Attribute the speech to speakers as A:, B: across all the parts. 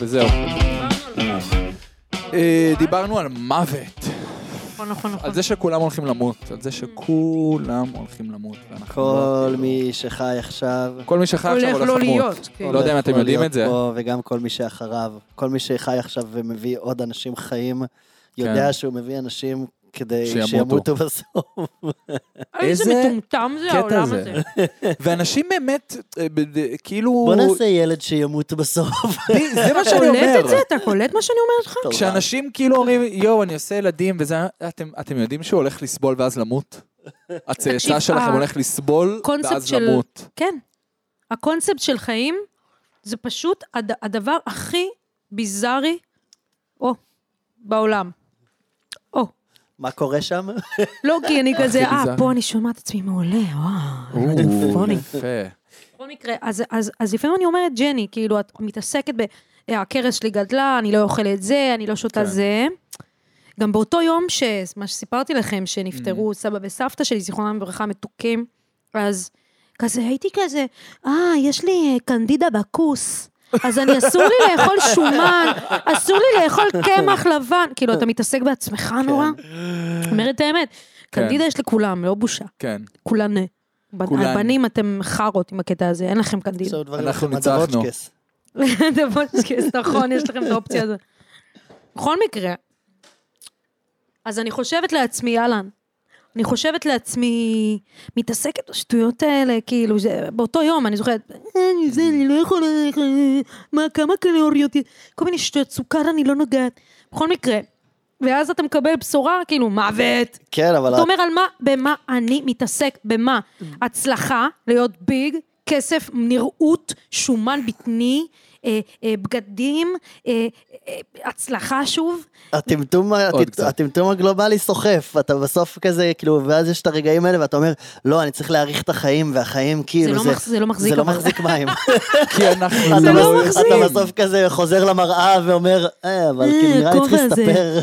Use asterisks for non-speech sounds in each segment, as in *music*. A: וזהו. אה, דיברנו על מוות,
B: נכון, נכון, נכון.
A: על זה שכולם הולכים למות, על זה שכולם הולכים למות. ואנחנו
C: כל
A: לא-
C: מי שחי עכשיו,
A: כל מי שחי עכשיו
B: הולך
A: הולך
B: לא
A: למות.
B: להיות. כן.
A: לא יודע אם אתם
C: יכול
A: יודעים
C: להיות
A: את זה.
C: פה, וגם כל מי שאחריו, כל מי שחי עכשיו ומביא עוד אנשים חיים,
A: כן.
C: יודע שהוא מביא אנשים כדי
A: שימותו.
C: שימותו בסוף.
B: איזה
A: איזה
B: מטומטם זה
A: קטע
B: העולם
A: זה.
B: הזה.
A: ואנשים באמת, אה, ב- ב- כאילו...
C: בוא נעשה ילד שימות בסוף.
A: *laughs* זה מה
B: אתה *laughs*
A: שאני
B: קולט את
A: אומר.
B: זה? אתה קולט מה שאני אומרת לך?
A: כשאנשים כאילו אומרים, יואו, אני עושה ילדים, וזה, אתם, אתם יודעים שהוא הולך לסבול ואז למות? הצאצא
B: תקשיב,
A: שלכם
B: ה-
A: הולך לסבול
B: קונספט
A: ואז
B: של- *laughs*
A: למות.
B: כן. הקונספט של חיים זה פשוט הד- הדבר הכי ביזארי, או, בעולם. או.
C: מה קורה שם?
B: לא, כי אני כזה, אה,
A: ביזארי.
B: פה אני שומעת את עצמי מעולה, וואו.
A: או,
B: פוני.
A: יפה.
B: בכל מקרה, אז, אז, אז לפעמים אני אומרת, ג'ני, כאילו, את מתעסקת ב... "אה, הכרס שלי גדלה, אני לא אוכלת זה, אני לא שותה
A: כן.
B: זה. גם באותו יום, ש... מה שסיפרתי לכם, שנפטרו
A: Mm-hmm.
B: סבא וסבתא שלי, זיכרונם לברכה, מתוקים, אז כזה, הייתי כזה, אה, יש לי אה, קנדידה בכוס. אז אני אסור לי לאכול שומן, אסור לי לאכול קמח לבן. כאילו, אתה מתעסק בעצמך נורא? אומרת את האמת,
A: כן.
B: קנדידה יש לכולם, לא בושה.
A: כן,
B: כולן. בנ-
A: כולן.
B: הבנים אתם חארות עם הקטע הזה, אין לכם כאן דיל.
C: עכשיו דברים
A: אנחנו
C: לכם,
A: ניצחנו.
C: הדוודקס.
B: *laughs* דבושקס, נכון, יש לכם את האופציה הזאת. בכל מקרה, אז אני חושבת לעצמי, אהלן, אני חושבת לעצמי, מתעסקת בשטויות האלה, כאילו, זה- באותו יום, אני זוכרת, "אני זה, אני לא יכולה, אה, מה, כמה קלוריות, יש?" כל מיני שטויות, סוכר אני לא נוגעת. בכל מקרה, ואז אתה מקבל בשורה, כאילו, מוות,
C: כן, אבל
B: אתה אומר על מה, במה אני מתעסק, במה? הצלחה, להיות ביג, כסף, נראות, שומן בטני, אה, אה, בגדים, אה, אה, הצלחה שוב.
C: הטמטום,
A: עוד
C: הטמ-
A: קצת.
C: הטמטום הגלובלי סוחף, אתה בסוף כזה, כאילו, ואז יש את הרגעים האלה ואתה אומר, לא, אני צריך להאריך את החיים, והחיים כאילו,
B: לא מח- זה לא מחזיק,
C: זה לא
B: אבל. *laughs*
C: מחזיק מים.
A: כי אנחנו...
C: אתה
B: לא
C: בס-
B: מחזיק.
C: אתה בסוף כזה חוזר למראה ואומר, אה, אבל
B: אה,
C: כאילו, נראה לי צריך
B: הכובע הזה.
C: להסתפר.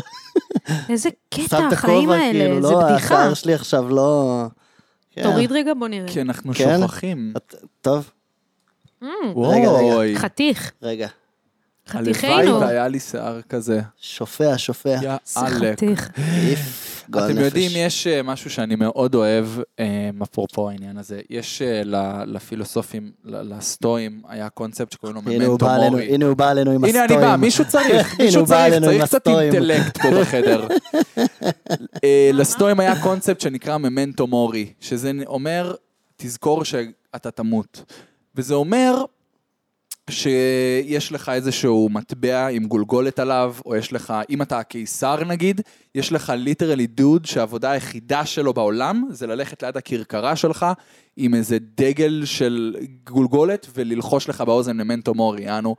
B: איזה
C: שם
B: קטע,
C: את
B: החיים
C: הכובע, כאילו,
B: האלה, זה
C: לא,
B: בדיחה.
C: השיער שלי עכשיו לא... כן.
B: תוריד רגע, בוא נראה.
A: כי אנחנו
C: כן. אה,
A: שוכחים.
C: את- טוב, רגע, רגע.
A: וואי,
B: חתיך,
C: רגע.
A: הלוואי
B: חתיכנו.
A: והיה לי שיער כזה.
C: שופע, שופע.
A: יא עלק.
B: חתיך.
C: איף, גועל
A: אתם
C: נפש.
A: יודעים, יש אה, משהו שאני מאוד אוהב, אה, אפרופו העניין הזה, יש אה, ל- לפילוסופים, ל- לסטואים, היה קונספט שקוראים לו
C: הנה הוא
A: ממנטו
C: בא אלינו,
A: מורי.
C: הנה הוא בא אלינו עם
A: הנה
C: הסטואים. אה,
A: אני בא, מישהו צריך,
C: הנה,
A: מישהו
C: הוא בא
A: צריך,
C: אלינו עם
A: צריך קצת
C: הסטואים.
A: אינטלקט פה
C: *laughs*
A: בחדר. אה, לסטואים היה קונספט שנקרא ממנטו מורי, שזה אומר, תזכור שאתה תמות. וזה אומר שיש לך איזשהו מטבע עם גולגולת עליו, או יש לך, אם אתה הקיסר נגיד, יש לך ליטרלי דוד שהעבודה היחידה שלו בעולם זה ללכת ליד הכרכרה שלך עם איזה דגל של גולגולת וללחוש לך באוזן ממנטו מורי, יענו.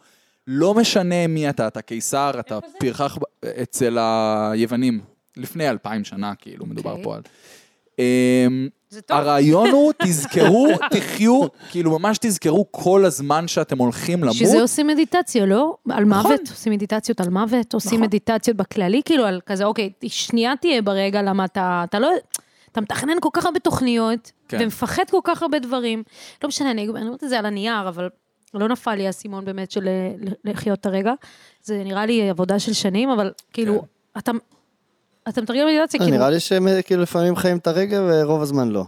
A: לא משנה מי אתה, אתה קיסר, אתה פרחח ב- אצל היוונים, לפני אלפיים שנה, כאילו, מדובר
B: אוקיי.
A: פה על... אמ,
B: זה טוב.
A: הרעיון הוא, תזכרו, תחיו, כאילו ממש תזכרו כל הזמן שאתם הולכים למות.
B: שזה עושים מדיטציה, לא? על
A: נכון.
B: מוות, עושים מדיטציות על מוות, עושים
A: נכון.
B: מדיטציות בכללי, כאילו על כזה, אוקיי, שנייה תהיה ברגע, למה אתה, אתה לא, אתה מתכנן כל כך הרבה תוכניות,
A: כן.
B: ומפחד כל כך הרבה דברים. לא משנה, אני אני אומרת את זה על הנייר, אבל לא נפל לי האסימון באמת של אה, לחיות את הרגע. זה נראה לי עבודה של שנים, אבל כאילו,
A: כן.
B: אתה... אתה מתרגל מדיטציה,
C: אה,
B: כאילו,
C: נראה לי שהם אה, כאילו לפעמים חיים את הרגע ורוב הזמן לא.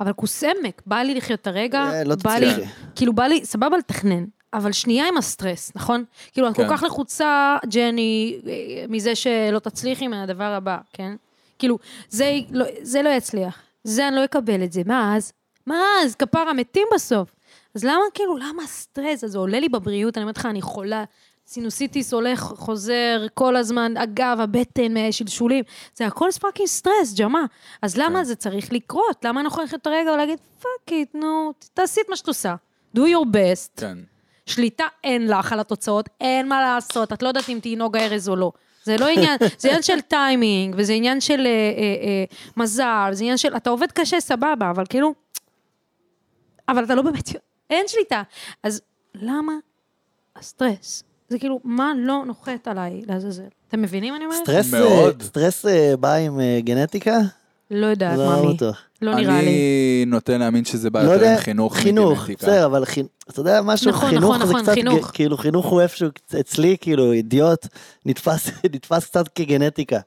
B: אבל כוס עמק, בא לי לחיות את הרגע,
C: אה, לא
B: בא לי,
C: תצליחי.
B: כאילו בא לי, סבבה לתכנן, אבל שנייה עם הסטרס, נכון? כאילו, את
A: כן.
B: כל כך לחוצה, ג'ני, אה, מזה שלא תצליחי מהדבר הבא, כן? כאילו, זה לא, זה לא יצליח, זה אני לא אקבל את זה, מה אז? מה אז? כפרה מתים בסוף. אז למה, כאילו, למה הסטרס הזה עולה לי בבריאות? אני אומרת לך, אני חולה. סינוסיטיס הולך, חוזר, כל הזמן, הגב, הבטן, אה, שלשולים. זה הכל פאקינג סטרס, ג'מה. אז למה זה צריך לקרות? למה אנחנו הולכים את הרגע ולהגיד, פאק איט, נו, ת- תעשי את מה שאת עושה. do your best.
A: כן.
B: שליטה אין לך על התוצאות, אין מה לעשות, את לא יודעת אם תהיי נוגה ארז או לא. זה לא עניין, זה עניין של טיימינג, וזה עניין של אה, אה, אה, מזל, זה עניין של, אתה עובד קשה, סבבה, אבל כאילו, אבל אתה לא באמת, אין שליטה. אז למה הסטרס? זה כאילו, מה לא נוחת עליי לעזאזל? אתם מבינים מה אני אומרת?
C: סטרס, אה,
A: מאוד.
C: סטרס אה, בא עם אה, גנטיקה?
B: לא יודעת,
C: לא
B: מאמי.
C: בטוח.
B: לא נראה לי.
A: אני נוטה להאמין שזה בא
C: לא
A: יותר
C: יודע,
A: עם חינוך
C: חינוך,
A: מגנטיקה.
C: בסדר, אבל חינ- אתה יודע משהו,
B: נכון,
C: חינוך
B: נכון,
C: זה
B: נכון,
C: קצת,
B: חינוך.
C: ג- כאילו חינוך הוא איפשהו קצ- אצלי, כאילו אידיוט, נתפס *laughs* נתפס קצת כגנטיקה.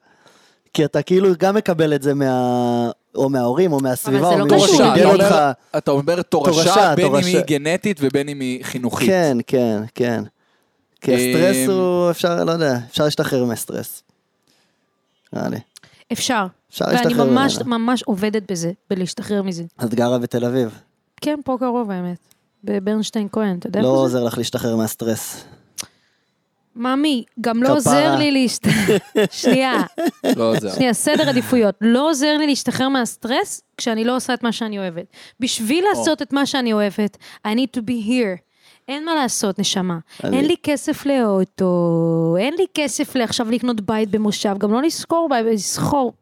C: כי אתה כאילו גם מקבל את זה מה... או מההורים, או מהסביבה,
B: זה
C: או
B: לא
C: ממישהו
B: קשור,
A: תורשה,
B: אני
C: שגידל
A: אתה
B: אומר-
C: אותך.
A: אומר- אתה אומר תורשה,
C: תורשה,
A: בין אם
C: תורשה.
A: היא גנטית ובין אם היא חינוכית.
C: כן, כן, כן. כי
A: אמ,
C: הסטרס הוא, אפשר, לא יודע, אפשר להשתחרר מהסטרס. נראה לי.
B: אפשר.
C: אפשר
B: ואני
C: להשתחרר
B: ממש
C: ממנו.
B: ממש עובדת בזה, בלהשתחרר מזה.
C: את גרה בתל אביב.
B: כן, פה קרוב האמת. בברנשטיין כהן, אתה יודע
C: לא
B: איפה זה?
C: עוזר לך להשתחרר מהסטרס.
B: מאמי, גם לא
C: כפרה.
B: עוזר לי
C: *laughs*
B: להשתחרר. שנייה,
A: לא עוזר.
B: שנייה, סדר עדיפויות. לא עוזר לי להשתחרר מהסטרס כשאני לא עושה את מה שאני אוהבת. בשביל לעשות את מה שאני אוהבת, I need to be here. אין מה לעשות, נשמה.
C: אני-
B: אין לי כסף לאוטו, אין לי כסף לעכשיו לקנות בית במושב, גם לא לשכור בית, לסחור.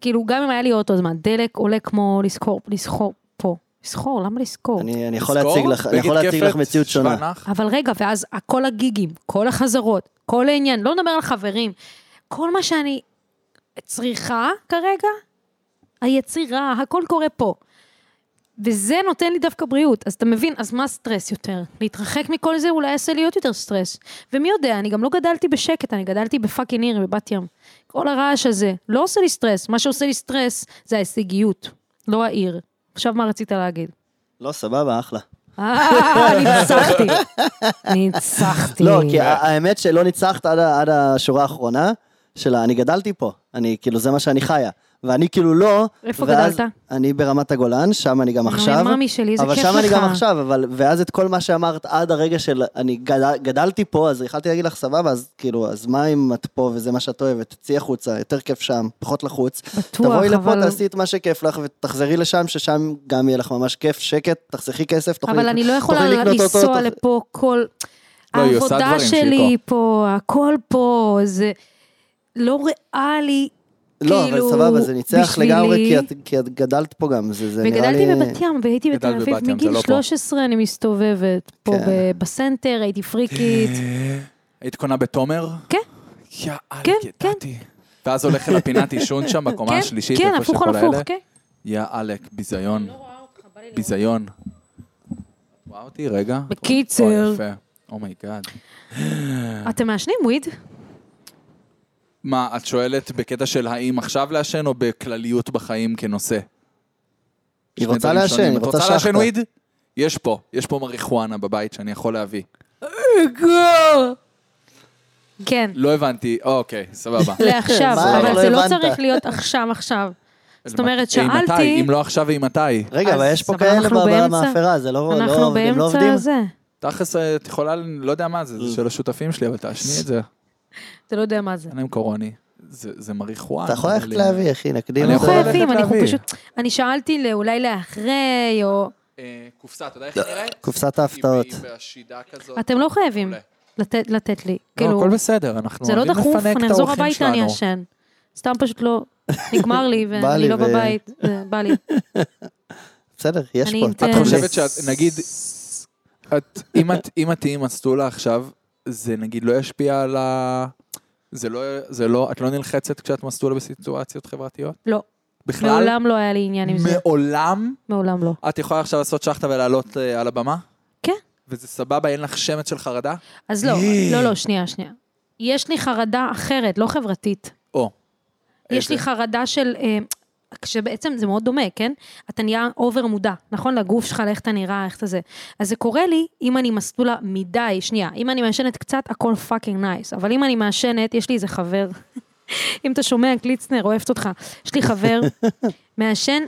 B: כאילו, גם אם היה לי אוטו, אז מה, דלק עולה כמו לסחור, לסחור פה. לסחור, למה לסחור?
C: אני אני יכול
A: לזכור?
C: להציג לך- אני
A: בגד
C: יכול להציג
A: כפת,
C: לך מציאות שונה.
A: שוונח.
B: אבל רגע, ואז כל הגיגים, כל החזרות, כל העניין, לא נדבר על חברים. כל מה שאני צריכה כרגע, היצירה, הכל קורה פה. וזה נותן לי דווקא בריאות, אז אתה מבין, אז מה סטרס יותר? להתרחק מכל זה אולי יעשה לי עוד יותר סטרס. ומי יודע, אני גם לא גדלתי בשקט, אני גדלתי בפאקינג עיר, בבת ים. כל הרעש הזה לא עושה לי סטרס, מה שעושה לי סטרס זה ההישגיות, לא העיר. עכשיו מה רצית להגיד?
C: לא, סבבה, אחלה.
B: אה, ניצחתי. ניצחתי.
C: לא, כי ה- האמת שלא ניצחת עד ה- עד השורה האחרונה שלה. אני גדלתי פה, אני, כאילו, זה מה שאני חיה. ואני כאילו לא,
B: איפה
C: ואז-
B: גדלת?
C: אני ברמת הגולן, שם אני גם
B: אוי,
C: עכשיו.
B: מאמי שלי, זה
C: אבל
B: כיף
C: שם אני
B: לך.
C: גם עכשיו, אבל, ואז את כל מה שאמרת עד הרגע של אני גד, גדלתי פה, אז יכלתי להגיד לך סבבה, אז כאילו, אז מה אם את פה וזה מה שאת אוהבת, תצאי החוצה, יותר כיף שם, פחות לחוץ.
B: בטוח,
C: תבואי לפה,
B: אבל-
C: תעשי את מה שכיף לך, ותחזרי לשם, ששם גם יהיה לך ממש כיף, שקט, תחסכי כסף, תוכלי...
B: אבל אני לא יכולה
C: תוכלי לקנות אותו,
B: לנסוע
C: תוכלי-
B: לפה כל...
A: לא, היא עושה
B: העבודה
A: דברים,
B: שלי
A: שיקו.
B: היא פה, הכל פה, זה לא ריאלי.
C: לא, אבל
B: כאילו,
C: סבבה, זה ניצח
B: בשבילי.
C: לגמרי, כי את, כי את גדלת פה גם, זה, זה נראה לי...
B: וגדלתי בבת ים, והייתי
A: גדלת
B: בתל
A: בבת ים,
B: אביב
A: זה
B: מגיל
A: לא פה.
B: 13, אני מסתובבת פה
C: כן.
B: ב- בסנטר, הייתי פריקית.
A: אה, היית קונה בתומר?
B: כן.
A: יאללה,
B: כן,
A: ידעתי. ואז הולך אל הפינת עישון שם בקומה
B: כן,
A: השלישית,
B: כן,
A: איפה
B: הפוך
A: שכל
B: על הפוך,
A: האלה.
B: כן.
A: יא עלק, ביזיון, ביזיון. רואה אותי רגע?
B: בקיצר.
A: אוי, יפה. אומייגאד. כן.
B: אתם מעשנים וויד?
A: מה, את שואלת בקטע של האם עכשיו לעשן או בכלליות בחיים כנושא?
C: היא
A: שני
C: רוצה
A: דברים
C: לעשן,
A: שונים.
C: היא
A: את
C: רוצה
A: רוצה לעשן
C: שחטה.
A: וויד? יש פה, יש פה מריחואנה בבית שאני יכול להביא. אה!
B: כן,
A: לא הבנתי, אוקיי, סבבה.
B: *laughs* לעכשיו,
C: מה,
B: אבל
C: לא
B: זה לא
C: הבנת.
B: צריך להיות עכשיו עכשיו. זאת אומרת,
A: אימתי,
B: שאלתי-
A: אה, אם לא עכשיו, אימתי?
C: רגע,
B: אז
C: אבל יש פה
B: סבבה,
C: כאלה
B: אנחנו באמצע.
C: במאפרה, זה לא...
B: אנחנו
C: לא, הם לא עובדים?
B: באמצע זה.
A: תכלס, אה, את יכולה, לא יודע מה זה, זה של השותפים שלי, אבל תעשני את זה.
B: אתה לא יודע מה זה.
A: אני עם קורוני. זה זה מריחואנה.
C: אתה יכול ללכת
A: אבל-
C: להביא, אחי, נקדים.
A: אני
C: את
B: לא
A: יכול
C: זה.
A: ללכת
B: חייבים, אנחנו
A: להביא.
B: פשוט... אני שאלתי לא- אולי לאחרי, או...
A: אה, קופסה, אתה יודע איך היא נראית?
C: קופסת ההפתעות.
A: היא- היא בשידה כזאת.
B: אתם לא חייבים
A: מעולה.
B: לתת- לתת לי.
A: לא,
B: כאילו,
A: הכל בסדר, אנחנו
B: זה לא
A: אוהבים
B: דחוף,
A: לפנק
B: אני
A: את
B: אחזור
A: האורחים
B: הביתה, אני
A: שלנו.
B: אשן. סתם פשוט לא... נגמר לי,
C: *laughs* בא
B: ואני
C: לי
B: לא
C: ו-
B: בבית, אה, בא לי.
C: בסדר, יש
B: אני
C: פה.
B: אתן.
A: את אה, חושבת שאת, נגיד, את, אם את אם את תהיי מסטולה עכשיו, זה נגיד לא ישפיע על ה... זה לא, זה לא, את לא נלחצת כשאת מסטולה בסיטואציות חברתיות?
B: לא,
A: בכלל?
B: מעולם לא היה לי עניין עם זה.
A: מעולם?
B: מעולם לא.
A: את יכולה עכשיו לעשות שחטה ולעלות אה, על הבמה?
B: כן.
A: וזה סבבה, אין לך שמץ של חרדה?
B: אז לא,
A: אה.
B: לא, לא, שנייה, שנייה. יש לי חרדה אחרת, לא חברתית.
A: או.
B: יש לי
A: איזה-
B: חרדה של... אה, כשבעצם זה מאוד דומה, כן? אתה נהיה אובר מודע, נכון? לגוף שלך, לאיך אתה נראה, איך אתה זה. אז זה קורה לי אם אני מסלולה מדי, שנייה, אם אני מעשנת קצת, הכל פאקינג נייס. אבל אם אני מעשנת, יש לי איזה חבר, *laughs* אם אתה שומע, קליצנר, אוהבת אותך. יש לי
A: *laughs*
B: חבר, מעשן,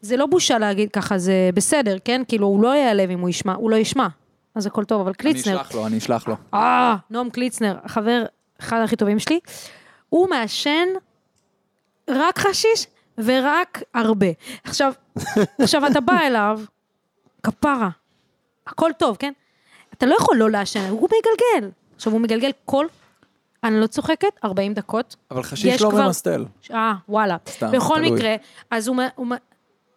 B: זה לא בושה להגיד ככה, זה בסדר, כן? כאילו, הוא לא ייעלב אם הוא ישמע, הוא לא ישמע. אז הכל טוב, אבל קליצנר,
A: אני אשלח לו, אני אשלח לו.
B: אה, נועם קליצנר, חבר, אחד הכי טובים שלי, הוא מעשן רק חשיש ורק הרבה. עכשיו, עכשיו אתה בא אליו, כפרה, הכל טוב, כן? אתה לא יכול לא לעשן, הוא מגלגל. עכשיו, הוא מגלגל כל, אני לא צוחקת, 40 דקות.
A: אבל חשיש
B: יש
A: לא
B: כבר-
A: ממסטל.
B: אה, וואלה.
A: סתם,
B: בכל
A: תלוי.
B: מקרה, אז הוא... מ- הוא מ-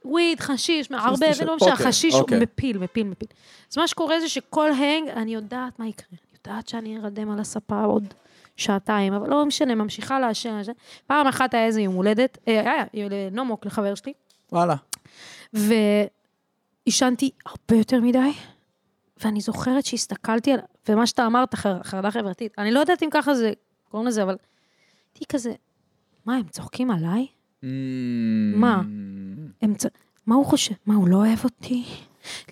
B: וויד, חשיש, הרבה,
A: משתמש-
B: ולא משנה,
A: אוקיי,
B: חשיש הוא
A: אוקיי.
B: מפיל, מפיל, מפיל. אז מה שקורה זה שכל הנג, אני יודעת מה יקרה. אני יודעת שאני ארדם על הספה עוד שעתיים, אבל לא משנה, ממשיכה לעשן. לעשן. פעם אחת היה איזה יום הולדת, אה, היה יום לנומוק, לחבר שלי,
A: וואלה.
B: ועישנתי הרבה יותר מדי, ואני זוכרת שהסתכלתי על... ומה שאתה אמרת, חר- חרדה חברתית, אני לא יודעת אם ככה זה, קוראים לזה, אבל... הייתי כזה, מה, הם צוחקים עליי? מה?
A: Mm,
B: הם צ... מה הוא חושב? מה, הוא לא אוהב אותי?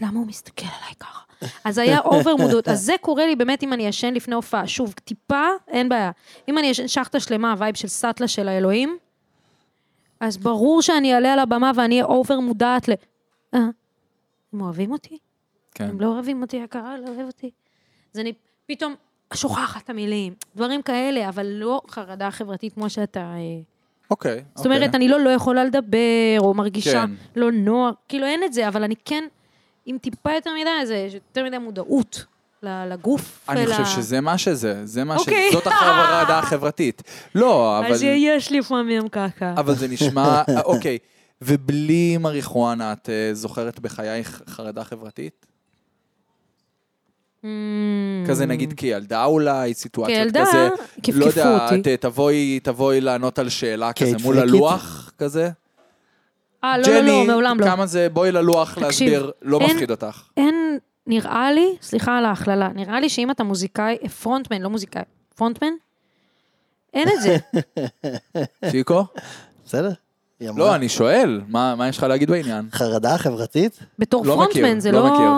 B: למה הוא מסתכל עליי ככה? אז היה אובר מודעות. אז זה קורה לי באמת אם אני ישן לפני הופעה. שוב, טיפה, אין בעיה. אם אני ישן שחטה שלמה, הווייב של סאטלה של האלוהים, אז ברור שאני אעלה על הבמה ואני אהיה אובר מודעת ל... אה, הם אוהבים אותי?
A: כן.
B: הם לא אוהבים אותי, הקהל לא אוהב אותי. אז אני פתאום שוכחת את המילים, דברים כאלה, אבל לא חרדה חברתית כמו שאתה... אה,
A: אוקיי.
B: זאת אומרת, אני לא לא יכולה לדבר, או מרגישה
A: כן.
B: לא נוח, כאילו אין את זה, אבל אני כן עם טיפה יותר מדי, איזה יש יותר מדי מודעות ל- לגוף.
A: אני
B: ול-
A: חושב שזה מה שזה, זה מה שזה,
B: אוקיי.
A: זאת החרדה החברתית. לא, אבל...
B: אז יש לפעמים ככה.
A: אבל זה נשמע, אוקיי, ובלי מריחואנה, את אה, זוכרת בחייך חרדה חברתית?
B: Mm.
A: כזה נגיד כילדה אולי, סיטואציות
B: כילדה,
A: כזה.
B: כפכפו
A: לא יודע,
B: אותי.
A: ת- תבואי, תבואי לענות על שאלה כזה
C: קייט
A: מול
C: פריקית?
A: הלוח, כזה.
B: אה, לא, לא, לא, מעולם לא.
A: כמה זה, בואי ללוח
B: תקשיב,
A: להסביר, לא
B: אין-
A: מפחיד אותך.
B: אין, נראה לי, סליחה על ההכללה, נראה לי שאם אתה מוזיקאי, פרונטמן, לא מוזיקאי, פרונטמן, אין את זה.
A: צ'יקו?
C: בסדר? היא אמרה.
A: לא, אני שואל, מה מה יש לך להגיד בעניין?
C: חרדה חברתית?
B: בתור
A: לא מכיר,
B: פרונטמן זה
A: לא
B: לא
A: מכיר.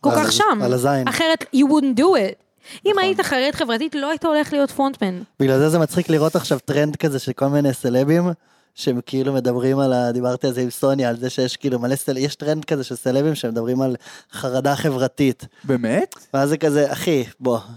B: כל
C: על-
B: כך שם.
C: על הזין.
B: אחרת, you wouldn't do it.
A: נכון.
B: אם היית חרד חברתית, לא היית הולך להיות פרונטמן.
C: בגלל זה זה מצחיק לראות עכשיו טרנד כזה של כל מיני סלבים, שהם כאילו מדברים על ה... דיברתי על זה עם סוניה, על זה שיש כאילו מלא סל... יש טרנד כזה של סלבים שמדברים על חרדה חברתית.
A: באמת?
C: ואז זה כזה, אחי, בוא. *laughs*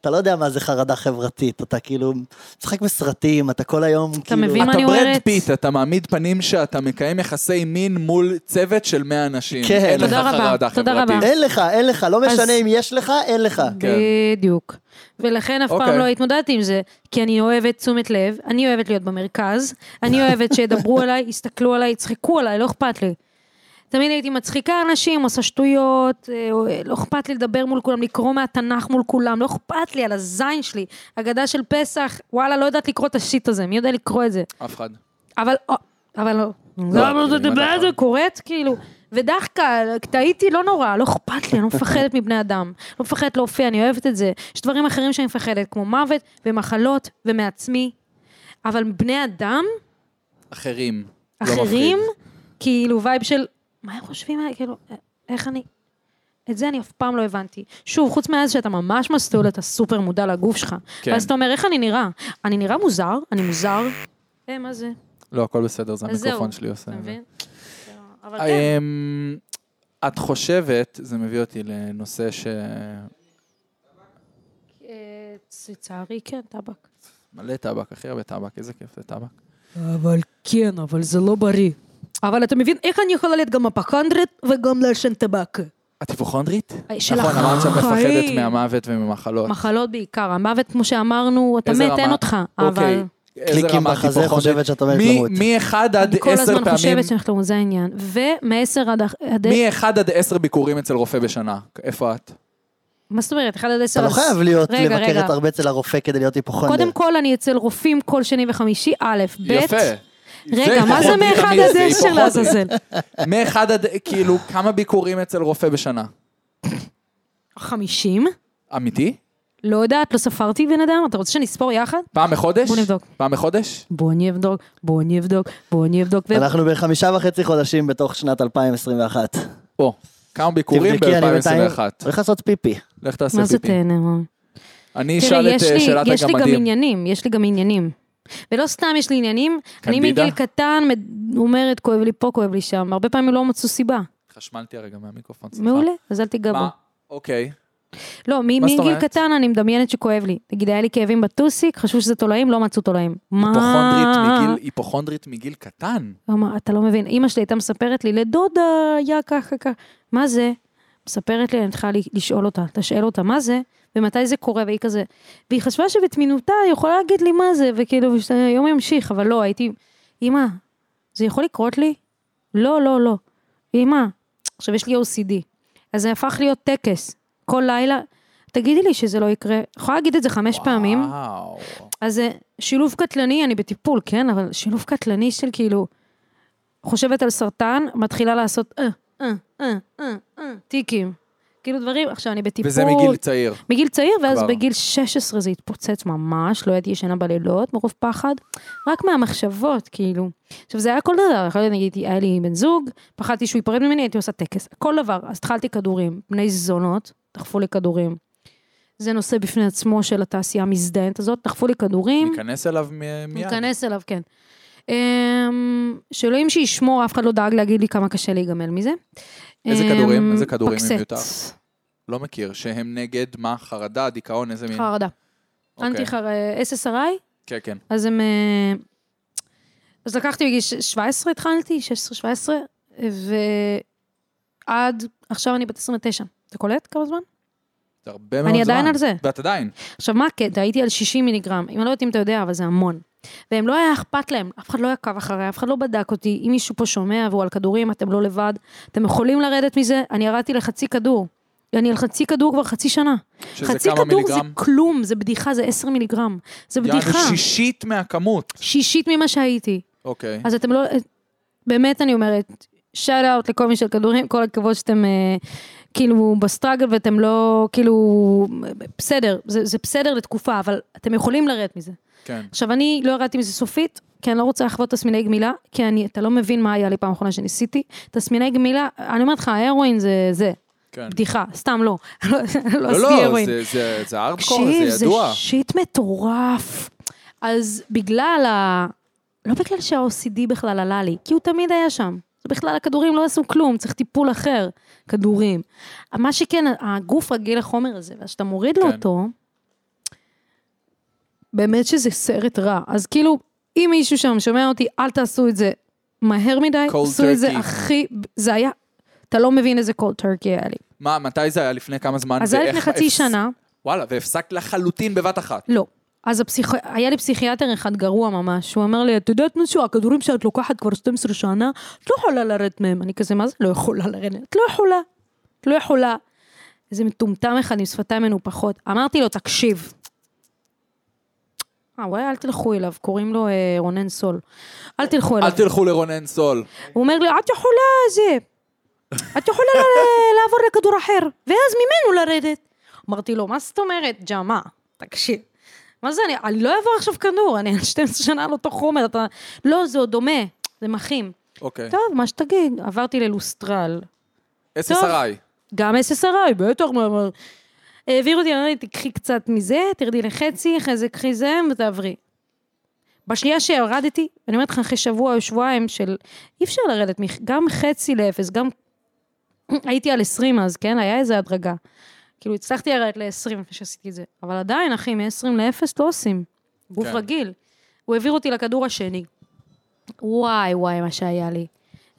C: אתה לא יודע מה זה חרדה חברתית, אתה כאילו משחק בסרטים, אתה כל היום כאילו...
B: מבין מה
A: אתה
B: אני
A: ברד
B: אומרת?
A: פיט, אתה מעמיד פנים שאתה מקיים יחסי מין מול צוות של 100 אנשים.
C: כן.
A: אין לך
B: תודה רבה,
A: חרדה
B: תודה
A: חברתית.
B: רבה.
C: אין לך, אין לך, לא משנה אם יש לך, אין לך.
A: כן.
B: בדיוק. ולכן אף
A: אוקיי.
B: פעם לא התמודדתי עם זה, כי אני אוהבת תשומת לב, אני אוהבת להיות במרכז, אני
A: *laughs*
B: אוהבת שידברו עליי, יסתכלו עליי, יצחקו עליי, לא אכפת לי. תמיד הייתי מצחיקה אנשים, עושה שטויות, אה, אה, לא אכפת לי לדבר מול כולם, לקרוא מהתנ"ך מול כולם, לא אכפת לי על הזין שלי. הגדה של פסח, וואלה, לא יודעת לקרוא את השיט הזה, מי יודע לקרוא את זה?
C: אה?
A: אף אחד.
B: אבל, או, אבל לא. למה
A: כאילו,
B: אתה
A: אם אתה
B: מדבר על זה?
A: יכול.
B: קורית, כאילו. ודחקה, טעיתי, לא נורא, לא אכפת לי, אני לא מפחדת מבני אדם. לא מפחדת להופיע, אני אוהבת את זה. יש דברים אחרים שאני מפחדת, כמו מוות ומחלות ומעצמי. אבל בני אדם,
A: אחרים. לא מפחיד.
B: אחרים, כאילו וייב של, מה הם חושבים עליי? כאילו, א- איך אני... את זה אני אף פעם לא הבנתי. שוב, חוץ מאז שאתה ממש מסטול, אתה סופר מודע לגוף שלך.
A: כן.
B: כן. ואז אתה אומר, איך אני נראה? אני נראה מוזר? אני מוזר? אה, מה זה?
A: לא, הכל בסדר, זה
B: אז
A: המיקרופון
B: זהו,
A: שלי עושה.
B: אתה
A: את זה.
B: מבין? אבל כן,
A: אמ, את חושבת, זה מביא אותי לנושא ש...
B: אה, לצערי כן, טבק.
A: מלא טבק, הכי הרבה טבק, איזה כיף זה טבק.
B: אבל כן, אבל זה לא בריא. אבל אתה מבין, איך אני יכולה להיות גם אפקנדרית וגם לעשן טבק?
A: את היפוכונדרית?
B: של
A: נכון, אמרת שאת מפחדת
B: החיים.
A: מהמוות וממחלות.
B: מחלות בעיקר, המוות, כמו שאמרנו, אתה
A: איזה
B: מת,
A: רמה?
B: אין אותך, אבל...
A: אוקיי, איזה
C: קליקים
A: רמת
C: בחזה,
A: היפוכונדרית?
C: חושבת שאת עומדת
A: מי-
C: למות.
A: מ-1 עד
B: אני
A: 10
B: כל הזמן
A: פעמים,
B: חושבת שאנחנו זה העניין. ומ-10 עד... הח- עד...
A: מ-1 עד 10 ביקורים אצל רופא בשנה. איפה את?
B: מה זאת אומרת? 1 עד 10...
C: אתה לא חייב להיות,
B: רגע, רגע.
C: לבקרת הרבה אצל הרופא כדי להיות היפוכונדר.
B: קודם כל, אני אצל רופאים כל שני וחמישי, א', ב'.
A: יפה.
B: רגע, מה זה מ-1
A: היפוכונדרית,
B: עד
A: זה
B: 10
A: היפוכונדרית.
B: לעזאזל?
A: מ-1 עד, כאילו, כמה ביקורים אצל רופא בשנה?
B: 50?
A: אמיתי?
B: לא יודעת, לא ספרתי בן אדם, אתה רוצה שנספור יחד?
A: פעם בחודש?
B: בוא נבדוק.
A: פעם בחודש?
B: בוא אני אבדוק, בוא אני אבדוק, בוא אני אבדוק. ו-
C: אנחנו בחמישה וחצי חודשים בתוך שנת 2021.
A: פה. כמה ביקורים
C: תבדקי, אני בינתיים
A: ב-2021.
C: הולך לעשות פיפי.
A: לך תעשה
B: מה זה
A: פיפי.
B: תהנה? מה?
A: אני
B: תראה,
A: אשאל את
B: יש
A: אה,
B: לי-
A: שאלת
B: יש לי גם
A: הגמדים.
B: עניינים, יש לי גם עניינים. ולא סתם יש לי עניינים, אני
A: קנדידה?
B: מגיל קטן מד- אומרת, כואב לי פה, כואב לי שם. הרבה פעמים לא מצאו סיבה.
A: חשמלתי הרגע מהמיקרופון, סליחה.
B: מעולה, אז אל תיגע בו.
A: מה? אוקיי.
B: לא, מ-
A: מה זאת אומרת?
B: מגיל קטן אני מדמיינת שכואב לי. נגיד, היה לי כאבים בטוסיק, חשבו שזה תולעים, לא מצאו תולעים.
A: היפוכונדרית
B: מה?
A: מגיל- היפוכונדרית מגיל קטן.
B: אמר, אתה לא מבין. אימא שלי הייתה מספרת לי, לדודה היה ככה ככה. מה זה? מספרת לי, אני צריכה לי- לשאול אותה, תשאל אותה, מה זה? ומתי זה קורה? והיא כזה... והיא חשבה שבתמינותה היא יכולה להגיד לי מה זה, וכאילו, היום ימשיך, אבל לא, הייתי... אימא, זה יכול לקרות לי? לא, לא, לא. אימא, עכשיו יש לי OCD. אז זה הפך להיות טקס. כל לילה, תגידי לי שזה לא יקרה. יכולה להגיד את זה חמש פעמים,
A: וואו.
B: אז זה שילוב קטלני, אני בטיפול, כן? אבל שילוב קטלני של כאילו, חושבת על סרטן, מתחילה לעשות אה, אה, אה, אה, אה, טיקים. כאילו דברים, עכשיו אני בטיפול.
A: וזה מגיל צעיר.
B: מגיל צעיר, ואז
A: כבר.
B: כבר. בגיל 16 זה התפוצץ ממש, לא הייתי ישנה בלילות מרוב פחד, רק מהמחשבות, כאילו. עכשיו, זה היה כל דבר, יכול להיות, נגיד, היה לי בן זוג, פחדתי שהוא ייפרד ממני, הייתי עושה טקס, כל דבר. אז התחלתי כדורים, בני זונות, דחפו לי כדורים. זה נושא בפני עצמו של התעשייה המזדיינת הזאת, דחפו לי כדורים.
A: ניכנס אליו מ- מיד.
B: ניכנס אליו, כן. אמ, שאלוהים שישמור, אף אחד לא דאג להגיד לי כמה קשה להיגמל מזה.
A: איזה
B: אמ,
A: כדורים? איזה כדורים, אם
B: פקסט.
A: יותר? לא מכיר, שהם נגד מה? חרדה, דיכאון, איזה מין...
B: חרדה.
A: אוקיי.
B: אנטי חרדה, SSRI,
A: כן, כן.
B: אז הם... אה, אז לקחתי בגיל ש- 17 התחלתי, 16-17, ועד עכשיו אני בת 29. אתה קולט כמה זמן?
A: זה הרבה מאוד זמן.
B: אני עדיין על זה.
A: ואת עדיין.
B: עכשיו, מה הקטע? הייתי על 60 מיליגרם. אם אני לא יודעת אם אתה יודע, אבל זה המון. והם לא היה אכפת להם, אף אחד לא עקב אחריי, אף אחד לא בדק אותי. אם מישהו פה שומע והוא על כדורים, אתם לא לבד, אתם יכולים לרדת מזה. אני ירדתי לחצי כדור. אני על חצי כדור כבר חצי שנה.
A: שזה
B: חצי
A: כמה
B: כדור זה
A: מיליגרם.
B: כלום, זה בדיחה, זה 10 מיליגרם. זה בדיחה.
A: יענו שישית מהכמות.
B: שישית ממה שהייתי.
A: אוקיי.
B: אז אתם לא... באמת, אני אומרת, שאט אאוט לכל מי של כדורים, כל הכבוד שאתם אה, כאילו בסטראגל ואתם לא, כאילו, בסדר, זה, זה בסדר לתקופה, אבל אתם יכולים לרדת מזה.
A: כן.
B: עכשיו, אני לא ירדתי מזה סופית, כי אני לא רוצה לחוות תסמיני גמילה, כי אני, אתה לא מבין מה היה לי פעם האחרונה שניסיתי. תסמיני גמילה, אני אומרת לך, ההרואין זה זה,
A: כן.
B: בדיחה, סתם לא. *laughs* לא, לא,
A: לא,
B: עשיתי
A: לא,
B: הרואין.
A: זה- זה- זה הארדקור,
B: תקשיב,
A: זה
B: זה
A: ידוע.
B: שיט מטורף. אז בגלל ה... לא בגלל שה-OCD בכלל עלה לי, כי הוא תמיד היה שם. זה בכלל, הכדורים לא עשו כלום, צריך טיפול אחר, כדורים. מה שכן, הגוף רגיל לחומר הזה, ואז כשאתה מוריד לו
A: כן.
B: אותו, באמת שזה סרט רע. אז כאילו, אם מישהו שם שומע אותי, אל תעשו את זה מהר מדי,
A: Cold
B: עשו את
A: turkey.
B: זה הכי... זה היה... אתה לא מבין איזה cold turkey היה לי.
A: מה, מתי זה היה? לפני כמה זמן?
B: אז זה היה
A: ואיך-
B: לפני חצי
A: הפס-
B: שנה.
A: וואלה, והפסקת לחלוטין בבת אחת.
B: לא. אז הפסיכ... היה לי פסיכיאטר אחד גרוע ממש, הוא אמר לי, את יודעת משהו, הכדורים שאת לוקחת כבר 12 שנה, את לא יכולה לרדת מהם. אני כזה, מה זה לא יכולה לרדת? את לא יכולה. את לא יכולה. איזה מטומטם אחד עם שפתיים מנופחות. אמרתי לו, תקשיב. אה, וואי, אל תלכו אליו, קוראים לו אה, רונן סול. אל תלכו אליו.
A: אל תלכו לרונן סול.
B: הוא אומר לי, את יכולה זה, את יכולה ל- *laughs* לעבור לכדור אחר, ואז ממנו לרדת. אמרתי לו, מה זאת אומרת, ג'מה? תקשיב. מה זה, אני, אני לא אעבור עכשיו כדור, אני על 12 שנה על אותו חומר, אתה... לא, זה עוד דומה, זה מכין.
A: אוקיי.
B: טוב, מה שתגיד, עברתי ללוסטרל.
A: SSRI.
B: גם SSRI, בטח, מה... מה- העביר אותי, אמר לי, תקחי קצת מזה, תרדי לחצי, אחרי זה קחי זה ותעברי. בשנייה שירדתי, אני אומרת לך, אחרי שבוע או שבועיים של... אי אפשר לרדת, מח- גם חצי לאפס, גם... הייתי על 20 אז, כן? היה איזה הדרגה. כאילו, הצלחתי לרדת ל-20 לפני שעשיתי את זה. אבל עדיין, אחי, מ-20 ל-0 לא עושים. גוף
A: כן.
B: רגיל. הוא העביר אותי לכדור השני. וואי, וואי, מה שהיה לי.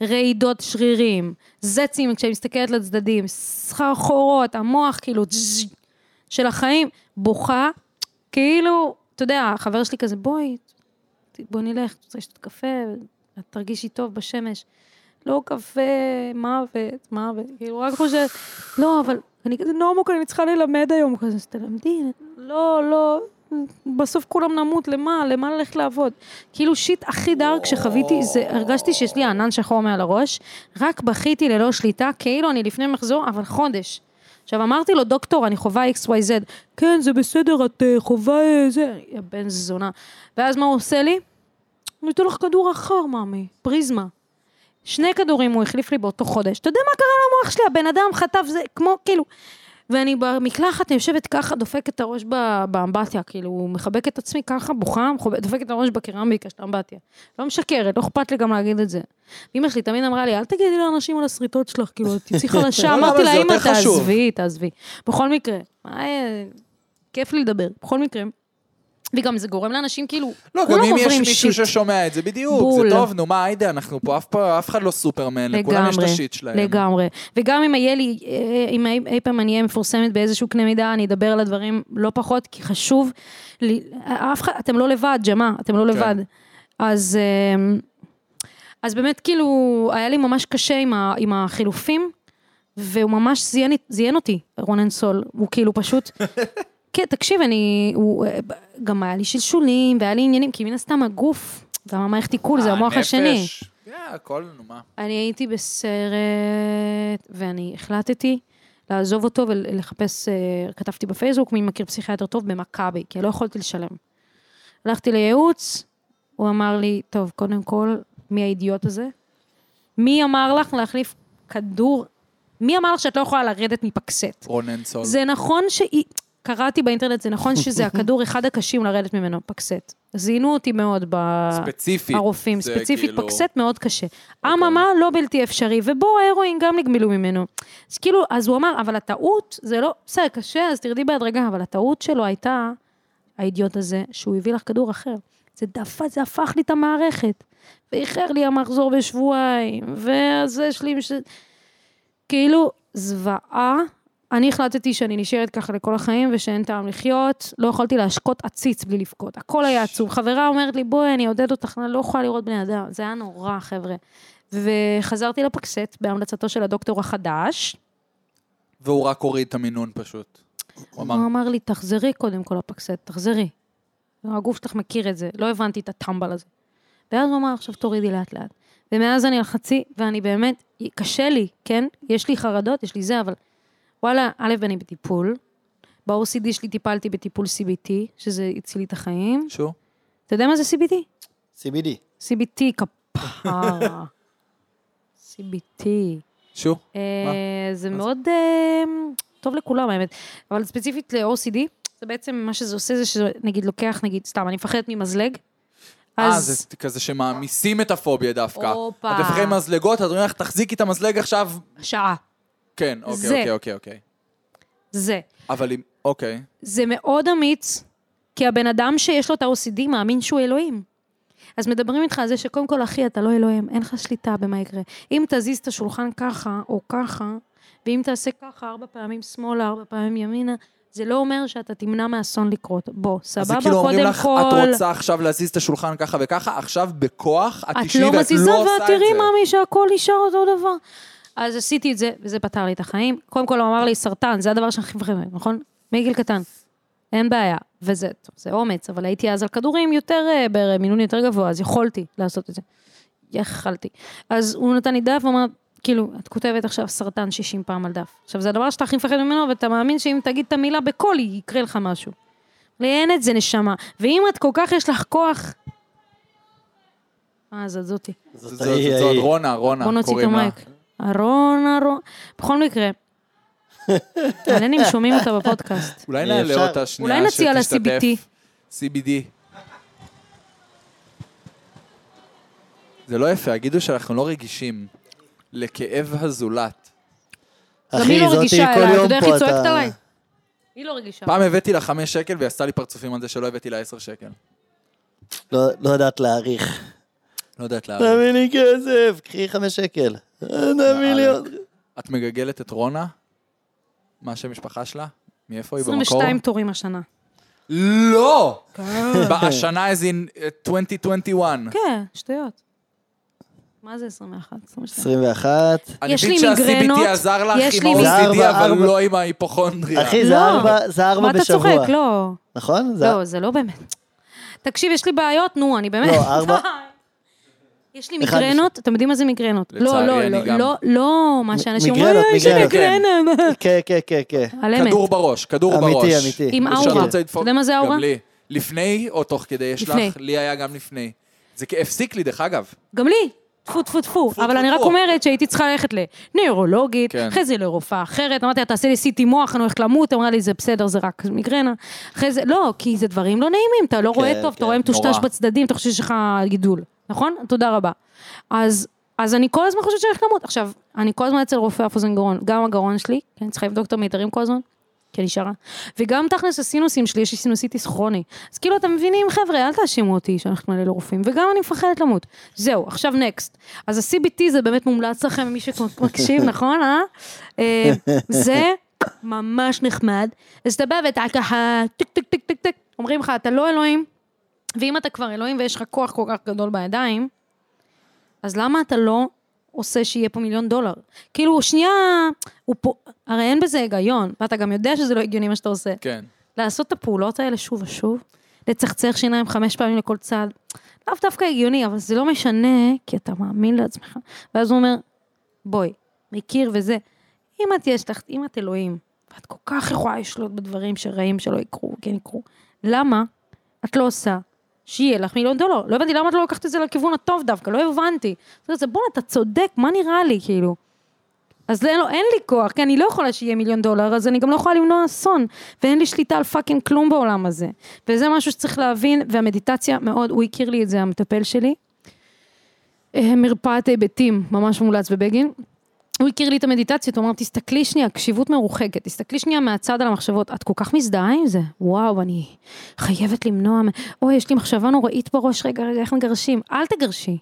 B: רעידות שרירים, זצים כשאני מסתכלת לצדדים, סחרחורות, המוח כאילו זז, של החיים, בוכה, כאילו, אתה יודע, החבר שלי כזה, בואי, ת- בוא נלך, את רוצה לשתות קפה, את תרגישי טוב בשמש. לא קפה, מוות, מוות, כאילו, רק חושב, לא, אבל אני כזה נורמוק, אני צריכה ללמד היום, כזה, אז תלמדי, לא, לא, בסוף כולם נמות, למה, למה ללכת לעבוד? כאילו, שיט הכי דארק שחוויתי, זה, הרגשתי שיש לי ענן שחור מעל הראש, רק בכיתי ללא שליטה, כאילו אני לפני מחזור, אבל חודש. עכשיו, אמרתי לו, דוקטור, אני חווה XYZ. כן, זה בסדר, את אה, חווה אה, זה... יא בן זונה. ואז מה הוא עושה לי? אני אתן לך כדור אחר, מאמי, פריזמה. שני כדורים הוא החליף לי באותו חודש. אתה יודע מה קרה למוח שלי? הבן אדם חטף זה, כמו, כאילו... ואני במקלחת, אני יושבת ככה, דופקת את הראש ב- באמבטיה, כאילו, מחבקת את עצמי ככה, בוכה, מחבק- דופקת את הראש בקרמביקה של האמבטיה. לא משקרת, לא אכפת לי גם להגיד את זה. אמא שלי תמיד אמרה לי, אל תגידי לאנשים על השריטות שלך, כאילו, את
A: *laughs*
B: תצאי חלשה.
A: לא, לא,
B: אמרתי
A: אבל זה
B: לה, אמא,
A: יותר חשוב."
B: תעזבי, תעזבי. בכל מקרה, מה, אה, כיף לי לדבר. בכל מקרה, וגם זה גורם לאנשים, כאילו,
A: לא, גם
B: כולם
A: אם יש
B: עוברים
A: מישהו
B: שיט.
A: ששומע את זה, בדיוק, זה
B: בול.
A: טוב, נו מה, היידה, אנחנו פה, אף פעם- אף אחד לא סופרמן, לכולם יש את השיט שלהם.
B: לגמרי. וגם אם יהיה לי, אה, אם אי, אי פעם אני אהיה מפורסמת באיזשהו קנה מידה, אני אדבר על הדברים לא פחות, כי חשוב לי, אף אחד, אתם לא לבד, ג'מה, אתם
A: כן.
B: לא לבד. אז, אמ, אה, אז באמת, כאילו, היה לי ממש קשה עם, ה, עם החילופים. והוא ממש זיין, זיין אותי, רונן סול. הוא כאילו
A: *laughs*
B: פשוט... כן, תקשיב, אני... הוא, אה, גם היה לי שלשולים, והיה לי עניינים, כי מן הסתם הגוף והמערכת עיכול,
A: אה,
B: זה המוח
A: הנפש.
B: השני.
A: כן, הכל, נו מה.
B: אני הייתי בסרט, ואני החלטתי לעזוב אותו ולחפש, אה, כתבתי בפייסבוק, מי מכיר פסיכיאטר טוב במכבי, כי לא יכולתי לשלם. הלכתי לייעוץ, הוא אמר לי, טוב, קודם כל, מי האידיוט הזה? מי אמר לך להחליף כדור? מי אמר לך שאת לא יכולה לרדת מפקסט?
A: רונן סול.
B: זה נכון ש... קראתי באינטרנט, זה נכון שזה הכדור אחד הקשים לרדת ממנו, פקסט. זינו אותי מאוד ב...
A: ספציפית.
B: הרופאים,
A: זה
B: ספציפית
A: כאילו- אוקיי.
B: פקסט מאוד קשה. אממה, לא בלתי אפשרי, ובו ההרואין גם נגמלו ממנו. אז כאילו, אז הוא אמר, אבל הטעות, זה לא, בסדר, קשה, אז תרדי בהדרגה, אבל הטעות שלו הייתה, האידיוט הזה, שהוא הביא לך כדור אחר. זה דפק, זה הפך לי את המערכת. ואיחר לי המחזור בשבועיים, וזה שלי, ש... כאילו, זוועה. אני החלטתי שאני נשארת ככה לכל החיים ושאין טעם לחיות. לא יכולתי להשקות עציץ בלי לבכות. הכל היה עצוב. חברה אומרת לי, בואי, אני אעודד אותך, אני לא יכולה לראות בני אדם. זה היה נורא, חבר'ה. וחזרתי לפקסט בהמלצתו של הדוקטור החדש.
A: והוא רק הוריד את המינון פשוט. הוא אמר,
B: הוא אמר לי, תחזרי קודם כל לפקסט, תחזרי. הגוף שלך מכיר את זה, לא הבנתי את הטמבל הזה. ואז הוא אמר, עכשיו תורידי לאט לאט. ומאז אני על חצי, ואני באמת, קשה לי, כן? יש לי חרדות, יש לי זה, אבל וואלה, א', אני בטיפול. ב-OCD שלי טיפלתי בטיפול CBT, שזה הציל לי את החיים.
A: שו?
B: אתה יודע מה זה CBT?
C: CBD.
B: CBT כפרה. CBT.
A: שו?
B: אה, זה מאוד אה, טוב לכולם האמת, אבל ספציפית ל-OCD, זה בעצם מה שזה עושה זה שנגיד לוקח, נגיד, סתם, אני מפחדת ממזלג,
A: אה,
B: אז
A: זה כזה שמעמיסים את הפוביה דווקא.
B: הופה.
A: את לפחד מזלגות, את אומרים לך, תחזיקי את המזלג עכשיו.
B: שעה,
A: כן,
B: זה.
A: אוקיי, אוקיי, אוקיי, אוקיי.
B: זה.
A: אבל אם, אוקיי.
B: זה מאוד אמיץ, כי הבן אדם שיש לו את ה-OCD מאמין שהוא אלוהים. אז מדברים איתך על זה שקודם כל, אחי, אתה לא אלוהים, אין לך שליטה במה יקרה. אם תזיז את השולחן ככה או ככה, ואם תעשה ככה ארבע פעמים שמאלה, ארבע פעמים ימינה, זה לא אומר שאתה תמנע מאסון לקרות. בוא, סבבה,
A: אז
B: קודם כל...
A: זה כאילו אומרים לך, את רוצה עכשיו להזיז את השולחן ככה וככה, עכשיו בכוח, את
B: את
A: תשבי
B: לא
A: ואת
B: מזיזה,
A: לא
B: ואת
A: עושה את
B: תראי,
A: זה.
B: מאמי, שהכל נשאר אותו דבר. אז עשיתי את זה, וזה פתר לי את החיים. קודם כל, הוא אמר לי, סרטן, זה הדבר שהכי מפחד ממנו, נכון? מגיל קטן. אין בעיה. וזה, טוב, זה אומץ, אבל הייתי אז על כדורים יותר, אה, במינון יותר גבוה, אז יכולתי לעשות את זה. יכלתי. אז הוא נתן לי דף, ואמר, כאילו, את כותבת עכשיו סרטן 60 פעם על דף. עכשיו, זה הדבר שאתה הכי מפחד ממנו, ואתה מאמין שאם תגיד את המילה בקול, יקרה לך משהו. לי אין את זה, נשמה. ואם את כל כך יש לך כוח... אה, זאת זאתי.
A: זאת-
C: זאת
A: זאת-
C: ההיא,
A: זאת
C: ההיא.
A: רונה, רונה,
B: בוא נוציא את
A: קוראים לה.
B: המייק. אהרון, אהרון. בכל מקרה, מעניין אם שומעים אותה בפודקאסט.
A: אולי
C: אי אפשר.
A: נעלה אותה שנייה,
B: אולי נציע לה
A: שתשתתף.
B: CBT.
A: CBD. זה לא יפה, יגידו שאנחנו לא רגישים לכאב הזולת.
B: גם היא
C: אחי,
B: לא
C: זאתי
B: רגישה
C: כל
B: אליי, אתה
C: יום
B: יודע איך
C: פה
B: היא צועקת
C: אתה...
B: עליי? היא לא רגישה.
A: פעם הבאתי לה חמש שקל והיא עשתה לי פרצופים על זה שלא הבאתי לה עשר שקל.
C: לא- לא יודעת להעריך.
A: לא יודעת להעריך.
C: תביא לי כסף, קחי חמש שקל. אה, תביא לי עוד.
A: את מגגלת את רונה? מה השם משפחה שלה? מאיפה היא במקור?
B: 22 תורים השנה.
A: לא! השנה as in אה, 2021.
B: כן, שטויות. מה זה 21? 22.
C: 21.
A: אני
B: יש
A: מבין
B: לי
A: שה-CBT
B: מיגרנות,
A: עזר לך
B: יש
A: עם
B: לי
A: ה-OCD,
C: מיגרנות.
A: אבל
C: ארבע-
A: לא עם ההיפוכונדריה.
C: אחי,
B: לא.
C: זה ארבע, זה
B: מה
C: ארבע
B: אתה
C: בשבוע.
B: צוחק? לא.
C: נכון? זה-
B: לא, זה לא באמת. תקשיב, יש לי בעיות, נו, אני באמת...
C: לא, ארבע-
B: *laughs* יש לי
C: אחד
B: מיגרנות, אתם יודעים מה זה מיגרנות? לא,
A: לצערי,
B: לא,
A: אני
B: לא,
A: גם.
B: לא, לא, מה שאנשים אומרים,
C: מיגרנות,
B: "אה, יש לי
A: מיגרנות.
B: מיגרנה.
C: כן, כן, כן, כן.
B: על אמת.
A: כדור בראש, כדור
C: אמיתי,
A: בראש.
C: אמיתי.
B: עם
A: ושאת
B: אאורה.
A: רוצה לדפוק-
B: אתה יודע מה זה אאורה?
A: גם לי. לפני או תוך כדי יש
B: לפני.
A: לך? לי היה גם לפני. זה כ- הפסיק לי, דרך אגב.
B: גם לי. טפו, טפו, טפו. אבל
A: טפו,
B: אני רק
A: טפו.
B: אומרת שהייתי צריכה ללכת לנוירולוגית,
A: כן.
B: אחרי זה לרופאה אחרת. אמרתי לה, תעשה לי CT מוח, אני הולכת למות. אמרה לי, זה בסדר, זה רק מיגרנה. אחרי זה, לא, כי זה דברים לא נעימים, אתה לא רואה טוב, אתה
C: כן,
B: רואה מטושטש
A: נורא.
B: בצדדים, אתה חושב שיש לך גידול. נכון? תודה רבה. אז... אז אני כל הזמן חושבת שאני הולכת למות. עכשיו, אני כל הזמן אצל רופא אף אוזן גרון, גם הגרון שלי, כי אני צריכה לבדוק את המיתרים כל הזמן, כי אני שרה. וגם תכלס הסינוסים שלי, יש לי סינוסיטיס כרוני. אז כאילו, אתם מבינים, חבר'ה, אל תאשימו אותי שאני הולכת מלא לרופאים, וגם אני מפחדת למות. זהו, עכשיו נקסט. אז ה-CBT זה באמת מומלץ לכם, מי שמקשיב, נכון, אה? אה? זה ממש נחמד. אז אתה בא ואתה ככה, טק, טק, טק, טק, טק, אומרים לך, אתה לא אלוהים, ואם אתה כבר אלוהים ויש לך כוח כל כך גדול בידיים, אז למה אתה לא עושה שיהיה פה מיליון דולר. כאילו, שנייה, הוא פה, הרי אין בזה היגיון, ואתה גם יודע שזה לא הגיוני מה שאתה עושה.
A: כן.
B: לעשות את הפעולות האלה שוב ושוב, לצחצח שיניים חמש פעמים לכל צד, לאו דווקא הגיוני, אבל זה לא משנה, כי אתה מאמין לעצמך. ואז הוא אומר, בואי, מכיר וזה, אם את יש לך, אם את אלוהים, ואת כל כך יכולה לשלוט בדברים שרעים שלא יקרו, כן יקרו, למה את לא עושה שיהיה לך מיליון דולר? לא הבנתי למה את לא לוקחת את זה לכיוון הטוב דווקא, לא הבנתי. אז בואנה, אתה צודק, מה נראה לי, כאילו? אז אין, לו, אין לי כוח, כי אני לא יכולה שיהיה מיליון דולר, אז אני גם לא יכולה למנוע אסון. ואין לי שליטה על פאקינג כלום בעולם הזה. וזה משהו שצריך להבין, והמדיטציה מאוד, הוא הכיר לי את זה, המטפל שלי. אה, מרפאת היבטים, ממש מומלץ בבגין. הוא הכיר לי את המדיטציות, הוא אמר, תסתכלי שנייה, קשיבות מרוחקת, תסתכלי שנייה מהצד על המחשבות, את כל כך מזדהה עם זה, וואו, אני חייבת למנוע, מ- אוי, יש לי מחשבה נוראית בראש, רגע, רגע, איך מגרשים? אל תגרשי,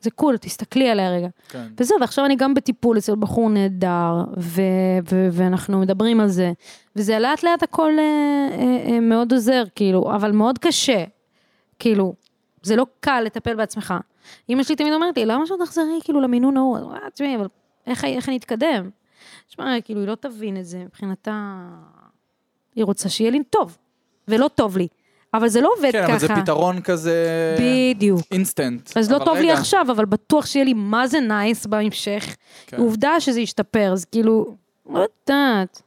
B: זה קול, תסתכלי עליה רגע.
A: כן.
B: וזהו, ועכשיו אני גם בטיפול אצל בחור נהדר, ו- ו- ואנחנו מדברים על זה. וזה לאט לאט הכל אה, אה, אה, מאוד עוזר, כאילו, אבל מאוד קשה. כאילו, זה לא קל לטפל בעצמך. אמא שלי תמיד אומרת לי, למה שאת תחזרי כאילו למינון ההוא? אז אני אומרת, תשמעי, אבל איך, איך אני אתקדם? תשמע, כאילו, היא לא תבין את זה, מבחינתה... היא רוצה שיהיה לי טוב, ולא טוב לי. אבל זה לא עובד
A: כן,
B: ככה.
A: אבל זה פתרון כזה...
B: בדיוק.
A: אינסטנט.
B: אז לא
A: אבל
B: טוב לי
A: רגע,
B: עכשיו, אבל בטוח שיהיה לי מה זה נייס בהמשך.
A: כן.
B: עובדה שזה ישתפר, אז כאילו, לא יודעת.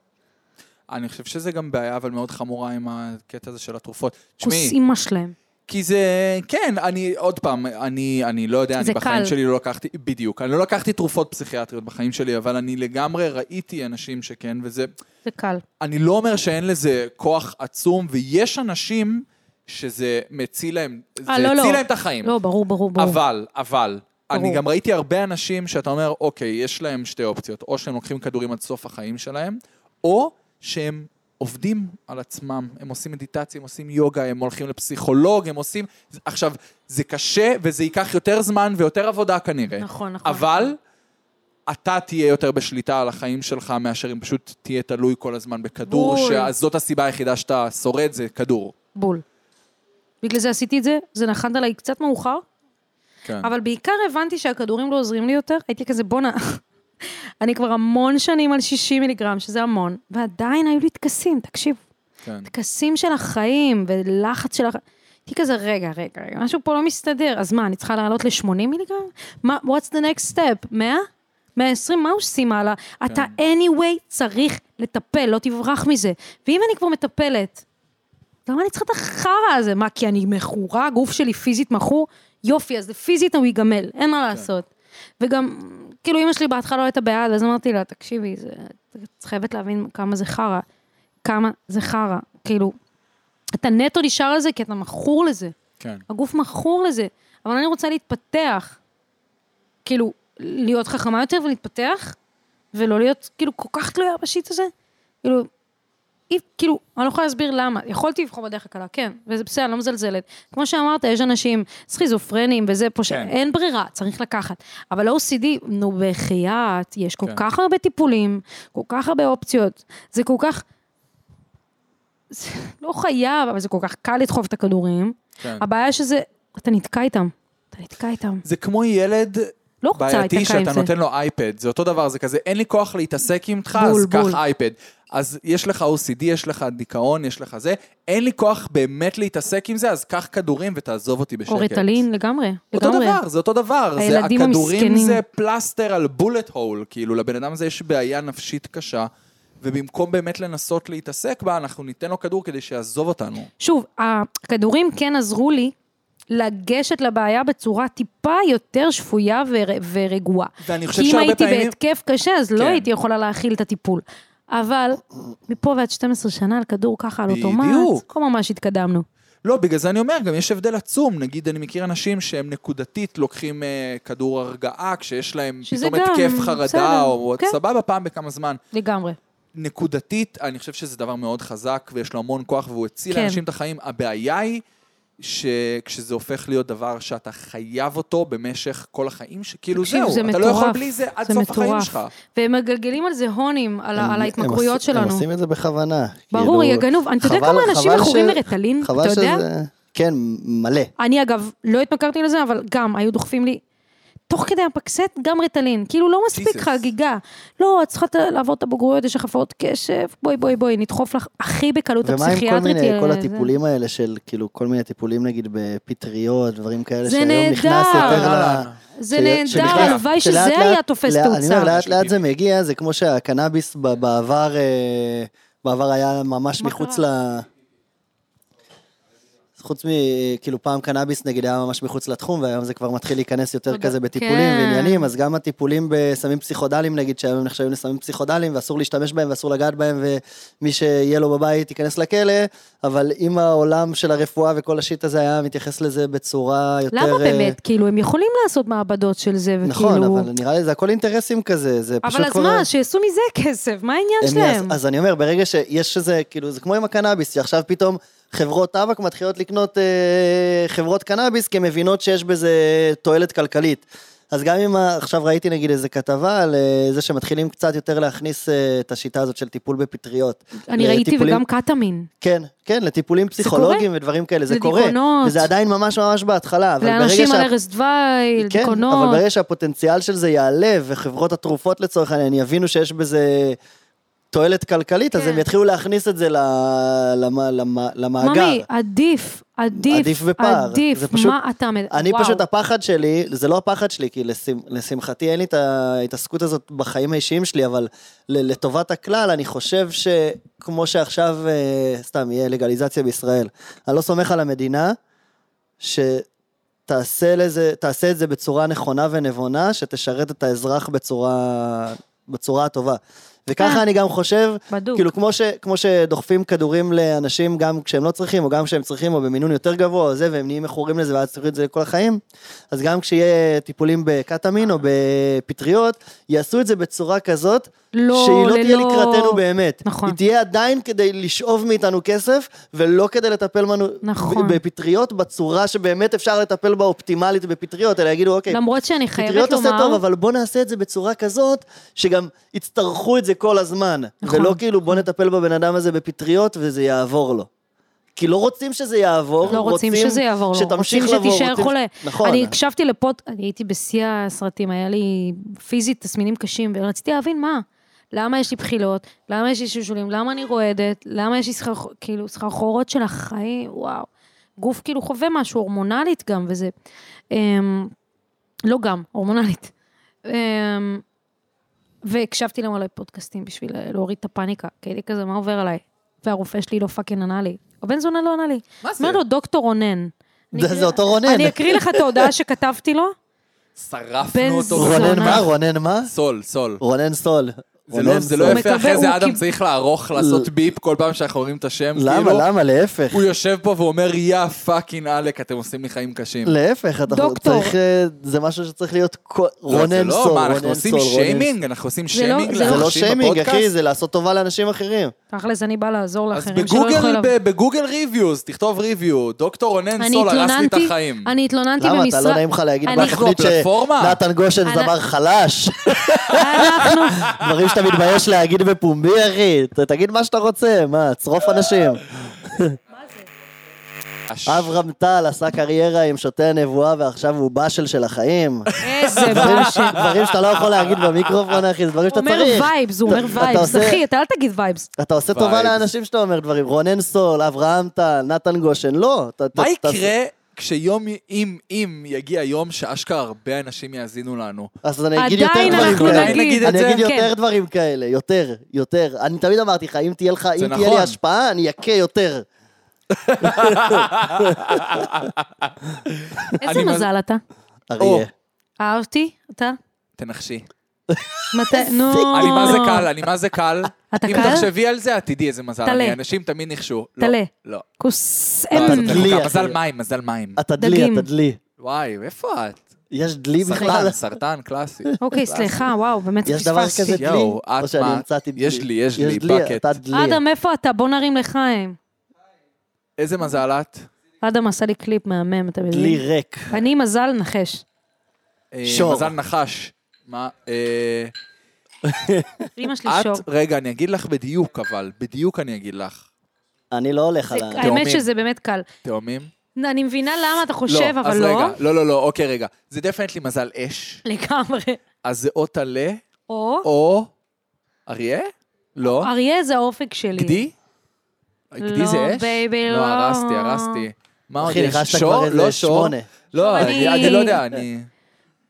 A: אני חושב שזה גם בעיה, אבל מאוד חמורה עם הקטע הזה של התרופות.
B: כוס
A: תשמעי,
B: אימא שלהם.
A: כי זה... כן, אני... עוד פעם, אני, אני לא יודע, אני
B: זה
A: בחיים
B: קל.
A: שלי לא לקחתי... בדיוק. אני לא לקחתי תרופות פסיכיאטריות בחיים שלי, אבל אני לגמרי ראיתי אנשים שכן, וזה...
B: זה קל.
A: אני לא אומר שאין לזה כוח עצום, ויש אנשים שזה מציל להם... זה
B: אה, לא, לא.
A: הציל להם את החיים.
B: לא, ברור, ברור, ברור.
A: אבל, אבל, אני
B: ברור.
A: גם ראיתי הרבה אנשים שאתה אומר, אוקיי, יש להם שתי אופציות, או שהם לוקחים כדורים עד סוף החיים שלהם, או שהם עובדים על עצמם, הם עושים מדיטציה, הם עושים יוגה, הם הולכים לפסיכולוג, הם עושים... עכשיו, זה קשה וזה ייקח יותר זמן ויותר עבודה כנראה.
B: נכון, נכון.
A: אבל... אתה תהיה יותר בשליטה על החיים שלך מאשר אם פשוט תהיה תלוי כל הזמן בכדור,
B: בול.
A: שזאת הסיבה היחידה שאתה שורד, זה כדור.
B: בול. בגלל זה עשיתי את זה, זה נחת עליי קצת מאוחר,
A: כן.
B: אבל בעיקר הבנתי שהכדורים לא עוזרים לי יותר, הייתי כזה בואנה. *laughs* אני כבר המון שנים על 60 מיליגרם, שזה המון, ועדיין היו לי טקסים, תקשיב.
A: כן.
B: טקסים של החיים ולחץ של החיים. הייתי כזה, רגע, רגע, רגע, משהו פה לא מסתדר, אז מה, אני צריכה לעלות ל-80 מיליגרם? מה, what's the next step? 100? 120? מה עושים הלאה? אתה anyway צריך לטפל, לא תברח מזה. ואם אני כבר מטפלת, למה אני צריכה את החרא הזה? מה, כי אני מכורה, הגוף שלי פיזית מכור? יופי, אז פיזית הוא ייגמל, אין מה לעשות. וגם, כאילו, אמא שלי בהתחלה לא הייתה בעד, אז אמרתי לה, תקשיבי, זה- את חייבת להבין כמה זה חרא. כמה זה חרא. כאילו, אתה נטו נשאר על זה כי אתה מכור לזה.
A: כן.
B: הגוף מכור לזה. אבל אני רוצה להתפתח. כאילו, להיות חכמה יותר ולהתפתח, ולא להיות כאילו כל כך תלויה בשיט הזה. כאילו, אי, כאילו, אני לא יכולה להסביר למה. יכולתי לבחור בדרך הקלה, כן, וזה בסדר, אני לא מזלזלת. כמו שאמרת, יש אנשים סכיזופרנים וזה פה,
A: כן.
B: שאין ברירה, צריך לקחת. אבל OCD, נו בחייאת, יש כל
A: כן.
B: כך הרבה טיפולים, כל כך הרבה אופציות, זה כל כך... זה לא חייב, אבל זה כל כך קל לדחוף את הכדורים.
A: כן.
B: הבעיה שזה, אתה נתקע איתם. אתה נתקע איתם.
A: זה כמו ילד
B: לא רוצה
A: בעייתי
B: להיתקע עם
A: שאתה
B: זה.
A: נותן לו אייפד, זה אותו דבר, זה כזה, אין לי כוח להתעסק איתך,
B: בול,
A: אז קח
B: בול.
A: אייפד. אז יש לך OCD, יש לך דיכאון, יש לך זה, אין לי כוח באמת להתעסק עם זה, אז קח כדורים ותעזוב אותי בשקט.
B: או ריטלין, לגמרי.
A: אותו
B: לגמרי.
A: דבר, זה אותו דבר. זה,
B: הילדים
A: הכדורים
B: המסכנים.
A: זה פלסטר על בולט הול, כאילו לבן אדם הזה יש בעיה נפשית קשה, ובמקום באמת לנסות להתעסק בה, אנחנו ניתן לו כדור כדי שיעזוב אותנו.
B: שוב, הכדורים כן עזרו לי לגשת לבעיה בצורה טיפה יותר שפויה ור... ורגועה.
A: ואני חושב
B: כי אם
A: שהרבה
B: הייתי
A: פעמים-
B: בהתקף קשה, אז לא
A: כן.
B: הייתי יכולה להכיל את הטיפול. אבל מפה ועד 12 שנה על כדור ככה על אוטומט,
A: בדיוק.
B: לא ממש התקדמנו.
A: לא, בגלל זה אני אומר, גם יש הבדל עצום. נגיד, אני מכיר אנשים שהם נקודתית לוקחים אה, כדור הרגעה, כשיש להם
B: שזה
A: פתאום
B: גם,
A: התקף חרדה,
B: בסדר,
A: או
B: כן.
A: סבבה, פעם בכמה זמן.
B: לגמרי.
A: נקודתית, אני חושב שזה דבר מאוד חזק, ויש לו המון כוח, והוא הציל
B: כן.
A: לאנשים את החיים. הבעיה היא שכשזה הופך להיות דבר שאתה חייב אותו במשך כל החיים, שכאילו
B: תקשיב,
A: זהו,
B: זה
A: אתה לא
B: מטורף.
A: יכול בלי זה עד
B: זה
A: סוף החיים
B: מטורף.
A: שלך.
B: והם מגלגלים על זה הונים, על,
C: הם-
B: ה-
C: הם
B: על ההתמכרויות
C: עושים-
B: שלנו.
C: הם עושים את זה בכוונה.
B: ברור, יהיה
C: כאילו,
B: גנוב. אתה יודע
C: חבל-
B: כמה אנשים
C: חבל
B: מכורים
C: ש-
B: לריטלין?
C: חבל
B: אתה יודע?
C: שזה- כן, מלא.
B: אני אגב לא התמכרתי לזה, אבל גם היו דוחפים לי, תוך כדי הפקסט גם ריטלין. כאילו לא מספיק
A: Jesus.
B: חגיגה. לא, את צריכה ת- לעבור את הבוגרויות, יש לך הפרעות קשב, בואי בואי בואי, נדחוף לך הכי בקלות
C: ומה עם
B: הפסיכיאטרית.
C: כל מיני,
B: אה,
C: כל
B: זה-
C: הטיפולים האלה של, כאילו, כל מיני טיפולים נגיד בפטריות, דברים כאלה,
B: זה
C: שהיום נכנס
B: נהדר.
C: יותר ל...
A: אהלן.
B: זה
C: ש-
B: נהדר,
C: שנכנס-
B: הלוואי שזה
C: שלאט-
B: היה
C: לאט-
B: תופס
C: לאט- אני אומר,
B: תאוצה.
C: לאט לאט זה מגיע, זה כמו שהקנאביס ב- בעבר, אה, בעבר היה ממש
B: מה
C: מחוץ ל...
B: קרה?
C: חוץ מ... כאילו פעם קנאביס נגיד היה ממש מחוץ לתחום, והיום זה כבר מתחיל להיכנס יותר
B: תודה.
C: כזה בטיפולים
B: כן.
C: ועניינים, אז גם הטיפולים בסמים פסיכודליים נגיד, שהיום הם נחשבים לסמים פסיכודליים, ואסור להשתמש בהם ואסור לגעת בהם, ומי שיהיה לו בבית ייכנס לכלא, אבל אם העולם של הרפואה וכל השיט הזה היה מתייחס לזה בצורה יותר...
B: למה
C: אה,
B: באמת? כאילו, הם יכולים לעשות מעבדות של זה, וכאילו...
C: נכון, אבל נראה לי זה הכל אינטרסים כזה, זה פשוט
B: אבל אז
C: כבר...
B: מה, שיעשו מזה כסף, מה העניין
C: הם יעש-
B: שלהם?
C: אז אני אומר, ברגע שיש איזה, כאילו, זה כמו עם הקנאביס, שעכשיו פתאום חברות טבק מתחילות לקנות אה, חברות קנאביס, כי הן מבינות שיש בזה תועלת כלכלית. אז גם אם ה- עכשיו ראיתי נגיד איזה כתבה על אה, זה שמתחילים קצת יותר להכניס אה, את השיטה הזאת של טיפול בפטריות.
B: אני ראיתי
C: לטיפולים-
B: וגם קטמין.
C: כן, כן, לטיפולים פסיכולוגיים ודברים כאלה, זה קורה.
B: לדיכאונות.
C: וזה עדיין ממש ממש בהתחלה, אבל ברגע
B: לאנשים על
C: שה-
B: ערש דווי,
C: כן,
B: לדיכאונות.
C: אבל ברגע שהפוטנציאל של זה יעלה, וחברות התרופות לצורך העניין יבינו שיש בזה תועלת כלכלית, אז
B: כן.
C: הם יתחילו להכניס את זה ל- למ- למ- למאגר.
B: ממי, עדיף, עדיף,
C: עדיף בפער.
B: עדיף,
C: זה פשוט-
B: מה אתה... מד-
C: אני
B: וואו.
C: פשוט, הפחד שלי, זה לא הפחד שלי, כי לשמ- לשמחתי אין לי את ההתעסקות הזאת בחיים האישיים שלי, אבל ל- לטובת הכלל, אני חושב שכמו שעכשיו, אה, סתם, יהיה לגליזציה בישראל. אני לא סומך על המדינה, שתעשה לזה, תעשה את זה בצורה נכונה ונבונה, שתשרת את האזרח בצורה, בצורה הטובה. וככה
B: אה.
C: אני גם חושב,
B: בדוק.
C: כאילו כמו, ש, כמו שדוחפים כדורים לאנשים גם כשהם לא צריכים, או גם כשהם צריכים, או במינון יותר גבוה, או זה, והם נהיים מכורים לזה, ואז צריכים את זה לכל החיים, אז גם כשיהיה טיפולים בקטמין
B: אה.
C: או בפטריות, יעשו את זה בצורה כזאת,
B: לא,
C: שהיא לא תהיה
B: ללא-
C: לקראתנו באמת.
B: נכון.
C: היא תהיה עדיין כדי לשאוב מאיתנו כסף, ולא כדי לטפל בנו
B: נכון.
C: ב- בפטריות בצורה שבאמת אפשר לטפל בה אופטימלית בפטריות, אלא יגידו, אוקיי,
B: למרות שאני חייבת
C: פטריות עושה טוב,
B: לומר,
C: אבל בוא נעשה את זה בצורה כזאת, שגם יצטרכו את זה כל הזמן.
B: נכון.
C: ולא כאילו בוא נטפל בבן אדם הזה בפטריות וזה יעבור לו. כי לא רוצים שזה יעבור,
B: לא רוצים שזה יעבור לו,
C: שתמשיך
B: רוצים
C: לבוא,
B: שתישאר
C: רוצים-
B: חולה.
C: נכון.
B: אני הקשבתי לפוד, אני הייתי בשיא הסרטים, היה לי פיזית תסמינים קשים, ורציתי להבין מה. למה יש לי בחילות? למה יש לי שלשולים? למה אני רועדת? למה יש לי סחרח- כאילו סחרחורות של החיים? וואו. גוף כאילו חווה משהו, הורמונלית גם, וזה... אמ, לא גם, הורמונלית. אמ, והקשבתי למלא פודקאסטים בשביל להוריד את הפאניקה, כי הייתי כזה, מה עובר עליי? והרופא שלי לא פאקינג ענה לי. הבן זונה לא ענה לי.
A: מה זה?
B: אומר לו דוקטור רונן. אני
C: זה-
B: אקריא-
C: זה אותו רונן.
B: כאילו- אני אקריא לך את ההודעה שכתבתי לו. בן
A: שרפנו אותו.
B: זונה.
C: רונן
B: זונה.
C: מה? רונן מה?
A: סול, סול.
C: רונן סול.
A: זה לא-
C: רונן
A: זה לא
C: סול.
B: הוא
A: יפה,
B: מקבל-
A: אחרי זה
B: הוא
A: אדם
B: קיב-
A: צריך לערוך, לעשות ביפ כל פעם שאנחנו אומרים את השם,
C: למה?
A: כאילו.
C: למה? להפך.
A: הוא יושב פה ואומר, יא פאקינג עלק, אתם עושים לי חיים קשים.
C: להפך, אתה
B: דוקטור.
C: צריך, אה, זה משהו שצריך להיות כל-
A: לא, זה
C: רונן
A: לא,
C: סול,
A: מה, אנחנו
C: רונן
A: עושים
C: סול, רונן סול.
A: שיימינג? אנחנו עושים
B: זה לא-
A: שיימינג
B: זה
C: זה לא
A: לאנשים
C: שיימינג,
A: בפודקאסט?
C: אחי, זה לעשות טובה לאנשים אחרים.
B: תכל'ס, אני באה לעזור
A: אז
B: לאחרים שלא יכולים...
A: בגוגל, ב- בגוגל ריוויוז, תכתוב ריוויו, דוקטור רונן
B: אני
A: סול הרס לי את
B: התלוננתי-
A: החיים.
B: אני התלוננתי
C: למה? אתה
B: במשרד...
C: לא נעים לך להגיד
B: אני-
C: בתוכנית
A: פלטפורמה?
C: שנתן גושן
B: אני-
C: זמר חלש?
B: אנחנו...
C: דברים שאתה מתבייש להגיד בפומבי, אחי. ת- תגיד מה שאתה רוצה, מה, צרוף אנשים.
A: הש-
C: אברהם טל עשה קריירה עם שותי הנבואה ועכשיו הוא באשל של החיים.
B: איזה
C: דברים-
B: באשה.
C: דברים שאתה לא יכול להגיד במיקרופון, אחי, זה דברים שאתה
B: אומר
C: צריך.
B: וייבס, הוא אומר
C: אתה
B: וייבס.
C: עושה-
B: אחי, אתה אל תגיד וייבס.
C: אתה עושה טובה
A: וייבס.
C: לאנשים שאתה אומר דברים. רונן סול, אברהם טל, נתן גושן, לא. ת- ת-
A: מה
C: ת-
A: יקרה כשיום, אם, אם יגיע יום שאשכרה הרבה אנשים יאזינו לנו?
C: אז אני אגיד יותר
B: עדיין
C: דברים
B: אנחנו
C: כאלה.
A: עדיין
B: נגיד.
A: נגיד את
C: אני
A: זה?
C: אגיד יותר
B: כן.
C: דברים כאלה, יותר, יותר. אני תמיד אמרתי לך, אם תהיה לך,
A: זה
C: אם תהיה לי
A: נכון.
C: השפעה, אני אכה יותר.
B: איזה
A: אני-
B: מזל אתה.
A: או,
C: אריה.
B: אהבתי? אתה?
A: תנחשי.
B: מתי? נו.
A: אני מה זה קל, אני מה זה קל.
B: אה. אתה
A: אם
B: קל?
A: תחשבי על זה, את תדעי איזה מזל.
B: תלה.
A: אני, אנשים תמיד נחשו. לא,
B: תלה.
A: לא.
B: כוס
A: לא, אז את
B: אם.
C: דלי,
A: רחוקה.
C: אחי.
A: מזל מים, מזל מים.
C: אתה דלי,
B: דגים.
C: אתה דלי.
A: וואי, איפה את?
C: יש דלי בכלל?
A: סרטן, סרטן, קלאסי.
B: אוקיי, סליחה, וואו, באמת
C: יש דבר
B: פספסתי.
C: כזה דלי?
A: יואו, את
C: או שאני
A: מה?
C: המצאתי דלי?
A: יש לי, יש לי, bucket.
C: אתה דלי.
B: אדם, איפה אתה? בוא נרים לחיים.
A: איזה מזל את?
B: אדם עשה לי קליפ מהמם, אתה מבין?
C: דלי ריק.
B: אני מזל נחש.
A: אה,
C: שור.
A: מזל נחש. מה? אה,
B: אמא שלי שור.
A: את, רגע, אני אגיד לך בדיוק, אבל. בדיוק אני אגיד לך.
C: אני לא הולך על
B: זה-
C: ה...
B: האמת
A: תאומים.
B: שזה באמת קל.
A: תאומים?
B: אני מבינה למה אתה חושב,
A: לא,
B: אבל
A: אז
B: לא.
A: רגע, לא, לא, לא, אוקיי, רגע. זה דפנטלי מזל אש,
B: לגמרי.
A: אז זה או טלה,
B: או,
A: או... אריה? לא.
B: אריה זה האופק שלי.
A: גדי? גדי זה אש?
B: בייבי,
A: לא,
B: לא.
A: הרסתי, הרסתי. מה עוד
C: אחי,
A: יש?
C: נכנסת
A: שור?
C: כבר
A: לא
C: איזה
A: שור?
C: שמונה.
A: לא,
B: אני-
A: אני אני לא יודע, אני...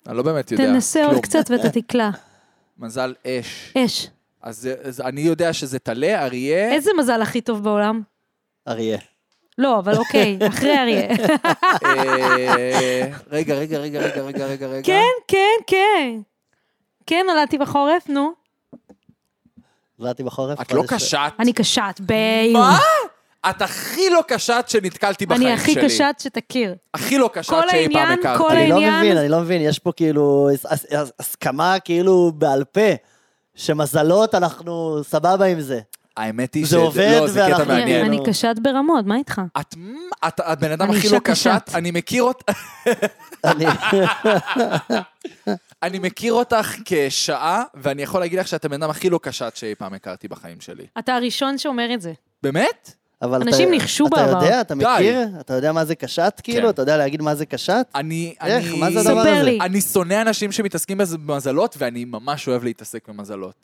A: אני לא באמת יודע.
B: תנסה
A: כלום.
B: עוד קצת ואתה תקלע.
A: מזל אש.
B: אש.
A: אז זה- אז אני יודע שזה טלה, אריה,
B: איזה מזל הכי טוב בעולם?
C: אריה.
B: לא,
A: *laughs*
B: אבל אוקיי, אחרי אריה.
A: אה, רגע, רגע, רגע, רגע, רגע, רגע, רגע.
B: כן, כן, כן. כן, נולדתי בחורף, נו.
C: נולדתי בחורף.
A: את לא
C: חודש-
A: קשת.
B: אני קשת, ביי.
A: מה? את הכי לא קשת שנתקלתי בחיים שלי.
B: אני הכי קשת שתכיר.
A: הכי לא קשת
B: כל
A: שאי פעם
B: העניין,
A: הכרתי.
B: כל
C: אני לא
B: העניין-
C: מבין, אני לא מבין, יש פה כאילו הס- הס- הס- הסכמה כאילו בעל פה, שמזלות אנחנו סבבה עם זה.
A: האמת היא
C: זה
A: ש...
C: עובד
A: לא, זה קטע
C: ואנחנו-
A: מעניין.
B: אני
C: לא.
B: קשת ברמות, מה איתך?
A: את, מ- את, את בן אדם
B: אני
A: הכי לא
B: אישה קשת.
A: קשת, אני מכיר, אות,
C: אני-
A: אני מכיר אותך כשעה, ואני יכול להגיד לך שאת הבן אדם הכי לא קשת שאי פעם הכרתי בחיים שלי.
B: אתה הראשון שאומר את זה.
A: באמת?
C: אבל אתה-
B: אנשים ניחשו בעבר.
C: אתה יודע, אתה
A: די.
C: מכיר? אתה יודע מה זה קשת
A: כן.
C: כאילו? אתה יודע להגיד מה זה קשת?
A: אני...
C: איך,
A: אני...
C: מה זה הדבר
B: ספר
C: הזה?
B: לי.
A: אני שונא אנשים שמתעסקים בז- במזלות, ואני ממש אוהב להתעסק במזלות.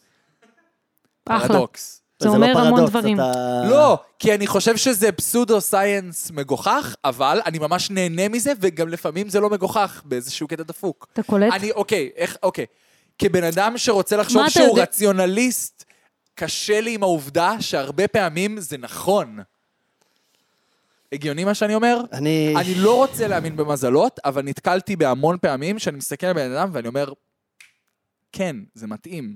B: אחלה.
A: פרדוקס.
B: זה
C: לא
B: אומר המון
C: פרדוקס,
B: דברים.
C: אתה-
A: לא, כי אני חושב שזה פסודו סייאנס מגוחך, אבל אני ממש נהנה מזה, וגם לפעמים זה לא מגוחך באיזשהו קטע דפוק.
B: אתה קולט?
A: אני, אוקיי, איך, אוקיי. כבן אדם שרוצה לחשוב
B: אתה
A: שהוא
B: יודע-
A: רציונליסט, קשה לי עם העובדה שהרבה פעמים זה נכון. הגיוני מה שאני אומר?
C: אני...
A: אני לא רוצה להאמין במזלות, אבל נתקלתי בהמון פעמים שאני מסתכל על בן אדם ואני אומר, כן, זה מתאים.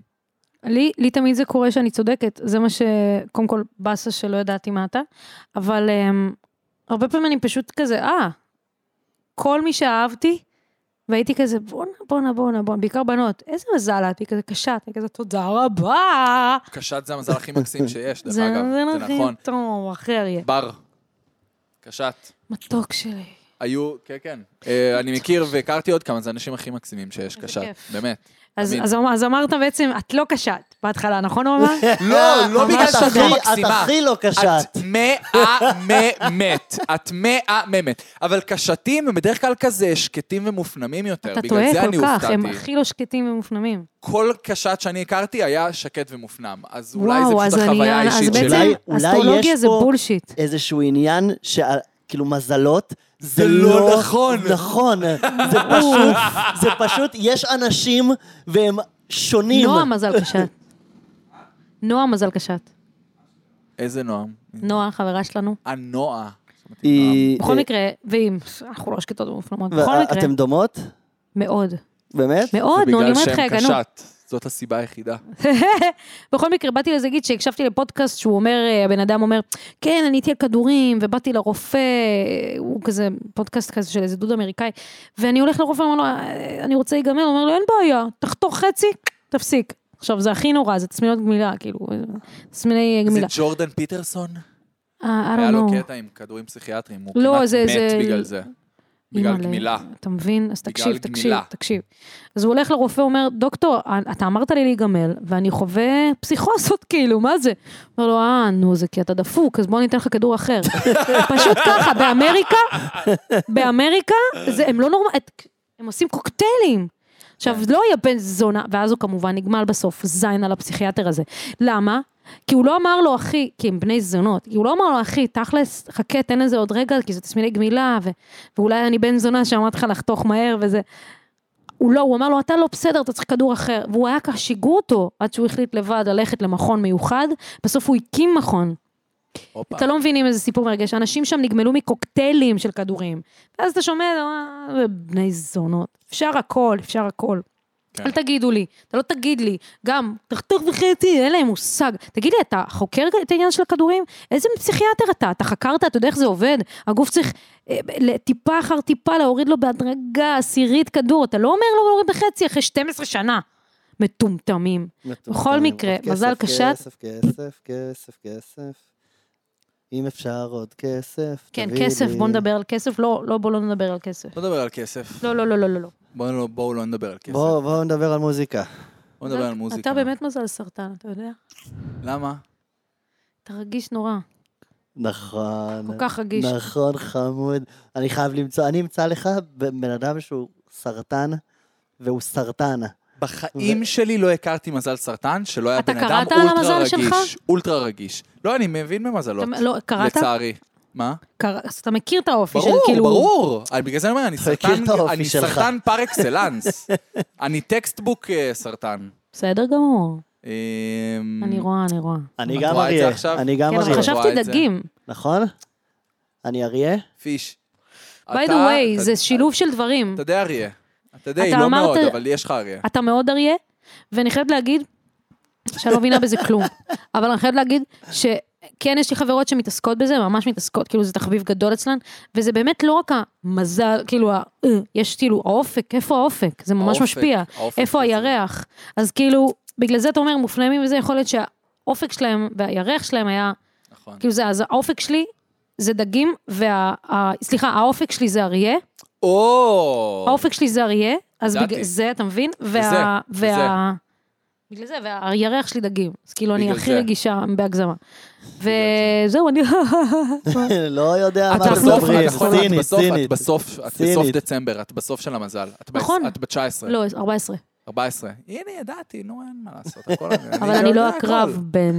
B: לי, לי תמיד זה קורה שאני צודקת, זה מה ש... קודם כל, באסה שלא ידעתי מה אתה, אבל אמ, הרבה פעמים אני פשוט כזה, אה, כל מי שאהבתי, והייתי כזה, בואנה, בואנה, בואנה, בואנה, בעיקר בנות, איזה מזל את, היא כזה קשה, אני כזה, תודה רבה.
A: קשת זה המזל הכי מקסים שיש, דרך
B: זה
A: אגב,
B: המזל
A: זה
B: הכי
A: נכון.
B: טוב, אחרי אריה.
A: בר, קשת.
B: מתוק שלי.
A: היו, כן, כן. אה, אני מכיר והכרתי עוד כמה, זה האנשים הכי מקסימים שיש,
B: איזה
A: קשת,
B: כיף.
A: באמת.
B: אז,
A: תמיד.
B: אז, אמר- אז אמרת בעצם, את לא קשת בהתחלה,
A: *laughs*
B: נכון, עומר?
A: לא, לא
C: את
A: בגלל שאת
C: הכי-
A: לא מקסימה.
C: את הכי לא קשת.
A: את מהממת. את מהממת. אבל קשתים הם בדרך כלל כזה שקטים ומופנמים יותר.
B: אתה
A: בגלל
B: טועה
A: זה אני
B: כל כך, הם
A: הופתעתי.
B: הכי לא שקטים ומופנמים.
A: כל קשת שאני הכרתי היה שקט ומופנם. אז אולי זה
B: וואו, אז
A: פשוט
B: אני...
A: החוויה
B: אה, אז
A: האישית
B: בעצם
A: שלי.
C: אולי- אולי
B: אסטרולוגיה
C: יש
B: זה
C: פה-
B: בולשיט.
C: איזשהו עניין, שה- כאילו מזלות,
A: זה לא נכון.
C: נכון,
A: *laughs*
C: זה פשוט, זה פשוט, יש אנשים והם שונים.
B: נועה מזל קשת. נועה מזל קשת.
A: איזה נועם.
B: נועה, חברה שלנו.
A: הנועה.
B: אה,
C: היא-
B: בכל מקרה, ואם, אנחנו לא שקטות ומופנמות,
C: ו-
B: בכל מקרה,
C: אה, אתם דומות?
B: מאוד.
C: באמת?
B: מאוד, נו, אני אומרת לך,
A: זה בגלל
B: רגע, נו.
A: שהם קשת. זאת הסיבה היחידה.
B: בכל מקרה, באתי לזה להגיד שהקשבתי לפודקאסט שהוא אומר, אה, הבן אדם אומר, כן, אני הייתי על כדורים, ובאתי לרופא, אה, הוא כזה, פודקאסט כזה של איזה דוד אמריקאי, ואני הולך לרופא, אומר לו, "אה, אני רוצה להיגמר, הוא אומר לו, אין בעיה, תחתוך חצי, תפסיק. עכשיו, זה הכי נורא, זה תסמינות גמילה, כאילו, אה, תסמיני אה,
A: זה
B: גמילה.
A: ג'ורדן פיטרסון?
B: אה, I
A: היה
B: don't
A: לו
B: know.
A: קטע עם כדורים פסיכיאטריים, הוא
B: לא,
A: כמעט
B: זה- זה-
A: מת בגלל זה. בגלל
B: אימא'לה,
A: גמילה.
B: אתה מבין? אז
A: בגלל
B: תקשיב, תקשיב,
A: גמילה.
B: תקשיב. אז הוא הולך לרופא, אומר, דוקטור, אתה אמרת לי להיגמל, ואני חווה פסיכוסות, כאילו, מה זה? אומר לו, אה, נו, זה כי אתה דפוק, אז בוא ניתן לך
A: *laughs*
B: כדור אחר. פשוט ככה, באמריקה, באמריקה, זה, הם לא נורמל, הם עושים קוקטיילים. עכשיו,
A: כן.
B: לא יהיה בן זונה, ואז הוא כמובן נגמל בסוף, זין על הפסיכיאטר הזה. למה? כי הוא לא אמר לו, אחי, כי הם בני זונות, כי הוא לא אמר לו, אחי, תכלס, חכה, תן לזה עוד רגע, כי זה תסמיני גמילה, ו- ואולי אני בן זונה שאמרתי לך לחתוך מהר וזה. הוא לא, הוא אמר לו, אתה לא בסדר, אתה צריך כדור אחר. והוא היה ככה, שיגעו אותו, עד שהוא החליט לבד ללכת למכון מיוחד, בסוף הוא הקים מכון.
A: הופה.
B: אתה לא מבינים איזה סיפור מרגש, אנשים שם נגמלו מקוקטיילים של כדורים. ואז אתה שומע, "אה, בני זונות, אפשר הכל, אפשר הכל.
A: כן.
B: אל תגידו לי, אתה לא תגיד לי, גם תחתוך וחצי, אין להם מושג. תגיד לי, אתה חוקר את העניין של הכדורים? איזה פסיכיאטר אתה? אתה חקרת, אתה יודע איך זה עובד? הגוף צריך אה, ל- טיפה אחר טיפה להוריד לו בהדרגה עשירית כדור, אתה לא אומר לו להוריד בחצי אחרי 12 שנה. מטומטמים. בכל מקרה,
C: עוד כסף,
B: מזל קשת.
C: כסף, כסף, כסף, כסף. אם אפשר עוד כסף,
B: כן,
C: תביא
B: כסף,
C: לי.
B: בוא נדבר על כסף. לא, לא, בוא לא נדבר על כסף.
A: לא נדבר על כסף.
B: לא, לא, לא, לא, לא. לא.
A: בואו לא, בוא לא נדבר על כסף.
C: בוא, בואו נדבר על מוזיקה.
A: בואו נדבר על מוזיקה.
B: אתה באמת מזל סרטן, אתה יודע?
A: למה?
B: אתה רגיש נורא.
C: נכון.
B: כל
A: לא.
B: כך רגיש.
C: נכון, חמוד. אני חייב למצוא, אני אמצא לך בן בן אדם שהוא סרטן, והוא סרטן.
A: בחיים שלי לא הכרתי מזל סרטן, שלא היה
B: אתה
A: בן אדם
B: קראת על
A: אולטרה
B: המזל שלך?
A: רגיש. אולטרה רגיש. לא, אני מבין במזלות.
B: אתה- לא, קראת?
A: לצערי. מה?
B: קר- אז אתה מכיר את האופי של
A: ברור,
B: כאילו...
A: ברור. אני- בגלל זה אני אומר, אני
C: אתה מכיר
A: סרטן,
C: את האופי
A: אני
C: שלך.
A: סרטן פר
C: *laughs*
A: אקסלנס. אני טקסטבוק אה, סרטן.
B: בסדר גמור.
A: אמ,
B: אני רואה, אני רואה.
C: אני
A: את
C: גם
A: רואה את זה
C: אריה.
A: עכשיו?
C: אני גם
B: כן, אבל
A: רואה
C: אריה.
B: חשבתי
A: את זה.
B: דגים.
C: נכון? אני אריה? *laughs*
A: פיש.
B: by the
A: אתה-
B: way,
A: אתה-
B: זה שילוב של דברים.
A: אתה די אריה. אתה די,
B: אתה
A: לא
B: אמרת-
A: מאוד, אבל יש לך אריה.
B: אתה מאוד אריה, ואני חייבת להגיד שאני לא מבינה בזה כלום. אבל אני חייבת להגיד שכן, יש לי חברות שמתעסקות בזה, ממש מתעסקות, כאילו זה תחביב גדול אצלן, וזה באמת לא רק המזל, כאילו, ה- אה, יש כאילו האופק, איפה האופק? זה ממש
A: האופק,
B: משפיע.
A: האופק
B: איפה
A: זה-
B: הירח? אז כאילו, בגלל זה אתה אומר מופנמים וזה, יכול להיות שהאופק שלהם והירח שלהם היה,
A: נכון.
B: כאילו זה, אז האופק שלי זה דגים, וה... ה- סליחה, האופק שלי זה אריה,
A: או!
B: האופק שלי זה אריה, אז
A: נכון. ידעתי.
B: בגלל זה, אתה מבין?
A: וזה,
B: וה...
A: וזה.
B: וה... בגלל זה, והירח שלי דגים. אז כאילו, אני
A: בגלל
B: הכי
A: זה.
B: רגישה בהגזמה. וזהו, אני... *laughs*
C: לא יודע
B: את
C: מה אתם
A: בסוף,
B: בסוף,
C: מדברים.
A: את נכון, את
C: סינית,
A: בסוף, את
C: סינית.
A: בסוף, את בסוף
C: סינית.
A: דצמבר, את בסוף של המזל. את ב-
B: נכון.
A: את בת 19,
B: לא, 14.
A: 14. הנה, ידעתי, נו, אין מה לעשות,
B: *laughs*
A: הכל...
B: אבל אני לא
A: יודע הכל.
B: הקרב בן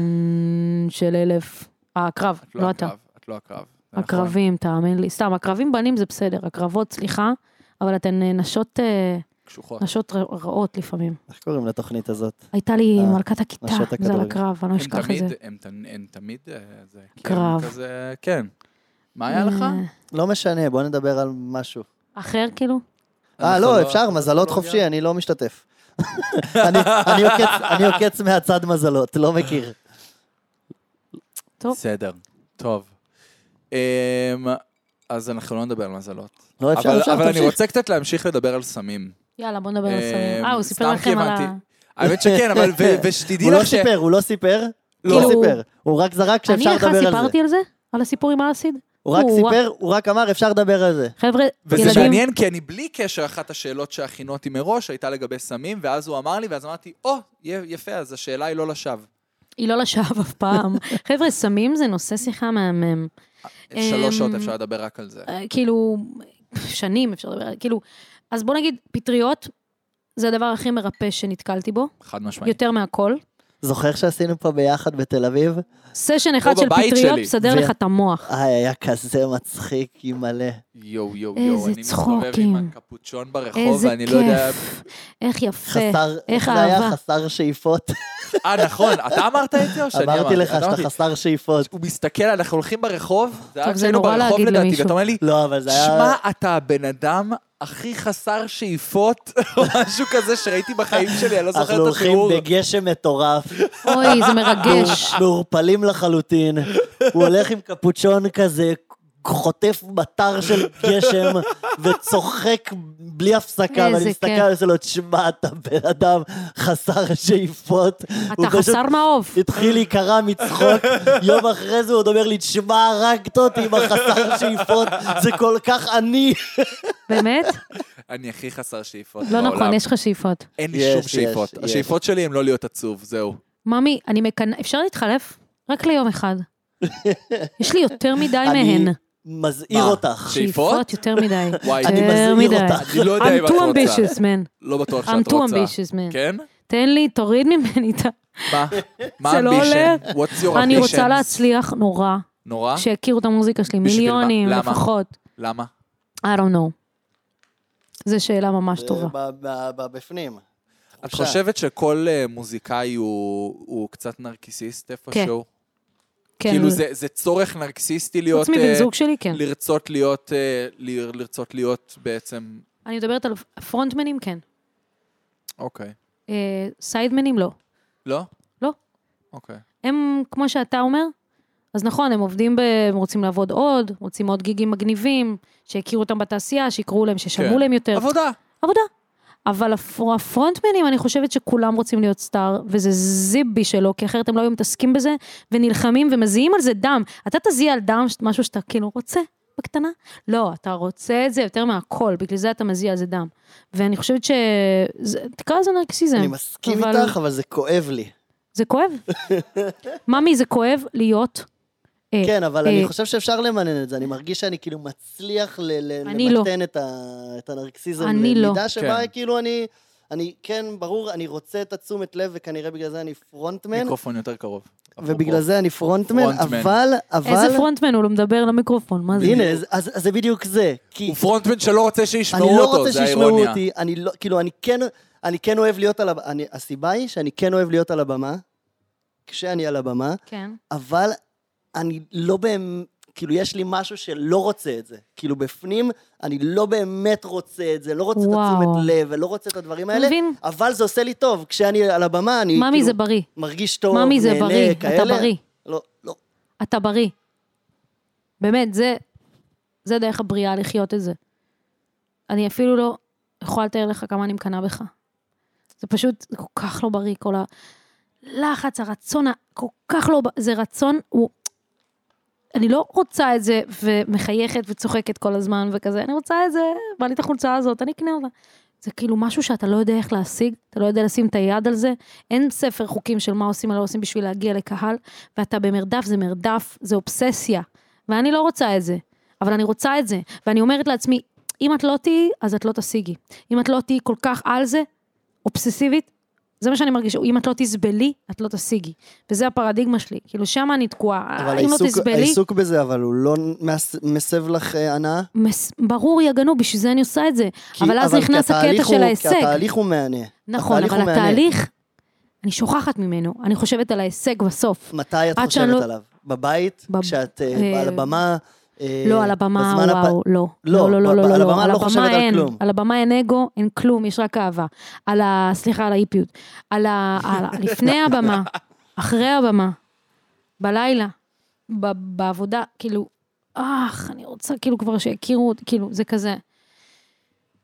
B: של אלף. הקרב,
A: את
B: לא אתה.
A: הקרב, את לא הקרב. זה נכון.
B: הקרבים, תאמין לי. סתם, הקרבים בנים זה בסדר. הקרבות, סליחה, אבל אתן אה, נשות, אה,
A: קשוחות.
B: נשות רע- רעות לפעמים.
C: איך קוראים לתוכנית הזאת?
B: הייתה לי
C: אה,
B: מלכת הכיתה,
C: נשות
B: זה על
C: הכדורגל.
B: הקרב, אני לא
A: הם
B: אשכח את
A: תמיד,
B: זה.
A: הם תמ- הם תמיד... אה, זה, כי הם
B: קרב.
A: כזה, כן. מה היה לך?
B: אה,
C: לא משנה, בוא נדבר על משהו.
B: אחר כאילו?
C: אה,
A: אנחנו
C: לא, אפשר, מזלות
A: לא
C: חופשי, אני לא משתתף. *laughs* אני- אני עוקץ- אני עוקץ מהצד מזלות, לא מכיר.
B: טוב.
A: בסדר, טוב. אמ, אז אנחנו לא נדבר על מזלות.
C: לא, אפשר,
A: אבל-
C: אפשר,
A: אבל אני
C: תמשיך.
A: רוצה קצת להמשיך לדבר על סמים.
B: יאללה, בוא נדבר על
A: אה,
B: סמים. אה, הוא סיפר
A: סתם כי
B: לכם על ה...
A: הבנתי. האמת שכן, אבל ו-
B: *laughs*
A: ושתדעי
C: הוא לא
A: לך ש...
C: סיפר, הוא לא סיפר,
A: לא.
C: לא
B: כאילו-
C: סיפר. הוא רק זרק
B: אני
C: שאפשר
B: לך
C: לדבר על זה.
B: סיפרתי על זה? על הסיפור עם האסיד?
C: הוא רק
B: הוא-
C: סיפר, הוא רק אמר אפשר לדבר על זה.
B: חבר'ה,
A: וזה
B: ילדים,
A: מעניין, כי אני בלי קשר, אחת השאלות שהכינותי מראש הייתה לגבי סמים, ואז הוא אמר לי, ואז אמרתי, או, י- יפה, אז השאלה היא לא לשווא.
B: היא לא לשווא אף
C: *laughs*
B: פעם. חבר'ה, סמים זה נושא שיחה מהמם.
A: שלוש שעות
B: אמ,
A: אפשר לדבר רק על זה.
B: אה, כאילו, שנים אפשר לדבר, על- כאילו, אז בוא נגיד, פטריות, זה הדבר הכי מרפא שנתקלתי בו,
A: חד משמעית.
B: יותר מהכל.
C: זוכר שעשינו פה ביחד בתל אביב?
B: סשן אחד
A: פה
B: של
A: בבית
B: פטריות
A: שלי.
B: מסדר
C: זה-
B: לך את המוח.
C: איי, היה כזה מצחיק, היא מלא.
A: יואו, יואו,
B: איזה
A: יואו, אני מסתובב עם
B: צחוקים.
A: הקפוצ'ון ברחוב,
B: איזה
A: ואני לא יודע...
B: כיף. איך יפה.
C: חסר, איך
B: איך
C: זה היה?
B: אהבה.
C: חסר שאיפות.
A: אה, נכון, אתה אמרת את זה או שאני אמרתי?
C: אמרתי לך
A: אתה
C: שאתה
A: אמרתי,
C: חסר שאיפות.
A: הוא מסתכל, אנחנו הולכים ברחוב, זה
B: טוב,
A: היה
B: זה
A: כשהיינו
B: נורא
A: ברחוב
B: להגיד
A: לדעתי,
B: למישהו.
A: ואתה אומר לי,
C: לא, אבל זה היה...
A: שמע, אתה הבן אדם הכי חסר שאיפות, *laughs* או משהו כזה שראיתי בחיים שלי, אני לא זוכר
C: אנחנו
A: את
C: הולכים
A: התיאור.
C: בגשם מטורף,
B: אוי, זה מרגש.
C: מעורפלים לחלוטין. הוא הולך עם קפוצ'ון כזה, חוטף מטר של גשם, וצוחק בלי הפסקה,
B: איזה
C: ואני מסתכל
B: כיף.
C: על זה לו, תשמע, אתה בן אדם חסר שאיפות. הוא
B: אתה חסר מעוף.
C: *laughs* התחיל להיקרע מצחוק, יום אחרי זה הוא עוד אומר לי, תשמע, הרגת אותי עם החסר שאיפות, זה כל כך עני.
B: באמת?
A: אני הכי חסר שאיפות
B: לא
A: בעולם.
B: נכון, יש לך שאיפות.
A: אין לי
C: יש,
A: שום
C: יש,
A: שאיפות.
C: יש.
A: השאיפות שלי הן לא להיות עצוב, זהו.
B: ממי, אני מקנא... אפשר להתחלף? רק ליום
C: *laughs*
B: אחד. יש לי יותר מדי
C: אני-
B: מהן.
C: מזהיר
A: מה?
C: אותך.
A: שאיפות?
B: יותר מדי.
A: וואי,
B: יותר
C: אני מזהיר
B: מדי.
C: אותך.
A: אני *laughs* לא יודע אם
B: I'm
A: את
B: too
A: רוצה.
B: ambitious, man.
A: לא בטוח
B: I'm
A: שאת
B: too
A: רוצה.
B: ambitious, man.
A: כן?
B: תן לי, תוריד ממני
A: *laughs*
B: את ה...
A: מה? מה
B: זה לא
A: ambition? What's your ambition?
B: אני רוצה להצליח נורא,
A: נורא?
B: שיכירו את המוזיקה שלי,
A: בשביל מה?
B: מיליונים
A: למה?
B: לפחות.
A: למה?
B: I don't know. זו שאלה ממש
C: אה,
B: טובה.
C: בפנים.
A: את חושבת שכל אה, מוזיקאי הוא הוא קצת נרקיסיסט איפשהו?
B: כן,
A: כאילו זה זה צורך נרקסיסטי להיות...
B: חוץ מבן
A: אה,
B: זוג שלי, כן.
A: לרצות להיות, אה, ל- לרצות להיות בעצם...
B: אני מדברת על פרונטמנים, כן.
A: אוקיי.
B: אה, סיידמנים, לא.
A: לא?
B: לא.
A: אוקיי.
B: הם, כמו שאתה אומר, אז נכון, הם עובדים, ב... הם רוצים לעבוד עוד, רוצים עוד גיגים מגניבים, שיכירו אותם בתעשייה, שיקראו להם, שישלמו
A: כן.
B: להם יותר.
A: עבודה.
B: עבודה. אבל הפר... הפרונטמנים, אני חושבת שכולם רוצים להיות סטאר, וזה זיבי שלו, כי אחרת הם לא היו מתעסקים בזה, ונלחמים ומזיעים על זה דם. אתה תזיע על דם ש- משהו שאתה כאילו רוצה, בקטנה? לא, אתה רוצה את זה יותר מהכל, בגלל זה אתה מזיע על זה דם. ואני חושבת ש... זה... תקרא לזה נרקסיזם.
C: אני מסכים
B: כן, אבל-
C: *laughs* איתך, אבל זה כואב לי.
B: זה כואב. ממי, זה כואב להיות אה,
C: כן, אבל
B: אה,
C: אני חושב שאפשר למנן את זה. אני מרגיש שאני כאילו מצליח ל- ל-
B: אני לא.
C: למתן את ה- את הנרקסיזם.
B: אני לא.
C: למידה שבה
A: כן.
C: כאילו אני... אני כן, ברור, אני רוצה את התשומת לב, וכנראה בגלל זה אני פרונטמן,
A: מיקרופון יותר קרוב.
C: ובגלל זה אני פרונטמן,
A: פרונטמן.
C: אבל, אבל...
B: איזה פרונטמן הוא לא מדבר למיקרופון, מה זה?
C: הנה, אז- אז אז זה בדיוק זה. כי
A: הוא פרונטמן שלא רוצה
C: אני
A: שישמעו
C: לא
A: אותו,
C: רוצה
A: זה
C: שישמעו
A: האירוניה.
C: אותי, אני לא, כאילו, אני כן, אני כן אוהב להיות על הבמה, הסיבה היא שאני כן אוהב להיות על הבמה, כשאני על הבמה,
B: כן.
C: אבל אני לא באמת, כאילו, יש לי משהו שלא רוצה את זה. כאילו, בפנים, אני לא באמת רוצה את זה, לא רוצה את
B: וואו.
C: התשומת לב, ולא רוצה את הדברים האלה,
B: מבין?
C: אבל זה עושה לי טוב, כשאני על הבמה, אני
B: ממי זה
C: כאילו
B: בריא.
C: מרגיש טוב,
B: ממי זה בריא,
C: נהנה,
B: אתה
C: כאלה.
B: בריא.
C: לא, לא.
B: אתה בריא. באמת, זה, זה דרך הבריאה לחיות את זה. אני אפילו לא יכולה לתאר לך כמה אני מקנאה בך. זה פשוט זה כל כך לא בריא, כל הלחץ, הרצון, ה- כל כך לא... ב- זה רצון, הוא... אני לא רוצה את זה ומחייכת וצוחקת כל הזמן וכזה, אני רוצה את זה, בא לי את החולצה הזאת, אני אקנה אותה. זה כאילו משהו שאתה לא יודע איך להשיג, אתה לא יודע לשים את היד על זה, אין ספר חוקים של מה עושים ולא עושים בשביל להגיע לקהל, ואתה במרדף, זה מרדף, זה אובססיה. ואני לא רוצה את זה, אבל אני רוצה את זה. ואני אומרת לעצמי, אם את לא תהיי, אז את לא תשיגי. אם את לא תהיי כל כך על זה, אובססיבית, זה מה שאני מרגישה, אם את לא תסבלי, את לא תשיגי. וזה הפרדיגמה שלי, כאילו שם אני תקועה.
C: אבל
B: אם לא
C: העיסוק,
B: תסבלי,
C: העיסוק בזה, אבל הוא לא מס, מסב לך אה, הנאה?
B: מס- ברור יגנו, בשביל זה אני עושה את זה.
C: כי-
B: אבל אז
C: כי
B: נכנס
C: התהליך
B: הקטע
C: הוא-
B: של ההישג.
C: כי התהליך הוא מהנה.
B: נכון,
C: התהליך
B: אבל
C: הוא מהנה.
B: התהליך, אני שוכחת ממנו, אני חושבת על ההישג בסוף.
C: מתי את
B: עד שאני
C: חושבת
B: לא-
C: עליו? בבית?
B: בב-
C: כשאת אה,
B: אה,
C: על הבמה? אה,
B: לא, על הבמה,
C: בזמן הפ-
B: וואו, לא.
C: לא,
B: לא, לא,
C: ב-
B: לא, לא,
C: ב-
B: לא.
C: על הבמה
B: על
C: לא חושבת על
B: אין,
C: כלום.
B: על הבמה אין אגו, אין כלום, יש רק אהבה. על ה... סליחה, על האיפיות. על ה... על ה-
C: *laughs*
B: לפני הבמה, אחרי הבמה, בלילה, ב- בעבודה, כאילו, אך, אני רוצה כאילו כבר שיכירו אותי, כאילו, זה כזה.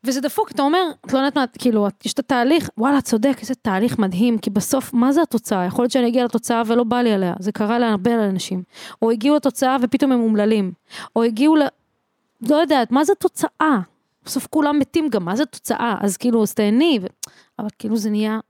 B: וזה דפוק, אתה אומר, את לא יודעת מה, כאילו, את- יש את התהליך, וואלה, צודק, איזה תהליך מדהים, כי בסוף, מה זה התוצאה? יכול להיות שאני אגיע לתוצאה ולא בא לי עליה, זה קרה להרבה לאנשים. או הגיעו לתוצאה ופתאום הם אומללים. או הגיעו ל... לא יודעת, מה זה תוצאה? בסוף כולם מתים גם, מה זה תוצאה? אז כאילו, אז תהני, ו... אבל כאילו זה נהיה...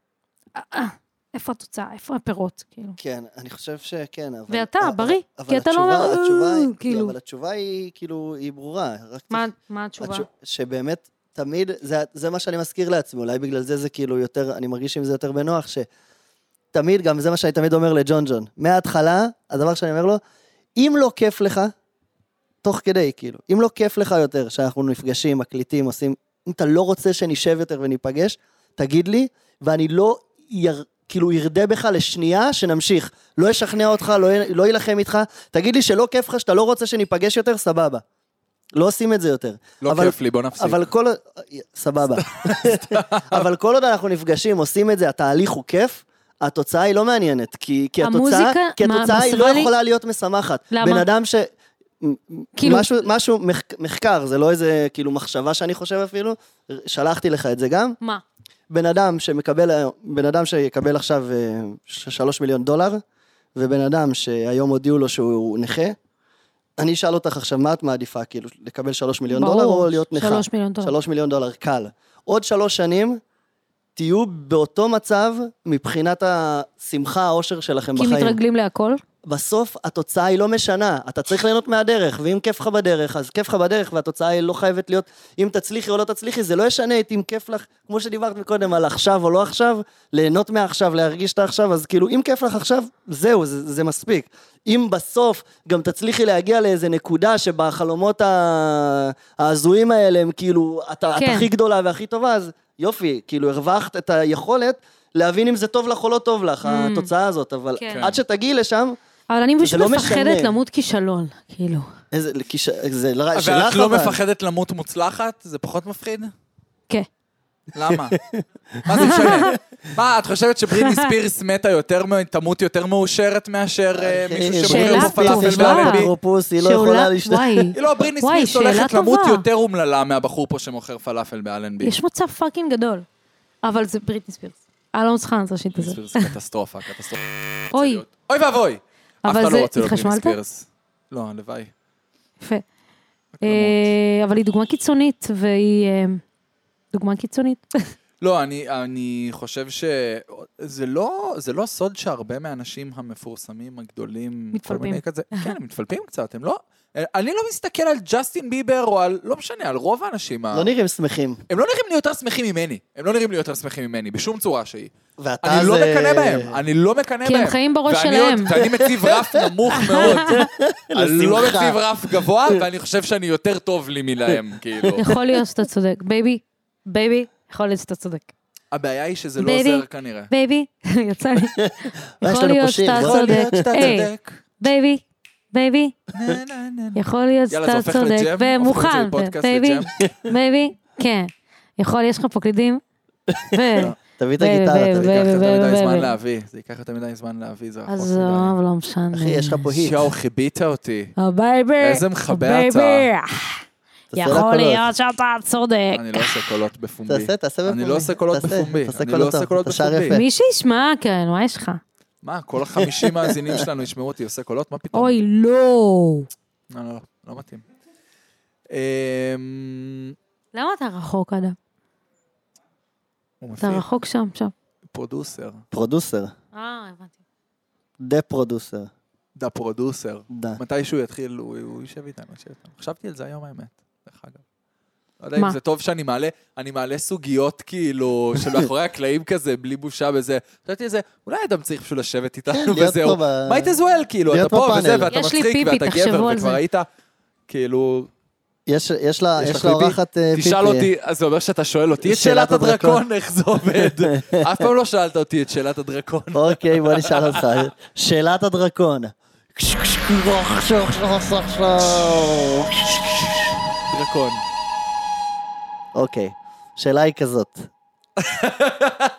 B: אה, אה, איפה התוצאה? איפה הפירות? כאילו.
C: כן, אני חושב שכן, אבל...
B: ואתה,
C: אבל-
B: בריא,
C: אבל
B: כי אתה לא
C: התשובה-
B: אומר,
C: התשובה היא-
B: "אה", כאילו.
C: אבל התשובה היא, כאילו, היא ברורה. רק
B: מה,
C: צריך-
B: מה התשובה?
C: התשוב- שבאמת, תמיד, זה- זה מה שאני מזכיר לעצמי, אולי בגלל זה זה כאילו יותר, אני מרגיש עם זה יותר בנוח, שתמיד, גם זה מה שאני תמיד אומר לג'ון ג'ון. מההתחלה, הדבר שאני אומר לו, אם לא כיף לך, תוך כדי, כאילו, אם לא כיף לך יותר, שאנחנו נפגשים, מקליטים, עושים, אם אתה לא רוצה שנשב יותר וניפגש, תגיד לי, ואני לא, יר, כאילו, ירדה בך לשנייה שנמשיך. לא אשכנע אותך, לא, י- לא אילחם איתך, תגיד לי שלא כיף לך, שאתה לא רוצה שניפגש יותר, סבבה. לא עושים את זה יותר.
A: לא
C: אבל-
A: כיף לי, בוא נפסיק.
C: אבל כל... עוד- סבבה. אבל כל עוד אנחנו נפגשים, עושים את זה, התהליך הוא כיף, התוצאה היא לא מעניינת. כי, כי התוצאה,
B: המוזיקה,
C: כי
B: מה,
C: התוצאה היא לא
B: מסרה לי-
C: יכולה להיות משמחת.
B: למה?
C: בן אדם ש... כאילו...
B: כאילו-
C: משהו, משהו מח, מחקר, זה לא איזה כאילו מחשבה שאני חושב אפילו, שלחתי לך את זה גם.
B: מה?
C: בן אדם שמקבל, היום- בן אדם שיקבל עכשיו אה, ש- שלוש מיליון דולר, ובן אדם שהיום הודיעו לו שהוא נכה, אני אשאל אותך עכשיו, מה את מעדיפה, כאילו, לקבל שלוש מיליון
B: ברור,
C: דולר או להיות נכה?
B: שלוש מיליון דולר.
C: שלוש מיליון דולר, קל. עוד שלוש שנים, תהיו באותו מצב מבחינת השמחה, האושר שלכם
B: כי
C: בחיים.
B: מתרגלים להכל?
C: בסוף התוצאה היא לא משנה, אתה צריך ליהנות מהדרך, ואם כיף לך בדרך, אז כיף לך בדרך, והתוצאה היא לא חייבת להיות, אם תצליחי או לא תצליחי, זה לא ישנה את אם כיף לך, כמו שדיברת מקודם על עכשיו או לא עכשיו, ליהנות מעכשיו, להרגיש את העכשיו, אז כאילו, אם כיף לך עכשיו, זהו, זה, זה מספיק. אם בסוף גם תצליחי להגיע לאיזה נקודה שבה החלומות ה- ההזויים האלה הם כאילו, אתה, כן. את
B: כן.
C: הכי גדולה והכי טובה, אז יופי, כאילו הרווחת את היכולת להבין אם זה טוב לך או לא טוב לך,
B: Mm.
C: התוצאה הזאת, אבל
B: כן.
C: עד שתגיעי לשם,
B: אבל אני פשוט
C: לא
B: מפחדת
C: משנה.
B: למות כישלון, כאילו.
C: איזה, כיש... זה לא רע, שלך אבל.
A: ואת לא מפחדת למות מוצלחת? זה פחות
C: *laughs*
A: מפחיד?
B: כן.
A: למה? מה זה משנה? מה, את חושבת
B: *laughs*
A: שבריטני ספירס מתה יותר, מ- תמות יותר מאושרת מאשר אה, מישהו שמוכר
B: שאלה
A: לו פלאפל
B: טובה.
A: באלנבי?
C: אפוטרופוס, כאילו. היא לא
B: שעולה-
C: יכולה להשתמש.
B: וואי,
A: *laughs* היא לא, בריטני
B: וואי,
A: ספירס
B: שאלה
A: הולכת למות
B: טובה.
A: יותר אומללה מהבחור פה שמוכר פלאפל באלנבי.
B: יש מצב פאקינג גדול. אבל זה בריטני ספירס. אני לא מצליחה לעשות שיט הזה.
A: ספירס קטסטרופה, קטסטרופה.
B: אוי,
A: אוי ואבוי! אף
B: אבל
A: אחד לא
B: זה-
A: רוצה להיות בריטני
B: התחשמלת?
A: ספירס. לא, הלוואי.
B: יפה. אה, אבל היא דוגמה קיצונית, והיא... אה, דוגמה קיצונית.
A: לא, אני, אני חושב ש... זה לא, זה לא סוד שהרבה מהאנשים המפורסמים הגדולים...
B: מתפלפים.
A: כל מיני כזה, כן, הם מתפלפים קצת, הם לא... אני לא מסתכל על ג'סטין ביבר או על... לא משנה, על רוב האנשים. ה-
C: לא נראים שמחים.
A: הם לא נראים לי יותר שמחים ממני. הם לא נראים לי יותר שמחים ממני, בשום צורה שהיא.
C: ואתה
A: אני לא
C: זה-
A: מקנא בהם, אני לא מקנא בהם.
B: כי הם חיים בראש
A: ואני
B: שלהם.
A: עוד- ואני מציב רף נמוך מאוד.
C: *laughs* אה,
A: אני לא
C: לשמחה.
A: מציב רף
C: *laughs*
A: גבוה, ואני חושב שאני יותר טוב לי מלהם, כאילו.
B: יכול להיות שאתה צודק. בייבי, בייבי, יכול להיות שאתה צודק.
A: הבעיה היא שזה לא
B: בייבי.
A: עוזר כנראה.
B: בייבי, *laughs* יצא לי.
A: אה,
C: לנו
B: יכול להיות
C: פושעים,
B: שאתה
C: יכול
B: צודק. היי, בייבי, בייבי,
A: נה, נה, נה.
B: יכול להיות
A: יאללה, זה
B: שאתה
A: הופך
B: צודק.
A: לג'ם? הופך את זה
B: ומוכן.
A: לפודקאסט
B: בייבי,
A: לג'ם? לא,
B: בייבי, כן. יכול, יש לך
A: *laughs*
B: פה קלידים? ו-
C: תביא את
B: ו-
C: הגיטרה,
B: ו-
C: תביא.
A: זה ייקח יותר
B: ו-
A: מדי
B: ו-
A: זמן
B: ו-
A: להביא, זה ייקח יותר מדי זמן להביא, זה רחוק
B: עזוב, לא משנה.
C: אחי, יש לך פה היט.
A: שואו, חיבית אותי.
B: אה, בייבי,
A: איזה מכבה
B: בייבי.
A: הצעה.
C: תעשה לה
B: יכול
C: קולות.
B: להיות שאתה צודק.
A: אני לא עושה קולות בפומבי.
C: תעשה, תעשה בפומבי.
A: אני לא עושה קולות
C: תעשה,
A: בפומבי.
C: תעשה
A: אני
C: קולות
A: לא עושה
C: טוב,
A: קולות
C: אתה שר
A: בפומבי.
C: יפה.
B: מי שישמע, כן, מה יש לך?
A: מה, כל החמישים מאזינים שלנו ישמעו אותי עושה קולות? מה פתאום?
B: אוי, לא.
A: לא, לא, לא, לא מתאים. אמ,
B: למה אתה רחוק, אדם?
A: הוא
B: אתה
A: מפיק
B: רחוק שם, שם.
A: פרודוסר.
C: פרודוסר.
B: אה, הבנתי.
C: דה פרודוסר.
A: דה פרודוסר.
C: דה.
A: מתי שהוא יתחיל, הוא, הוא יישב איתנו, יישב איתנו. חשבתי על זה היום האמת, דרך אגב. לא יודע
B: מה?
A: אם זה טוב שאני מעלה, אני מעלה סוגיות כאילו, של מאחורי הקלעים כזה, בלי בושה וזה. חשבתי על זה, אולי אדם צריך פשוט לשבת
C: כן,
A: איתנו
C: להיות
A: וזהו.
C: פה ב-
A: might as well, כאילו,
C: להיות
A: אתה פה
C: בפאנל.
A: וזה, ואתה
B: יש לי
A: מצחיק,
B: פיפי,
A: ואתה
B: תחשבו
A: גבר,
B: על זה.
A: וכבר היית, כאילו,
C: יש יש לה
A: יש
C: יש
A: לך
C: לה
A: פיפי?
C: אורחת אה, פיפי.
A: תשאל אותי, אז זה אומר שאתה שואל אותי את
C: שאלת
A: שאלת הדרקון,
C: הדרקון,
A: איך זה עובד? אף פעם לא שאלת אותי את שאלת הדרקון.
C: אוקיי, בוא נשאל אותך. שאלת הדרקון.
A: דרקון.
C: אוקיי, שאלה היא כזאת.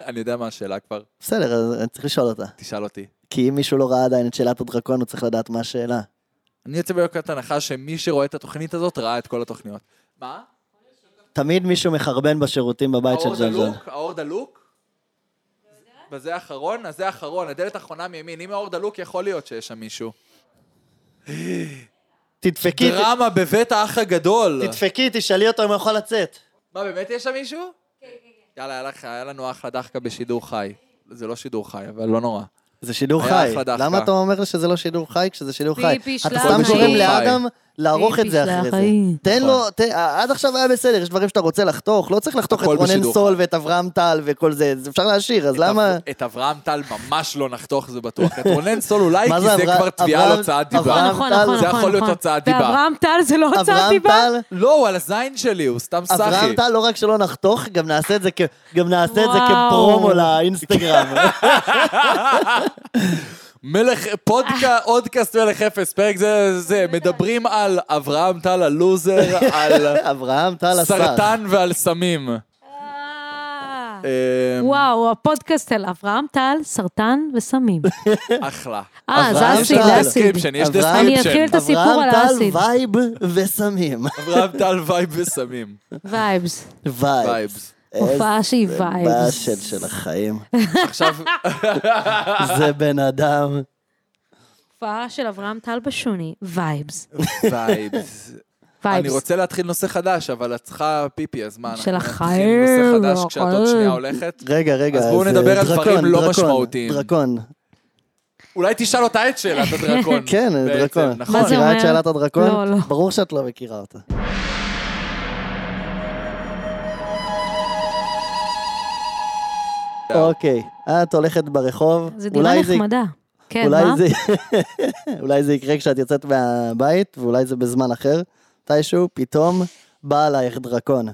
A: אני יודע מה השאלה כבר,
C: בסדר, אז אני צריך לשאול אותה.
A: תשאל אותי.
C: כי אם מישהו לא ראה עדיין את שאלת הדרקון, הוא צריך לדעת מה השאלה.
A: אני יוצא בנקודת הנחה שמי שרואה את התוכנית הזאת ראה את כל התוכניות. מה?
C: תמיד מישהו מחרבן בשירותים בבית של
A: האור
C: ג'לג'ל.
A: דלוק? האור דלוק? וזה האחרון? אז זה האחרון, הדלת האחרונה מימין. אם האור דלוק, יכול להיות שיש שם מישהו.
C: תדפקי,
A: דרמה בבית האח הגדול.
C: תדפקי, תשאלי אותו אם הוא יכול לצאת.
A: מה, באמת יש שם מישהו? יאללה, היה לך- היה לנו אחלה דחקה בשידור חי. זה לא שידור חי, אבל לא נורא.
C: זה שידור
A: היה
C: חי.
A: אחלה דווקא.
C: למה אתה אומר לי שזה לא שידור חי כשזה שידור חי?
B: פיפי
C: אתה
B: שלח
C: סתם
A: חי.
C: גורם לאדם לערוך
B: פיפי
C: את זה
B: שלח
C: אחרי זה.
B: חי.
C: תן
A: נכון.
C: לו, ת- עד עכשיו היה בסדר, יש דברים שאתה רוצה לחתוך, לא צריך לחתוך את
A: הכל
C: רונן
A: בשידור
C: סול ואת אברהם טל וכל זה, זה אפשר להשאיר, אז
A: את
C: למה...
A: אב- את אברהם טל ממש לא נחתוך, זה בטוח. את רונן סול אולי,
C: *laughs* מה
A: כי
C: זה
A: זה
C: אברהם-
A: כבר תביעה על
C: אברהם-
A: הוצאת
C: אברהם
A: דיבה.
B: נכון,
C: טל-
B: נכון,
A: זה
B: נכון,
A: יכול להיות
B: נכון.
A: הוצאת דיבה.
B: ואברהם טל זה לא הוצאת
C: אברהם
B: דיבה?
C: טל,
A: לא, הוא על הזין שלי, הוא סתם סאחי.
C: אברהם טל לא רק שלא נחתוך, גם נעשה את זה, כ... גם נעשה את זה
B: וואו.
C: כפרומו לאינסטגרם.
A: מלך,
B: אה.
A: פודקאסט, אודקאסט מלך אפס, פרק זה, זה, מדברים על אברהם טל
B: *laughs*
A: הלוזר, על
C: *laughs* אברהם טל השר.
A: סרטן ועל סמים.
B: אה,
A: אה,
B: וואו, הפודקאסט על אברהם טל, סרטן וסמים.
A: אחלה.
B: אה,
C: אברהם
B: זה אסיד,
C: טל.
B: זה
A: יש
B: אסיד.
A: description, יש
C: אברהם- אני
B: אתחיל
A: description.
B: את הסיפור על
C: אברהם
B: האסיד.
C: טל וייב וסמים.
A: אברהם טל וייב וסמים.
B: *laughs* וייבס.
C: וייבס.
A: וייבס.
B: הופעה שהיא
C: איזה
B: וייבס.
C: באסל של החיים.
A: עכשיו,
C: *laughs* זה בן אדם.
B: הופעה של אברהם טל בשוני, וייבס.
A: וייבס. אני
B: וייבס.
A: רוצה להתחיל נושא חדש, אבל את צריכה פיפי, אז מה,
B: של
A: אנחנו נתחיל
B: החיים,
A: נושא חדש כשאת עוד
B: החיים.
A: שנייה הולכת?
C: רגע, רגע.
A: אז בואו
C: אה,
A: נדבר על
C: דרקון,
A: דברים לא
C: דרקון,
A: משמעותיים.
C: דרקון.
A: אולי תשאל אותה את שאלת
B: *laughs*
A: הדרקון.
C: כן,
A: בעצם,
C: דרקון.
A: נכון.
B: מה זה
C: מכירה את
B: אומר?
C: שאלת הדרקון?
B: לא, לא.
C: ברור שאת לא מכירה אותה. אוקיי, את הולכת ברחוב.
B: זה דירה
C: אולי
B: נחמדה. כן,
C: אולי
B: מה?
C: זה, אולי זה *laughs* יקרה כשאת יוצאת מהבית, ואולי זה בזמן אחר. מתישהו פתאום בא עלייך דרקון.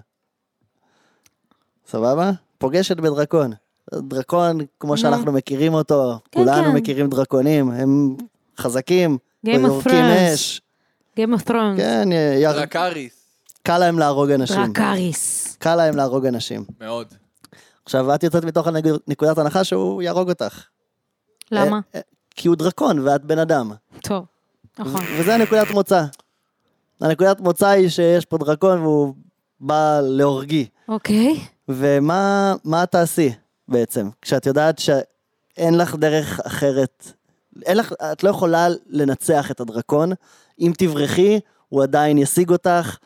C: סבבה? פוגשת בדרקון. דרקון, כמו שאנחנו מכירים אותו,
B: כן,
C: כולנו
B: כן.
C: מכירים דרקונים, הם חזקים,
B: Game of
C: יורקים
B: Thrones.
C: אש.
B: Game of Thrones.
C: כן, יר-
A: דרקריס.
C: קל להם להרוג אנשים.
B: דרקריס.
C: קל להם להרוג אנשים.
A: מאוד.
C: עכשיו, את יוצאת מתוך הנג- נקודת הנחה שהוא יהרוג אותך.
B: למה?
C: אה, אה, כי הוא דרקון ואת בן אדם.
B: טוב. *laughs* נכון.
C: וזה הנקודת מוצא. הנקודת מוצא היא שיש פה דרקון והוא בא להורגי.
B: אוקיי.
C: ומה מה את תעשי בעצם? כשאת יודעת שאין לך דרך אחרת, אין לך, את לא יכולה לנצח את הדרקון. אם תברחי, הוא עדיין ישיג אותך.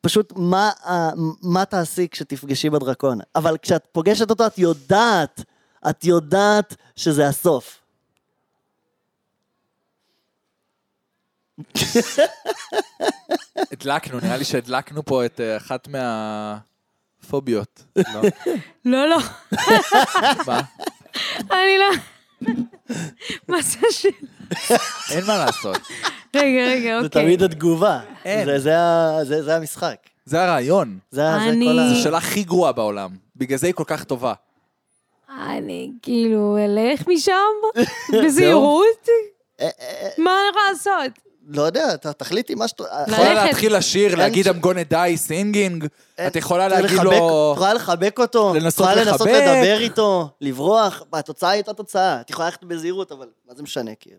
C: פשוט מה, ה- מה תעשי כשתפגשי בדרקון. אבל כשאת פוגשת אותו, את יודעת, את יודעת שזה הסוף.
A: הדלקנו, נראה לי שהדלקנו פה את אה, אחת מהפוביות. לא?
B: לא, לא,
A: מה?
B: אני *laughs* לא... מה זה השאלה?
A: אין מה לעשות.
B: רגע, רגע,
C: זה
B: אוקיי.
C: תמיד התגובה.
A: אין.
C: זה- זה ה- זה זה המשחק.
A: זה הרעיון.
C: זה ה- זה
B: אני-
C: כל ה...
A: זו שאלה הכי גרועה בעולם. בגלל זה היא כל כך טובה.
B: אני כאילו אלך משם *laughs* בזהירות?
C: אה, אה,
B: מה אני יכולה לעשות?
C: לא יודע, ת- תחליטי מה
B: לא.
C: שאת... אה,
A: יכולה
B: ללכת.
A: להתחיל לשיר, להגיד
C: ש-
A: I'm gonna die singing, את יכולה להגיד
C: אה, לחבק-
A: לו...
C: יכולה לחבק אותו,
A: לנסות
C: יכולה לנסות
A: לחבק.
C: לדבר איתו, לברוח, התוצאה היא אותה תוצאה. את יכולה ללכת בזהירות, אבל מה זה משנה, כאילו?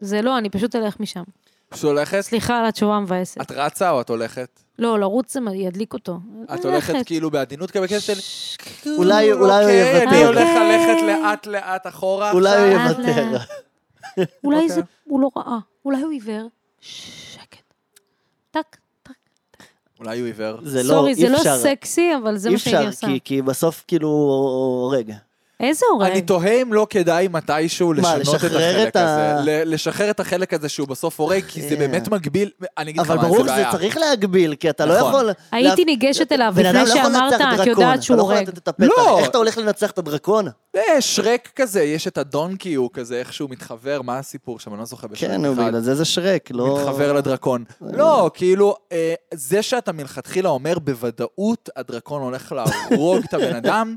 B: זה לא, אני פשוט אלך משם.
A: פשוט הולכת?
B: סליחה על התשובה המבאסת.
A: את רצה או את הולכת?
B: לא, לרוץ זה מ- ידליק אותו.
A: את
B: ללכת.
A: הולכת כאילו בעדינות כזה בקשר של...
C: אולי- אולי הוא
A: אוקיי, אני
C: יוותר.
A: הולך
B: אוקיי.
A: ללכת לאט לאט אחורה.
C: אולי הוא
A: עכשיו.
B: יוותר.
C: יוותר.
B: אולי
A: אוקיי.
B: זה, הוא לא ראה, אולי הוא עיוור. שקט. טק, טק.
A: אולי הוא עיוור.
C: זה לא,
B: סורי, זה
C: אי
B: לא
C: אפשר.
B: סקסי, אבל זה
C: אי
B: מה שאני
C: אפשר,
B: עושה.
C: כי- כי בסוף כאילו הורג.
B: איזה
A: אני
B: הורג?
A: תוהה אם לא כדאי מתישהו לשנות את
C: אוקיי. לשחרר
A: החלק
C: את ה-
A: הזה. ל- לשחרר את החלק הזה שהוא בסוף הורג, כי זה
C: Yeah.
A: באמת מגביל... אני אגיד לך מה,
C: אבל
A: זה בעיה.
C: ברור שזה צריך להגביל, כי אתה לא
A: נכון.
C: יכול...
B: הייתי
C: לה-
B: ניגשת אליו
C: בן אדם
B: לפני
C: לא יכול
B: שאמרת,
C: לנצח
B: את
C: דרקון,
B: יודעת שהוא
C: אתה לא
B: הורג.
C: יכול לתת את הפתח.
A: לא.
C: איך אתה הולך לנצח את הדרקון?
A: אה, שרק כזה, יש את הדונקי, הוא כזה איכשהו מתחבר, מה הסיפור שם? אני לא זוכר בשרק
C: כן, נו,
A: אחד.
C: בגלל זה זה שרק, לא...
A: מתחבר לדרקון. לא, כאילו, אה, זה שאתה מלכתחילה אומר בוודאות, הדרקון הולך להרוג את הבן
C: *laughs*
A: אדם,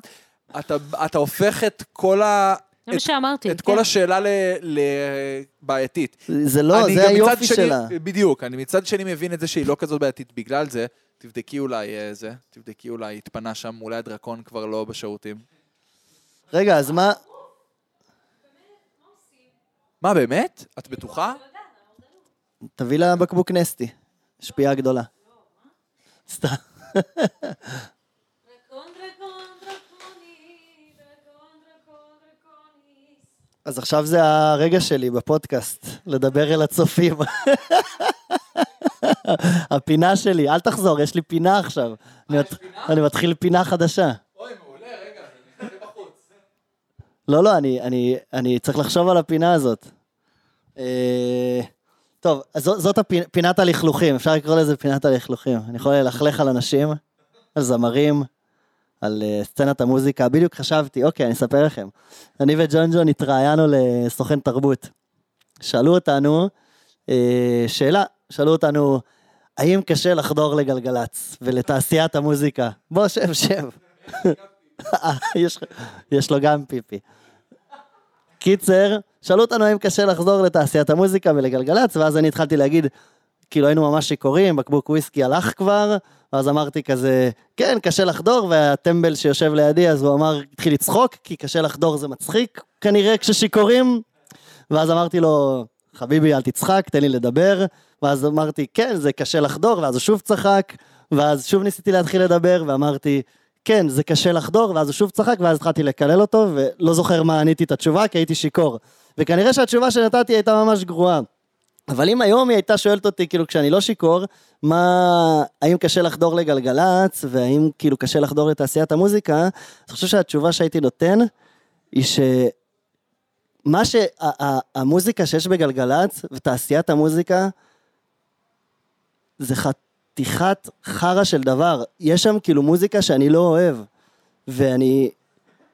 A: אתה, אתה הופך את כל, ה,
B: זה מה שאמרתי.
A: את כל
B: כן.
A: השאלה לבעייתית.
C: זה לא, זה היופי שלה.
A: בדיוק, אני מצד שני מבין את זה שהיא לא כזאת בעייתית בגלל זה. תבדקי אולי אה, זה, תבדקי אולי, התפנה שם, אולי הדרקון כבר לא בשירותים.
C: רגע, אז מה...
A: מה, באמת? את בטוחה?
C: תביא לה בקבוק נסטי. שפיעה גדולה. סתם. אז עכשיו זה הרגע שלי בפודקאסט, לדבר אל הצופים. הפינה שלי, אל תחזור, יש לי פינה עכשיו. אני מת- אני מתחיל פינה חדשה.
A: אוי, מעולה, רגע, זה בחוץ.
C: לא, לא, אני, אני, אני צריך לחשוב על הפינה הזאת. אה, טוב, אז זו- זאת הפי- פינת הלכלוכים, אפשר לקרוא לזה פינת הלכלוכים. אני יכול ללכלך על אנשים, על זמרים, על אה, סצנת המוזיקה. בדיוק חשבתי, אוקיי, אני אספר לכם. אני וג'ון ג'ון התראיינו לסוכן תרבות. שאלו אותנו, אה, שאלה, שאלו אותנו, האם קשה לחדור לגלגלצ ולתעשיית המוזיקה? בוא, שב, שב. *laughs* אה, יש, יש לו גם פיפי. קיצר, שאלו אותנו האם קשה לחזור לתעשיית המוזיקה ולגלגלצ, ואז אני התחלתי להגיד, כאילו היינו ממש שיכורים, בקבוק וויסקי הלך כבר, ואז אמרתי כזה, כן, קשה לחדור, והטמבל שיושב לידי, אז הוא אמר, התחיל לצחוק, כי קשה לחדור זה מצחיק, כנראה כששיכורים. ואז אמרתי לו, חביבי, אל תצחק, תן לי לדבר. ואז אמרתי, כן, זה קשה לחדור, ואז הוא שוב צחק, ואז שוב ניסיתי להתחיל לדבר, ואמרתי, כן, זה קשה לחדור, ואז הוא שוב צחק, ואז התחלתי לקלל אותו, ולא זוכר מה עניתי את התשובה, כי הייתי שיכור. וכנראה שהתשובה שנתתי הייתה ממש גרועה. אבל אם היום היא הייתה שואלת אותי, כאילו, כשאני לא שיכור, מה, האם קשה לחדור לגלגלצ, והאם כאילו קשה לחדור לתעשיית המוזיקה, אז אני חושב שהתשובה שהייתי נותן, היא ש... מה שהמוזיקה שיש בגלגלצ, ותעשיית המוזיקה, זה חתיכת חרא של דבר. יש שם כאילו מוזיקה שאני לא אוהב. ואני,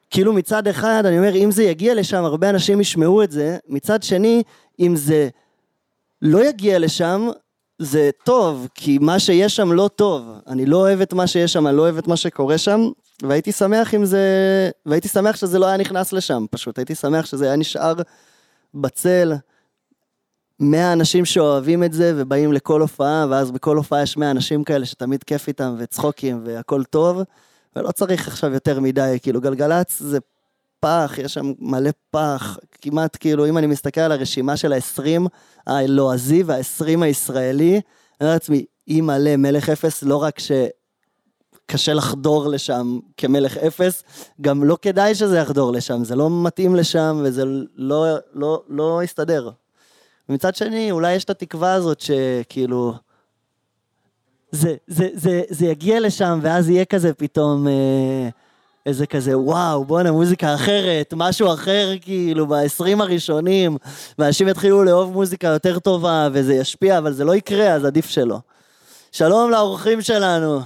C: כאילו מצד אחד, אני אומר, אם זה יגיע לשם, הרבה אנשים ישמעו את זה. מצד שני, אם זה לא יגיע לשם, זה טוב, כי מה שיש שם לא טוב. אני לא אוהב את מה שיש שם, אני לא אוהב את מה שקורה שם, והייתי שמח אם זה... והייתי שמח שזה לא היה נכנס לשם, פשוט. הייתי שמח שזה היה נשאר בצל. 100 אנשים שאוהבים את זה ובאים לכל הופעה, ואז בכל הופעה יש 100 אנשים כאלה שתמיד כיף איתם וצחוקים והכל טוב, ולא צריך עכשיו יותר מדי, כאילו גלגלצ זה פח, יש שם מלא פח, כמעט כאילו, אם אני מסתכל על הרשימה של ה-20 הלועזי וה-20 הישראלי, אני אומר לעצמי, אי מלא, מלך אפס, לא רק ש... קשה לחדור לשם כמלך אפס, גם לא כדאי שזה יחדור לשם, זה לא מתאים לשם וזה לא, לא, לא יסתדר. ומצד שני, אולי יש את התקווה הזאת שכאילו, זה, זה, זה, זה יגיע לשם, ואז יהיה כזה פתאום אה, איזה כזה, וואו, בואנה, מוזיקה אחרת, משהו אחר, כאילו, בעשרים הראשונים, ואנשים יתחילו לאהוב מוזיקה יותר טובה, וזה ישפיע, אבל זה לא יקרה, אז עדיף שלא. שלום לאורחים שלנו.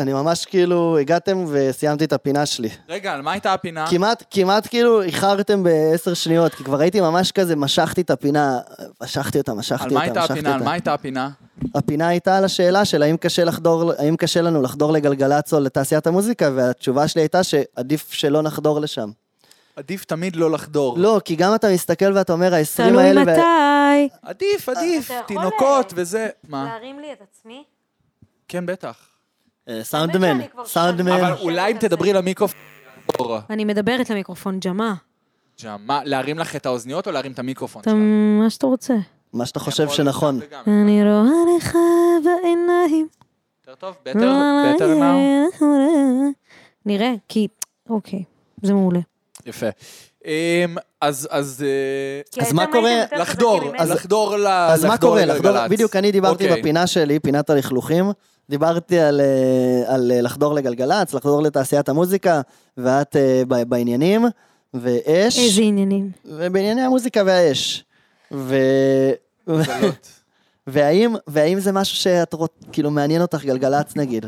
C: אני ממש כאילו, הגעתם וסיימתי את הפינה שלי.
A: רגע, על מה הייתה הפינה?
C: כמעט, כמעט כאילו איחרתם בעשר שניות, כי כבר הייתי ממש כזה, משכתי את הפינה, משכתי אותה, משכתי
A: על
C: אותה,
A: מה הייתה
C: משכתי
A: הפינה? על מה הייתה הפינה?
C: הפינה הייתה על השאלה של האם קשה, לחדור, האם קשה לנו לחדור לגלגלצ או לתעשיית המוזיקה, והתשובה שלי הייתה שעדיף שלא נחדור לשם.
A: עדיף תמיד לא לחדור.
C: לא, כי גם אתה מסתכל ואתה אומר, ה-20
B: תלוי
C: האלה... וה-
B: מתי.
A: עדיף, עדיף,
D: אתה יכול,
A: תינוקות
D: אה,
A: וזה. מה?
D: להרים לי את עצמי?
A: כן, בטח.
C: אה,
D: האמת
C: סאונדמן,
D: שאני כבר
C: סאונדמן.
A: אבל
D: כן.
A: אולי אם תדברי למיקרופון...
B: אני מדברת למיקרופון, ג'מה.
A: ג'מה, להרים לך את האוזניות או להרים את המיקרופון נכון,
B: אתה,
A: שלך?
B: מה שאתה רוצה.
C: מה שאתה
A: יכול
C: חושב
A: גם
C: שנכון.
A: וגם.
B: אני רואה לך בעיניים.
A: יותר טוב?
B: לא
A: better better now?
B: נראה, כי... אוקיי, זה מעולה.
A: יפה. אמ, אז, אז... אה,
B: כן,
D: כי
C: אז
D: אתם
C: מה
D: הייתם
C: קורה?
D: יותר חזקים
A: לחדור,
D: ממני.
A: אז לחדור ל...
C: אז מה
A: לחדור
C: קורה?
A: לגלגלצ.
C: לחדור, בדיוק, אני דיברתי
A: אוקיי.
C: בפינה שלי, פינת הלכלוכים, דיברתי על, אה, על אה, לחדור לגלגלצ, לחדור לתעשיית המוזיקה, ואת אה, ב- בעניינים, ואש,
B: איזה עניינים.
C: ובענייני המוזיקה והאש. ו...
A: גלגלות.
C: והאם, והאם זה משהו שאת רוצ... כאילו מעניין אותך גלגלצ נגיד?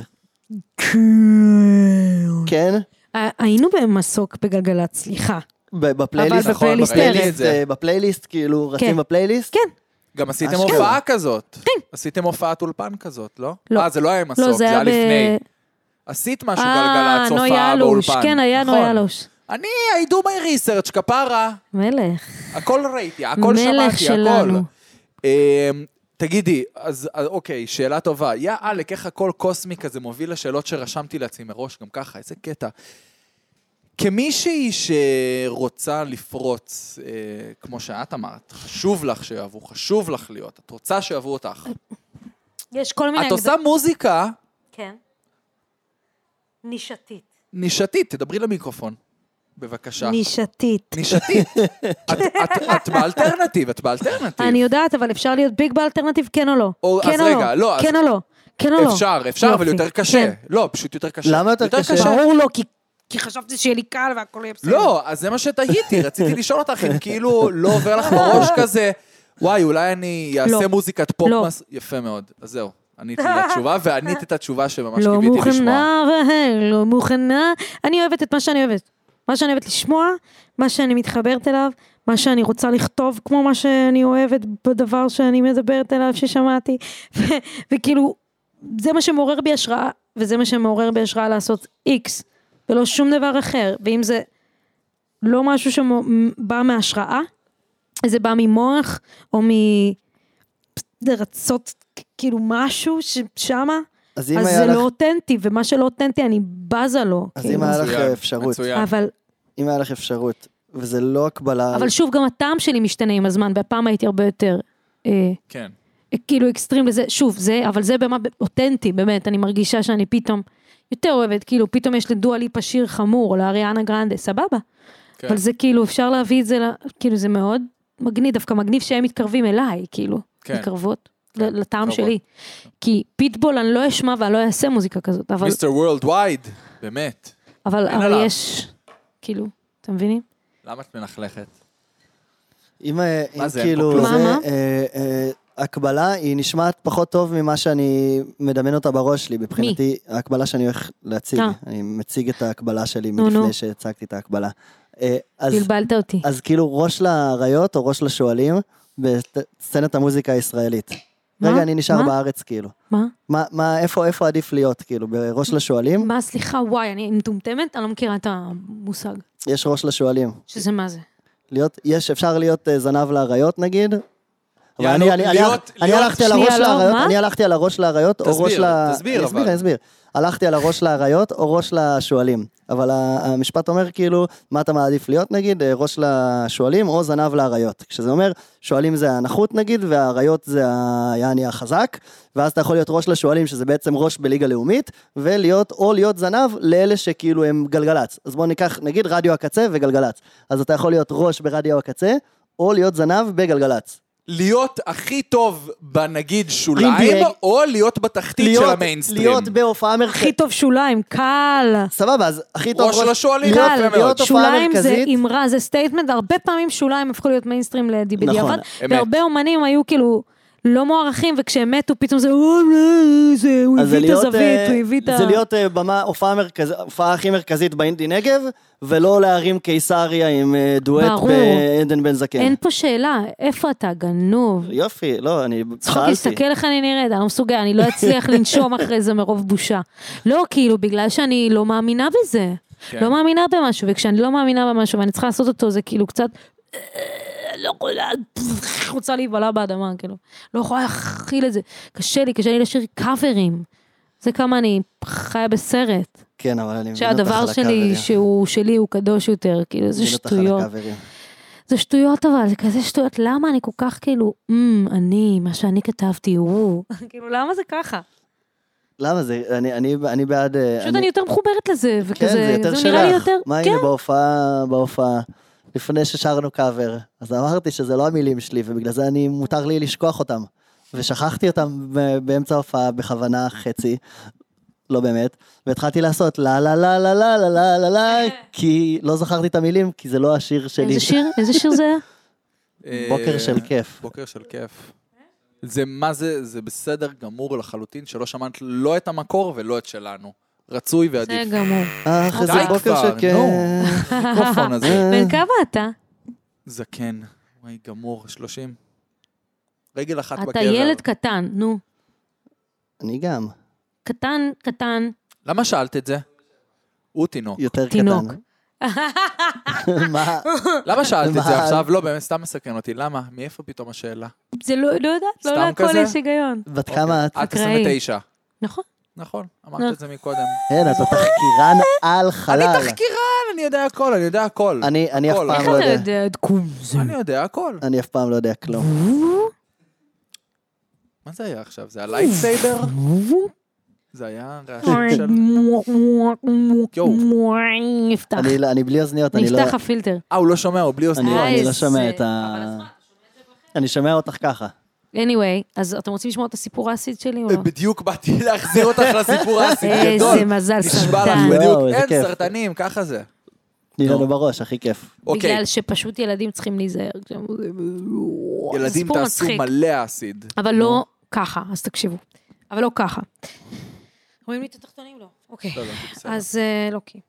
C: כן?
B: ה- היינו במסוק בגלגלצ, סליחה.
C: ב- בפלייליסט?
B: אבל
A: נכון,
B: בפלייליסט
A: ראיתי את
B: ארז.
A: זה.
C: אה, בפלייליסט, כאילו, רצים בפלייליסט?
B: כן.
A: *laughs* גם עשיתם
C: אשכרה.
A: הופעה כזאת. כן. עשיתם הופעת אולפן כזאת, לא?
B: לא.
A: אה, זה לא היה עם
B: לא,
A: הסוף,
B: זה
A: זה היה
B: היה ב...
A: לפני. עשית משהו
B: אה,
A: גלגלצ,
B: נוי
A: הופעה
B: אלוש.
A: באולפן.
B: כן, היה נוי
A: נכון.
B: אלוש.
A: אני, I do my research, כפרה.
B: מלך.
A: הכל ראיתי, הכל
B: מלך
A: שמעתי, הכל.
B: שלנו.
A: אמ, תגידי, אז אז אוקיי, שאלה טובה. יא עלק, איך הכל קוסמי כזה מוביל לשאלות שרשמתי לעצמי מראש, גם ככה, איזה קטע. כמישהי שרוצה לפרוץ, אה, כמו שאת אמרת, חשוב לך שיאהבו, חשוב לך להיות, את רוצה שיאהבו אותך.
B: יש כל מיני...
A: את עושה מוזיקה
D: כן. נישתית.
A: נישתית, תדברי למיקרופון, בבקשה.
B: נישתית.
A: נישתית. את- את- את באלטרנטיב, את באלטרנטיב.
B: אני יודעת, אבל אפשר להיות ביג באלטרנטיב, כן או לא?
A: או-
B: כן
A: אז
B: או
A: רגע, לא, אז-
B: כן או לא? כן או לא?
A: אפשר, אפשר, אבל
B: יופי,
A: יותר קשה.
B: כן.
A: לא, פשוט יותר קשה.
C: למה יותר קשה?
B: ברור לא, כי- כי חשבתי שיהיה לי קל והכל יהיה בסדר.
A: לא, אז זה מה
C: *laughs*
A: שתהיתי, רציתי לשאול אותך אם כאילו לא עובר לך בראש כזה, וואי, אולי אני אעשה
B: לא.
A: מוזיקת פופ.
B: לא.
A: מס-" יפה מאוד. אז זהו, ענית לי
B: *laughs*
A: לתשובה, וענית את התשובה שממש
B: לא
A: קיוויתי לשמוע.
B: מוכנה, והי, לא מוכנה. אני אוהבת את מה שאני אוהבת. מה שאני אוהבת לשמוע, מה שאני מתחברת אליו, מה שאני רוצה לכתוב, כמו מה שאני אוהבת בדבר שאני מדברת אליו ששמעתי. ו- וכאילו, זה מה שמעורר בי השראה, וזה מה שמעורר בי השראה לעשות איקס, ולא שום דבר אחר. ואם זה לא משהו שבא מהשראה, זה בא ממוח, או מ... לרצות כאילו משהו ששמה,
C: אז אם
B: אז
C: היה
B: זה
C: לך-
B: לא אותנטי, ומה שלא אותנטי, אני בזה לו.
C: אז
B: כאילו.
C: אם היה לך
A: מצוין,
C: אפשרות.
A: מצוין.
B: אבל,
C: אם היה לך אפשרות, וזה לא הקבלה...
B: אבל שוב, גם הטעם שלי משתנה עם הזמן, והפעם הייתי הרבה יותר, אה,
A: כן.
B: כאילו אקסטרים לזה, שוב, זה, אבל זה במה אותנטי, באמת, אני מרגישה שאני פתאום יותר אוהבת, כאילו, פתאום יש לדואליפה שיר חמור, או לאריאנה גרנדה, סבבה.
A: כן.
B: אבל זה כאילו, אפשר להביא את זה, ל- כאילו, זה מאוד מגניב, דווקא מגניב שהם מתקרבים אליי, כאילו,
A: כן.
B: מתקרבות.
A: כן,
B: ל- לטעם
A: מתקרבות.
B: שלי. כי פיטבול אני לא אשמע ואני לא אעשה מוזיקה כזאת, אבל...
A: מיסטר וורלד וייד, באמת.
B: אבל,
A: אין עליו.
B: אבל יש, כאילו, אתם מבינים?
A: למה את מלכלכת?
C: אם, אה,
A: מה
C: אם
A: זה,
C: כאילו,
B: פופולרי?
C: זה,
B: מה, מה?
C: אה, אה, הקבלה היא נשמעת פחות טוב ממה שאני מדמיין אותה בראש שלי, מבחינתי, ההקבלה שאני הולך להציג,
B: אה.
C: אני מציג את ההקבלה שלי
B: נו, נו.
C: מלפני שהצגתי את ההקבלה. אה, אז,
B: בלבלת אותי.
C: אז כאילו ראש לאריות או ראש לשועלים בסצנת המוזיקה הישראלית.
B: מה?
C: רגע, אני נשאר
B: מה?
C: בארץ כאילו.
B: מה?
C: מה, מה, איפה, איפה עדיף להיות כאילו, בראש לשועלים?
B: מה, סליחה, וואי, אני מטומטמת? אני לא מכירה את המושג.
C: יש ראש לשועלים.
B: שזה מה זה.
C: להיות, יש, אפשר להיות אה, זנב לאריות נגיד, אבל
A: יענו,
C: אני- אני- אני-
A: להיות-
C: אני
A: להיות-
C: הלכתי על
B: שנייה,
C: הראש
B: לא,
C: לאריות,
B: מה?
C: אני הלכתי על הראש לאריות, או
A: תסביר,
C: ראש ל...
A: תסביר,
C: אני
A: אבל.
C: אסביר, אני אסביר. הלכתי על הראש לאריות, או ראש לשועלים. אבל ה- המשפט אומר כאילו, מה אתה מעדיף להיות נגיד, אה, ראש לשועלים או זנב לאריות. כשזה אומר, שועלים זה הנחות נגיד, והאריות זה ה- יעני החזק, ואז אתה יכול להיות ראש לשועלים, שזה בעצם ראש בליגה לאומית, ולהיות, או להיות זנב לאלה שכאילו הם גלגלצ. אז בואו ניקח נגיד רדיו הקצה וגלגלצ. אז אתה יכול להיות ראש ברדיו הקצה, או להיות זנב בגלגלצ.
A: להיות הכי טוב בנגיד
C: ריבי
A: שוליים,
C: אג.
A: או להיות בתחתית של
C: להיות-
A: המיינסטרים.
C: להיות בהופעה מרכזית.
B: הכי טוב שוליים, קל.
C: סבבה, אז הכי טוב...
A: ראש של השועלים,
C: להיות-
A: יפה מאוד.
C: להיות הופעה
B: שוליים זה
C: מרכזית.
B: אמרה, זה סטייטמנט, הרבה פעמים שוליים הפכו להיות מיינסטרים לדי-
C: נכון,
B: בדיעבד,
A: אמת.
B: והרבה אומנים היו כאילו לא מוערכים, וכשהם מתו פתאום זה, "אה, אה, זה- הוא
C: אז זה
B: הביא את
C: להיות, אה,
B: הזווית, הוא הביא את ה...
C: זה להיות אה, במה, הופעה מרכז- הופעה הכי מרכזית באינדי נגב, ולא להרים קיסריה עם אה, דואט
B: ברור.
C: בעדן בן זקן.
B: אין פה שאלה, איפה אתה גנוב?
C: יופי, לא, אני
B: צחוק,
C: שאלתי.
B: תסתכל איך אני נראית, אני לא מסוגל, אני לא
C: *laughs*
B: אצליח לנשום אחרי זה מרוב בושה. לא, כאילו, בגלל שאני לא מאמינה בזה.
A: כן.
B: לא מאמינה במשהו, וכשאני לא מאמינה במשהו ואני צריכה לעשות אותו, זה כאילו קצת... לא יכולה, *laughs* רוצה להיבלע באדמה, כאילו. לא יכולה להכיל את זה. קשה לי, קשה לי לשיר קאברים. זה כמה אני חיה בסרט.
C: כן, אבל אני מבין אותך על
B: שהדבר שלי,
C: הקאברים.
B: שהוא שלי, הוא קדוש יותר, כאילו, זה
C: מבין אותך על
B: שטויות.
C: הקאברים.
B: זה שטויות אבל, זה כזה שטויות, למה אני כל כך כאילו, אמ, אני, מה שאני כתבתי, הוא, *laughs* כאילו, למה זה ככה?
C: למה זה, אני- אני אני בעד... אה,
B: פשוט אני יותר מחוברת לזה,
C: כן,
B: וכזה,
C: זה יותר
B: נראה לי
C: שלך.
B: יותר,
C: מה
B: כן,
C: הנה בהופעה, בהופעה, לפני ששרנו קאבר, אז אמרתי שזה לא המילים שלי, ובגלל זה אני, מותר לי לשכוח אותם. ושכחתי אותם ב- באמצע ההופעה בכוונה חצי, לא באמת, והתחלתי לעשות לה לה לה לה לה לה לה לה לה, כי לא זכרתי את המילים, כי זה לא השיר שלי.
B: איזה שיר, איזה שיר
C: *laughs*
B: זה היה?
A: אה,
C: בוקר של כיף.
A: בוקר של כיף. זה מה זה, זה בסדר גמור לחלוטין שלא שמעת לא את המקור ולא את שלנו. רצוי
B: זה
A: ועדיף.
B: גמור.
C: אך, איזה
B: די
C: בוקר
A: כבר,
C: של כיף.
A: נו. המיקרופון הזה.
C: אה.
B: בן כמה אתה?
A: זקן. וואי, גמור, 30. רגל אחת בקבר.
B: אתה ילד קטן, נו.
C: אני גם,
B: קטן, קטן,
A: למה שאלת את זה? הוא תינוק.
C: יותר
B: תינוק.
C: קטן. *laughs* מה?
A: למה שאלת את זה
C: אה. מה?
A: עכשיו? לא, באמת, סתם מסקרן אותי. למה? מאיפה פתאום השאלה? אה,
B: זה לא, לא יודעת, לא
A: סתם
B: להכל
A: כזה?
B: יש היגיון.
C: בת כמה
B: *laughs*
C: את?
A: את
B: אקראי. אה.
A: 29.
B: נכון.
A: נכון,
B: נו.
A: אמרת את זה מקודם.
C: כן, אתה תחקירן על
A: אני
C: חלל.
A: תחקירן, אני יודע הכל, אני יודע הכל.
C: אני אני אף
A: כל.
C: פעם
B: איך
C: לא
B: אתה
C: יודע.
B: יודע את קום זה?
A: אני יודע הכל.
C: אני אף פעם לא יודע כלום.
A: מה זה היה עכשיו? זה הלייטסייבר? זה היה רעשים של...
B: נפתח.
C: אני לא- אני בלי אוזניות, אני לא...
B: נפתח הפילטר.
A: אה, הוא לא שומע, הוא בלי
C: אני
A: אוזניות.
C: לא- אני לא
B: איזה-
C: שומע את ה...
B: אבל אז מה,
C: אני שומע אותך ככה.
B: anyway, אז אתם רוצים לשמוע את הסיפור האסית שלי או לא?
A: אה,
B: אה,
A: בדיוק באתי להחזיר אותך לסיפור האסי, גדול.
B: איזה מזל לא,
A: נשבע לך,
B: סרטן.
C: וואו,
A: בדיוק.
C: איזה
A: אין
C: כיף.
A: סרטנים, ככה זה.
C: תני לנו
A: נו.
C: בראש, הכי כיף.
A: אוקיי,
B: בגלל שפשוט ילדים צריכים להיזהר. כשהם- זה
A: ילדים
B: סיפור
A: תעשו
B: מצחיק.
A: מלא אסיד.
B: אבל לא ככה, אז תקשיבו. אבל לא ככה. רואים לי את התחתונים? לא. אוקיי.
A: לא, לא, זה בסדר.
B: אז אה, לא כי.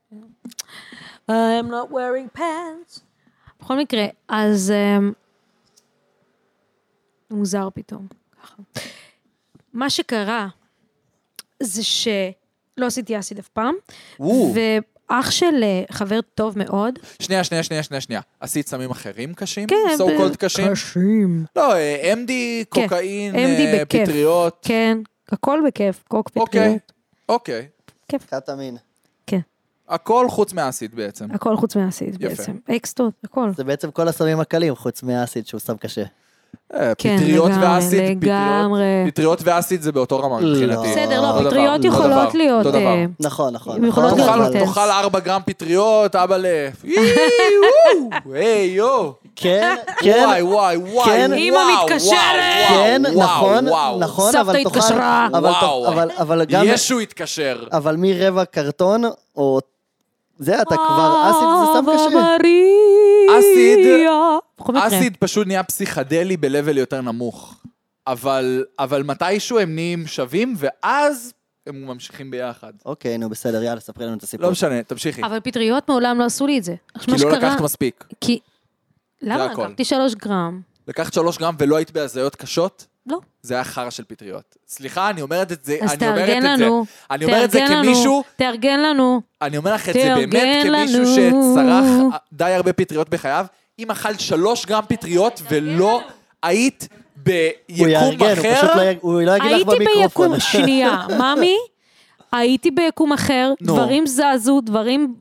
B: I'm not wearing pants. בכל מקרה, אז... אמ, מוזר פתאום. ככה. מה שקרה זה שלא עשיתי אסיד אף פעם,
A: וואו.
B: ואח של אה, חבר טוב מאוד,
A: שנייה, שנייה, שנייה, שנייה, שנייה. עשית סמים אחרים קשים?
B: כן,
A: So
B: ב-
A: called קשים?
B: קשים.
A: לא, אה, MD, קוקאין,
B: MD
A: אה,
B: בכיף.
A: פטריות.
B: כן, הכל בכיף, קוק
A: אוקיי,
B: פטריות.
A: אוקיי.
C: קטמין.
B: כן,
A: הכל חוץ מאסיד בעצם.
B: הכל חוץ מהאסיד
A: יפה.
B: בעצם. אקסטות, הכל.
C: זה בעצם כל הסמים הקלים, חוץ מהאסיד שהוא סם קשה.
A: אה,
B: כן,
A: פטריות
B: לגמרי,
A: ואסיד, פטריות-
B: לגמרי.
A: פטריות ואסיד זה באותו רמה
C: לא.
A: מבחינתי.
B: בסדר, לא,
A: אותו דבר,
B: פטריות
A: אותו
B: יכולות
A: דבר,
B: להיות...
A: אותו דבר.
B: אה,
C: נכון, נכון.
B: הן יכולות
C: נכון,
B: להיות
C: אבל-
A: תאכל-
B: יותר.
A: תאכל 4 גרם פטריות, אבא ל... היי, יו. *laughs*
C: כן, כן,
A: וואי, וואי, וואי,
C: כן.
B: אמא
A: וואו,
B: מתקשרת.
A: וואו,
C: כן,
A: וואו,
C: נכון,
A: וואו.
C: נכון,
B: סבתא
C: אבל תאכל...
B: התקשרה.
C: אבל תאכל-
A: וואו.
C: אבל- אבל גם...
A: ישו התקשר.
C: אבל מרבע קרטון, או... זה, אתה כבר... אסיד זה סם קשה.
B: מריה.
A: אסיד-
B: בכל
C: לא
B: מקרה.
A: אסיד פשוט נהיה פסיכדלי ב-level יותר נמוך. אבל, אבל מתישהו הם נהיים שווים, ואז הם ממשיכים ביחד.
C: אוקיי, נו, בסדר, יאללה, ספרי לנו את הסיפור.
A: לא משנה, תמשיכי.
B: אבל פטריות מעולם לא עשו לי את זה. עכשיו,
A: כי
B: מה
A: לא
B: שקרה-
A: לקחת מספיק.
B: כי... למה?
A: הכל.
B: לקחתי שלוש גרם.
A: לקחת שלוש גרם ולא היית בהזיות קשות?
B: לא.
A: זה היה חרא של פטריות. סליחה, אני אומרת את זה,
B: אז
A: אני אומרת
B: תארגן
A: את זה.
B: לנו.
A: אני אומר את זה
B: תארגן לנו,
A: כמישהו,
B: תארגן לנו.
A: אני אומר לך את זה באמת
B: תארגן
A: כמישהו
B: לנו.
A: שצרח די הרבה פטריות בחייו. אם אכלת שלוש גרם פטריות ולא היית
C: הוא
A: ביקום
C: יארגן, הוא פשוט לא
A: אחר,
C: יג- הוא לא יגיד לך
B: הייתי
C: במיקרופון. *laughs*
B: ביקום, שנייה, ממי, הייתי ביקום אחר,
A: נו.
B: דברים זזו, דברים...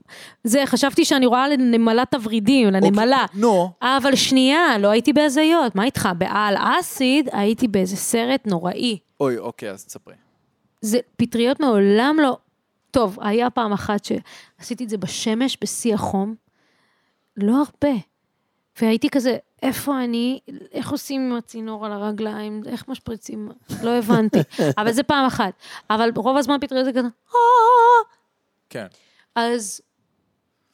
B: זה, חשבתי שאני רואה לנמלה תוורידים, לנמלה.
A: אוקיי. נו.
B: אה, אבל שנייה, לא הייתי בהזיות, מה איתך? בעל אסיד הייתי באיזה סרט נוראי.
A: אוי, אוקיי, אז תספרי.
B: זה פטריות מעולם לא... טוב, היה פעם אחת שעשיתי את זה בשמש, בשיא החום, לא הרבה. והייתי כזה, איפה אני, איך עושים עם הצינור על הרגליים, איך משפריצים, לא
A: *laughs*
B: הבנתי. אבל זה פעם אחת. אבל רוב הזמן פטריות זה כזה, "אה".
A: כן.
B: אז...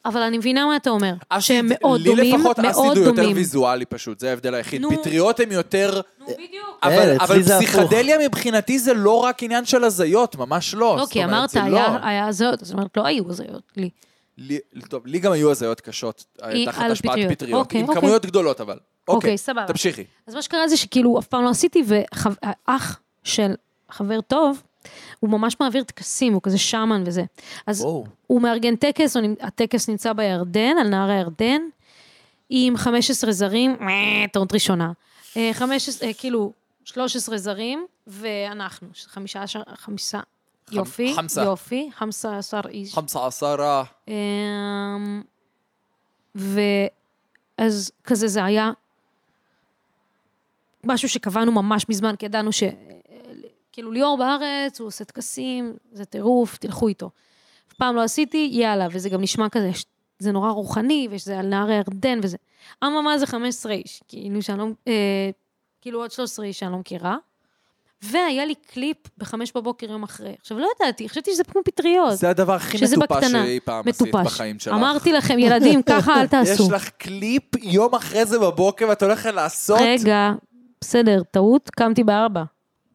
B: אבל אני מבינה מה אתה אומר,
A: אסיד-
B: שהם מאוד
A: לי
B: דומים,
A: לפחות
B: מאוד
A: אסיד הוא יותר
B: דומים.
A: ויזואלי פשוט, זה ההבדל היחיד.
B: נו.
A: פטריות הם יותר...
B: נו, בדיוק.
A: אבל,
C: כן, אצלי
A: אבל
C: זה הפוך.
A: פסיכדליה מבחינתי זה לא רק עניין של הזיות, ממש לא.
B: לא,
A: זאת
B: כי
A: אומרת,
B: אמרת,
A: זה לא.
B: היה היה הזיות, אז אמרת, לא היו הזיות לי.
A: לי, טוב, לי גם היו הזיות קשות, אה,
B: היא-
A: תחת
B: על
A: השפעת
B: פטריות.
A: פטריות.
B: אוקיי,
A: עם
B: אוקיי.
A: כמויות גדולות אבל.
B: אוקיי, סבבה.
A: תמשיכי.
B: אז מה שקרה זה שכאילו אף פעם לא עשיתי, ואח של חבר טוב, הוא ממש מעביר טקסים, הוא כזה שמן וזה. אז
A: וואו.
B: הוא מארגן טקס, הוא נמ- הטקס נמצא בירדן, על נהר הירדן, עם 15 זרים, *laughs* אה, טעות ראשונה. אה, 15, אה, כאילו, 13 זרים, ואנחנו, ש- חמישה עשר, חמישה, יופי,
A: חמסה.
B: יופי, חמסה עשר איש.
A: חמסה עשרה.
B: אמ, ואז כזה זה היה משהו שקבענו ממש מזמן, כי ידענו ש... כאילו ליאור בארץ, הוא עושה טקסים, זה טירוף, תלכו איתו. אף פעם לא עשיתי, יאללה, וזה גם נשמע כזה, ש- זה נורא רוחני, ויש זה על נהר הירדן וזה. אממה זה 15 איש, כאילו שאני לא... אה, כאילו עוד 13 איש שאני לא מכירה. והיה לי קליפ בחמש בבוקר יום אחרי. עכשיו, לא ידעתי, חשבתי שזה כמו פטריות.
A: זה הדבר הכי
B: שזה
A: מטופש
B: בקטנה.
A: שאי פעם עשית
B: מטופש.
A: בחיים שלך.
B: אמרתי לכם,
A: *laughs*
B: ילדים, ככה אל
A: יש
B: תעשו.
A: לך קליפ יום אחרי זה בבוקר ואת הולכת לעשות?
B: רגע, בסדר, טעות, קמתי בארבע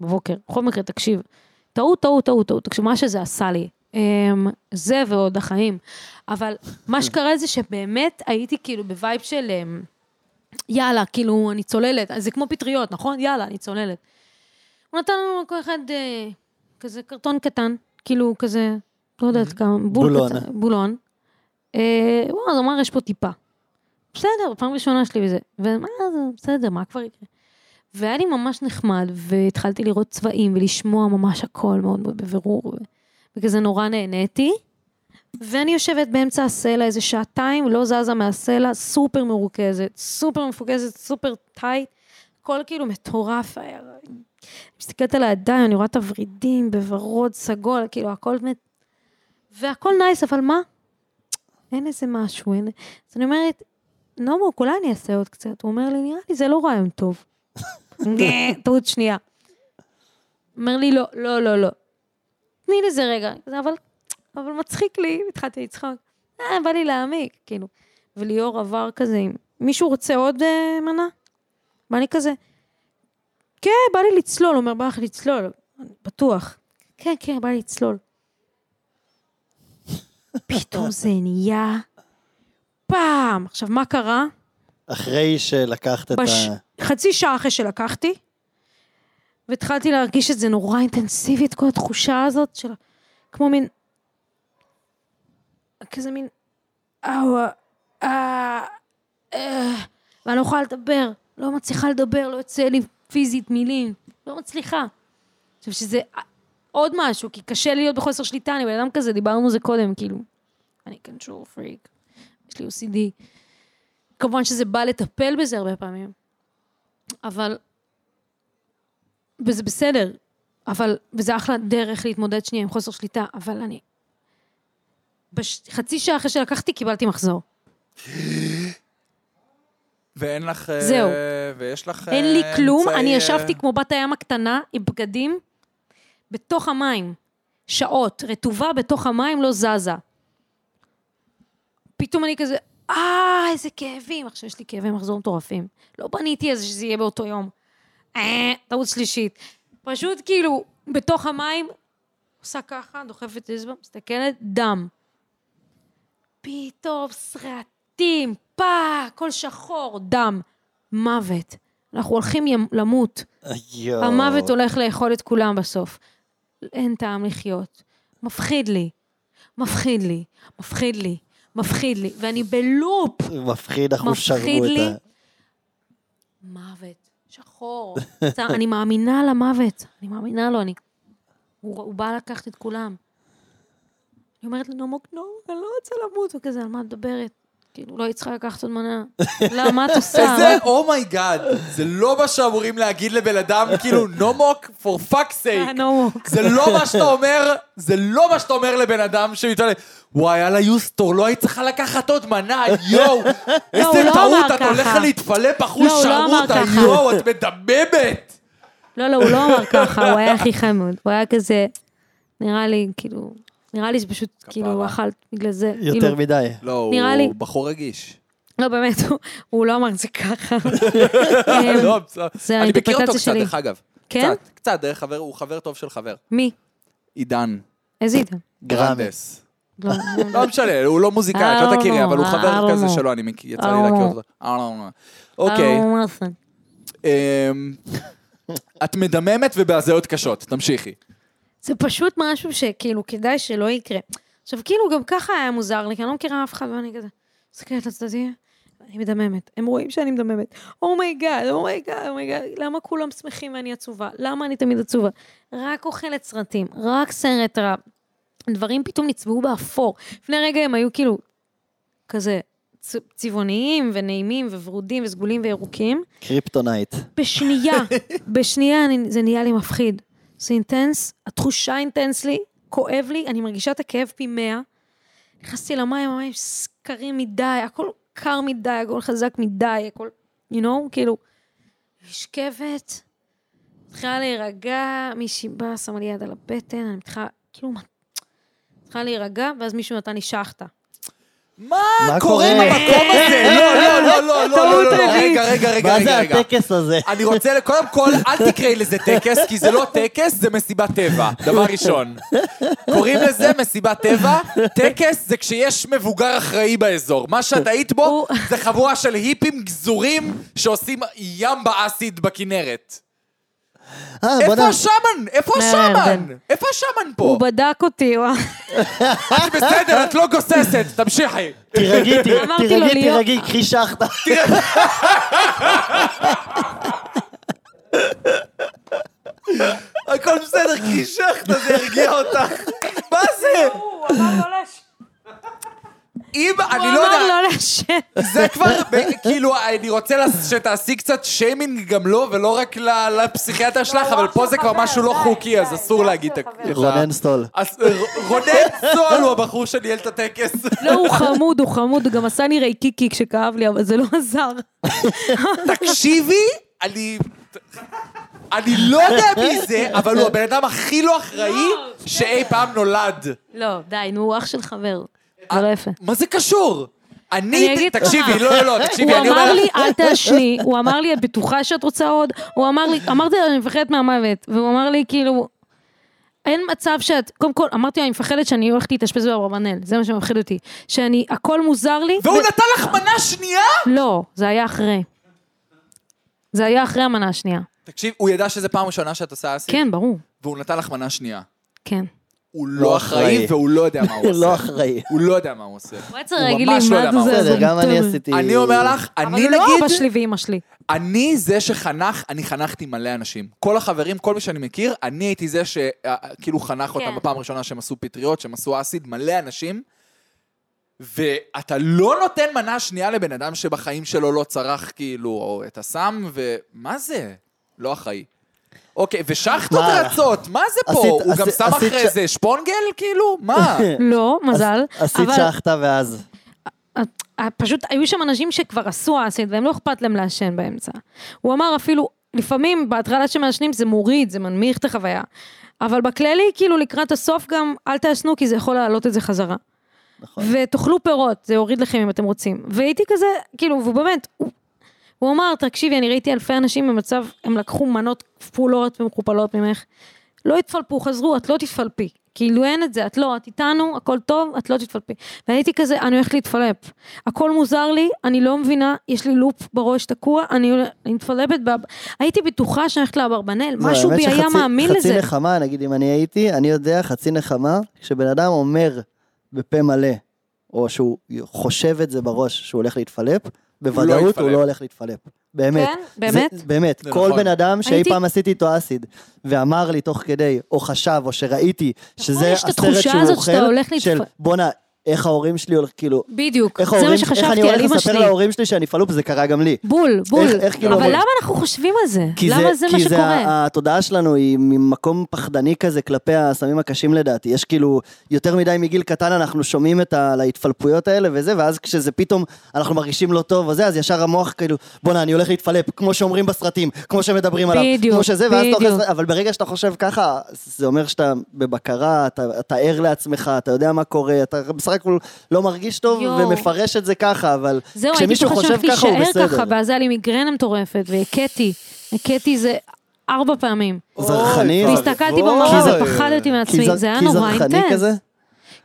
B: בבוקר. בכל מקרה, תקשיב. טעות, טעות, טעות, טעות. תקשיב, מה שזה עשה לי. אמ, זה ועוד החיים. אבל מה שקרה זה שבאמת הייתי כאילו בווייב של אמ, יאללה, כאילו, אני צוללת. אז זה כמו פטריות, נכון? יאללה, אני צוללת. הוא נתן לנו כל אחד אה, כזה קרטון קטן, כאילו כזה, לא יודעת כמה, בול
C: בולון.
B: קטן, בולון. אה, הוא אז אמר, יש פה טיפה. בסדר, פעם ראשונה שלי וזה. ומה זה, בסדר, מה כבר יקרה? והיה לי ממש נחמד, והתחלתי לראות צבעים ולשמוע ממש הכל מאוד מאוד בבירור, ו- וכזה נורא נהניתי. ואני יושבת באמצע הסלע איזה שעתיים, לא זזה מהסלע, סופר מרוכזת, סופר מפוקסת, סופר טייט, הכל כאילו מטורף היה. מסתכלת על הידיים, אני רואה את הוורידים בוורוד, סגול, כאילו הכל מת... והכל נייס, אבל מה? אין איזה משהו, אין... אז אני אומרת, נומו, אולי אני אעשה עוד קצת. הוא אומר לי, נראה לי זה לא רעיון טוב. טעות שנייה. אומר לי, לא, לא, לא, לא. תני לזה רגע. כזה, אבל, אבל מצחיק לי, התחלתי לצחוק. אה, בא לי להעמיק, כאילו. וליאור עבר כזה, עם, מישהו רוצה עוד אה, מנה? בא לי כזה, כן, בא לי לצלול, הוא אומר, בא לך לצלול, בטוח. כן, כן, בא לי לצלול. פתאום זה נהיה פעם. עכשיו, מה קרה?
C: אחרי שלקחת את ה...
B: בש... חצי שעה אחרי שלקחתי, והתחלתי להרגיש את זה נורא אינטנסיבית, כל התחושה הזאת של... כמו מין... כזה מין... אהו... אה... אה... ואני לא יכולה לדבר, לא מצליחה לדבר, לא יוצא לי פיזית מילים, לא מצליחה. עכשיו שזה אה, עוד משהו, כי קשה לי להיות בחוסר שליטה, אני בן אדם כזה, דיברנו על זה קודם, כאילו. אני קונטרול פריק, יש לי OCD. כמובן שזה בא לטפל בזה הרבה פעמים, אבל... וזה בסדר, אבל... וזה אחלה דרך להתמודד שנייה עם חוסר שליטה, אבל אני... בש... חצי שעה אחרי שלקחתי קיבלתי מחזור.
A: ואין לך... אה,
B: זהו.
A: ויש לך... אה,
B: אין לי כלום,
A: אמצעי,
B: אני
A: אה,
B: ישבתי כמו בת הים הקטנה עם בגדים בתוך המים. שעות, רטובה בתוך המים, לא זזה. פתאום אני כזה, אה, איזה כאבים. עכשיו יש לי כאבי מחזור מטורפים. לא בניתי איזה שזה יהיה באותו יום. אה, טעות שלישית. פשוט כאילו, בתוך המים, עושה ככה, דוחפת אצבע, מסתכלת, דם. פתאום סרטים, פא, הכל שחור, דם. מוות. אנחנו הולכים ימ- למות.
C: יואו.
B: המוות הולך לאכול את כולם בסוף. אין טעם לחיות. מפחיד לי. מפחיד לי. מפחיד לי. מפחיד לי. ואני בלופ.
C: מפחיד, אנחנו
B: מפחיד
C: שררו את
B: לי.
C: ה...
B: מוות, שחור. צר- אני מאמינה למוות, אני מאמינה לו, אני... הוא, הוא בא לקחת את כולם. אני אומרת לו, נמוק נורק, אני לא רוצה למות, וכזה, על מה את מדברת? כאילו, לא היית צריכה לקחת עוד מנה. לא, מה את עושה?
A: איזה אומייגאד, oh זה לא מה שאמורים להגיד לבן אדם, כאילו, no mock for fuck's
B: אה,
A: sake.
B: נמוק.
A: זה לא מה שאתה אומר, זה לא מה שאתה אומר לבן אדם שמתעלל. וואי, על היוסטור, לא היית צריכה לקחת עוד מנה, יואו.
B: הוא
A: איזה
B: *laughs* לא
A: טעות,
B: אמר
A: את
B: ככה.
A: הולכת להתפלא
B: לא,
A: בחוש
B: הוא לא אמר
A: שרוטה,
B: ככה.
A: יואו, את מדממת.
B: לא, לא, הוא לא אמר ככה, הוא היה הכי חמוד. הוא היה כזה, נראה לי, כאילו, נראה לי שפשוט, כאילו, אכלת בגלל זה.
C: יותר
B: כאילו,
C: מדי.
A: לא,
B: נראה לי.
A: הוא בחור רגיש.
B: לא, באמת, הוא- הוא לא אמר את זה ככה.
A: לא,
B: אמ,
A: בסדר.
B: זה
A: אני מכיר אותו
B: האינטרפרטציה
A: קצת,
B: שלי.
A: דרך אגב.
B: כן?
A: קצת, קצת, דרך חבר, הוא חבר טוב של חבר.
B: מי?
A: עידן
B: איזה עידן?
C: גרמי.
A: גרנדס.
B: לא,
A: לא משנה, הוא לא מוזיקאי, את לא
B: ארנו,
A: תכירי, אבל הוא חבר
B: ארנו.
A: כזה שלו, אני מכיר, יצא לי
B: ארנו.
A: להכיר אותו. ארנו. אוקיי.
B: אה, הוא מרסן.
A: אמ, את מדממת ובהזיות קשות, תמשיכי.
B: זה פשוט משהו שכאילו כדאי שלא יקרה. עכשיו, כאילו, גם ככה היה מוזר לי, כי אני לא מכירה אף אחד, ואני כזה, מסתכלת לצדדים, אני מדממת. הם רואים שאני מדממת. Oh אומייגאד, אומייגאד, אומייגאד, oh למה כולם שמחים ואני עצובה? למה אני תמיד עצובה? רק אוכלת סרטים, רק סרט רע. דברים פתאום נצבעו באפור. לפני רגע הם היו כאילו כזה צ- צבעוניים ונעימים וורודים וסגולים וירוקים.
C: קריפטונייט.
A: *laughs*
B: בשנייה, בשנייה אני, זה נהיה לי מפחיד. זה אינטנס, התחושה אינטנס לי, כואב לי, אני מרגישה את הכאב פי מאה. נכנסתי למים, המים סקרים מדי, הכל קר מדי, הכל חזק מדי, הכל, you know, כאילו, נשכבת, מתחילה להירגע, מישהי באה, שמה לי יד על הבטן, אני מתחילה, כאילו, מה- מתחילה להירגע, ואז מישהו נתן לי שחטה.
A: מה קורה
C: מה קורה?
A: במקום הזה? לא, לא, לא, לא, לא, לא,
B: טעות
A: לא,
B: עילית.
A: רגע, רגע, רגע,
C: מה זה
A: רגע, רגע.
C: הטקס הזה?
A: אני רוצה, קודם כל, אל תקראי לזה טקס, כי זה לא טקס, זה מסיבת טבע, דבר ראשון. קוראים לזה מסיבת טבע, טקס זה כשיש מבוגר אחראי באזור. מה שאת היית בו
B: הוא-
A: זה חבורה של היפים גזורים שעושים ים באסיד בכנרת.
C: אה, בוא
A: איפה
C: נ... אה,
A: השמן? איפה
B: לא,
A: השמן?
B: כן.
A: איפה השמן פה?
B: הוא בדק אותי, הוא
A: את בסדר, את לא גוססת, תמשיכי.
C: תירגעי, תירגעי,
B: אמרתי לו
C: תירגעי,
B: להיות-
C: תירגעי, קחי שחטה.
A: הכל בסדר, כי שחת, זה הרגיע אותך. מה זה?
B: הוא אמר לא לעשן.
A: אם,
B: הוא
A: אני לא
B: אמר
A: יודע,
B: לא
A: *laughs*
B: לעשן.
A: זה כבר, ב- כאילו, אני רוצה לס- שתעשי קצת שיימינג גם לו, ולא רק ל- לפסיכיאטר שלך, אבל פה זה כבר משהו לא חוקי, אז אסור להגיד את ה...
C: רונן סטול.
A: אז, אה, רונן סול הוא הבחור שניהל את הטקס.
B: לא, הוא חמוד, הוא חמוד, הוא גם עשה לי רייקיקי כשכאב לי, אבל זה לא עזר.
A: תקשיבי, אני... אני לא יודע מי זה, אבל הוא הבן אדם הכי לא אחראי שאי פעם נולד.
B: לא, די, נו, הוא אח של חבר. זה לא יפה.
A: מה זה קשור?
B: אני
A: אני,
B: אגיד לך.
A: תקשיבי, לא, לא, לא,
B: הוא
A: תקשיבי, אני
B: אמר
A: אומר
B: לי,
A: לך,
B: אל תעשני, הוא אמר לי, את בטוחה שאת רוצה עוד? הוא אמר לי, אמרתי לו, אני מפחדת מהמוות. והוא אמר לי, כאילו, אין מצב שאת, קודם כל, אמרתי לו, אני מפחדת שאני הולכת להתאשפז באברבנל, זה מה שמפחיד אותי. שאני, הכל מוזר לי.
A: והוא
B: ו-
A: נתן לך מנה שנייה?
B: לא, זה היה אחרי. זה היה אחרי המנה השנייה.
A: תקשיב, הוא ידע שזו פעם ראשונה שאת עושה אסי,
B: כן, ברור.
A: והוא נתן לך מנה שנייה.
B: כן.
A: הוא לא אחראי
C: אחראי.
A: והוא לא יודע מה הוא
C: *laughs*
A: עושה.
C: לא אחראי.
A: הוא לא יודע מה הוא עושה.
B: הוא היה צריך
A: הוא
B: להגיד לי,
A: ממש לא יודע
B: מה
A: מה
B: זה?
A: הוא
C: בסדר,
B: זה
C: גם אני
B: מטומטם."
C: עשיתי...
A: אני אומר לך,
B: אבל
A: אני
B: הוא לא אבא
A: נגיד,
B: שלי ואימא שלי.
A: אני זה שחנך, אני חנכתי מלא אנשים. כל החברים, כל מי שאני מכיר, אני הייתי זה שכאילו כאילו חנך אותם
B: כן.
A: בפעם הראשונה שהם עשו פטריות, שהם עשו אסיד, מלא אנשים. ואתה לא נותן מנה שנייה לבן אדם שבחיים שלו לא צרך כאילו או את הסם, ומה זה? לא אחראי. אוקיי, ושחטות
C: מה?
A: רצות, מה זה פה?
C: עשית-
A: הוא גם
C: עשית-
A: שם
C: עשית
A: אחרי
C: ש-
A: זה שפונגל כאילו?
C: *laughs*
A: מה?
B: לא, מזל.
C: עשית
B: אבל-
C: שחטה ואז.
B: אה, פשוט היו שם אנשים שכבר עשו אסיד והם לא אכפת להם לעשן באמצע. הוא אמר אפילו, לפעמים בהתחלה שמעשנים זה מוריד, זה מנמיך את החוויה. אבל בכללי, כאילו לקראת הסוף גם, אל תעשנו כי זה יכול להעלות את זה חזרה.
C: נכון.
B: ותאכלו פירות, זה יוריד לכם אם אתם רוצים. והייתי כזה, כאילו, והוא באמת, הוא, הוא אמר, תקשיבי, אני ראיתי אלפי אנשים במצב, הם לקחו מנות כפולות ומכופלות ממך. לא התפלפו, חזרו, את לא תתפלפי. כאילו אין את זה, את לא, את איתנו, הכל טוב, את לא תתפלפי. ואני הייתי כזה, אני הולכת להתפלפ. הכל מוזר לי, אני לא מבינה, יש לי לופ בראש תקוע, אני, אני מתפלפת, ב... הייתי בטוחה שאני הולכת לאברבנל,
C: לא,
B: משהו
C: האמת
B: בי היה
C: שחצי-
B: מאמין לזה.
C: חצי נחמה, נגיד אם אני הייתי, אני יודע חצי נחמה, כשבן אדם
A: לא
C: אומר בפה מלא, או שהוא חושב את זה בראש, שהוא הולך להתפלפ, בוודאות הוא
A: יתפלפ.
C: לא הולך להתפלפ. באמת.
B: כן? באמת?
C: זה, באמת.
A: זה
C: כל
A: נכון.
C: בן אדם שאי
B: הייתי-
C: פעם עשיתי איתו אסיד, ואמר לי תוך כדי, או חשב, או שראיתי, שזה
B: נכון, יש את
C: הסרט
B: התחושה
C: שהוא
B: הזאת
C: אוכל,
B: שאתה הולך להתפ-
C: של בואנה, איך ההורים שלי הולכים, כאילו,
B: בדיוק,
C: איך
B: זה מה
C: ההורים, איך אני
B: שחשבתי על
C: הולך
B: אימא
C: לספר
B: שלי.
C: להורים שלי שאני פלופ, זה קרה גם לי.
B: בול, בול.
C: איך- איך כאילו
B: אבל
C: אומרים?
B: למה אנחנו חושבים על זה?
C: כי
B: למה זה מה
C: כי ה-
B: שקורה?
C: התודעה שלנו היא ממקום פחדני כזה כלפי הסמים הקשים לדעתי. יש כאילו, יותר מדי מגיל קטן אנחנו שומעים את ה- על ההתפלפויות האלה וזה, ואז כשזה פתאום, אנחנו מרגישים לא טוב וזה, אז ישר המוח כאילו, בואנה, אני הולך להתפלפ, כמו שאומרים בסרטים, כמו שמדברים עליו.
B: בדיוק,
C: כמו שזה, ואז תוך
B: בדיוק.
C: עשרה- אבל ברגע שאתה חושב ככה, זה אומר שאתה בבקרה, אתה, אתה ער לעצמך, אתה יודע מה קורה, אתה בסך הכל לא מרגיש טוב
B: יואו.
C: ומפרש את זה ככה, אבל
B: זהו, הייתי
C: כשמישהו
B: בטוחה
C: חושב
B: שהולכתי
C: ככה הוא
B: להישאר
C: בסדר.
B: ככה, ואז היה לי מיגרנה מטורפת, והכיתי, הכיתי זה ארבע פעמים.
C: זרחני,
A: אוי, ואבוי.
B: והסתכלתי
A: כי
B: במראה
A: זה-
B: ופחדתי
C: כי
B: מעצמי,
C: זר-
B: זה היה
C: כי
B: נורא
C: זרחני
B: אינטנס.
C: כזה?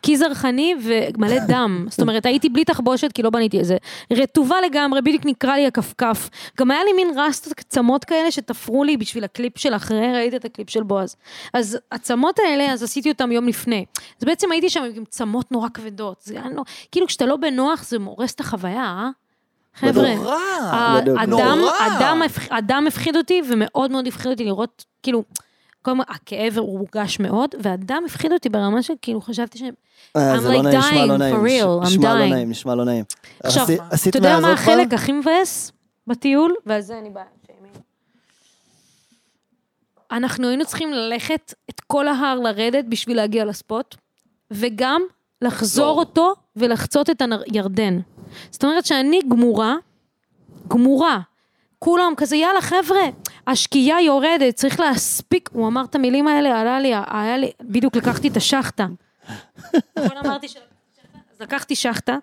B: כי זרחני ומלא דם. זאת אומרת, הייתי בלי תחבושת כי לא בניתי את זה. רטובה לגמרי, בדיוק נקרע לי הכפכף. גם היה לי מין רסטות עצמות כאלה שתפרו לי בשביל הקליפ של אחרי, ראיתי את הקליפ של בועז. אז עצמות האלה, אז עשיתי אותם יום לפני. אז בעצם הייתי שם עם עצמות נורא כבדות. זה היה נורא, כאילו כשאתה לא בנוח זה הורס את החוויה, אה? חבר'ה. אה,
A: נורא.
B: ה-
C: בדיוק.
B: הדם,
A: נורא.
B: הדם, הפח- הדם הפחיד אותי, ומאוד מאוד הפחיד אותי לראות, כאילו, קודם כל, הכאב הורגש מאוד, והדם הפחיד אותי ברמה של, כאילו, חשבתי שהם...
C: אה, זה
B: I'm
C: לא
B: like
C: נעים, נשמע לא
B: dying,
C: נעים.
B: for real, I'm
C: נשמע לא
B: dying.
C: נעים, נשמע לא נעי.
B: עכשיו,
C: עשי- עשית
B: אתה יודע מה
C: מהזאת
B: החלק
C: פעם?
B: הכי מבאס בטיול? ועל זה אני באה. שיימינג. אנחנו היינו צריכים ללכת את כל ההר לרדת בשביל להגיע לספוט, וגם לחזור אותו ולחצות את הירדן. זאת אומרת שאני גמורה, גמורה. כולם כזה, יאללה חבר'ה, השקיעה יורדת, צריך להספיק. הוא אמר את המילים האלה, עלה לי, היה לי, בדיוק לקחתי את השחטה. נכון אמרתי שלקחתי שחטה? אז לקחתי שחטה,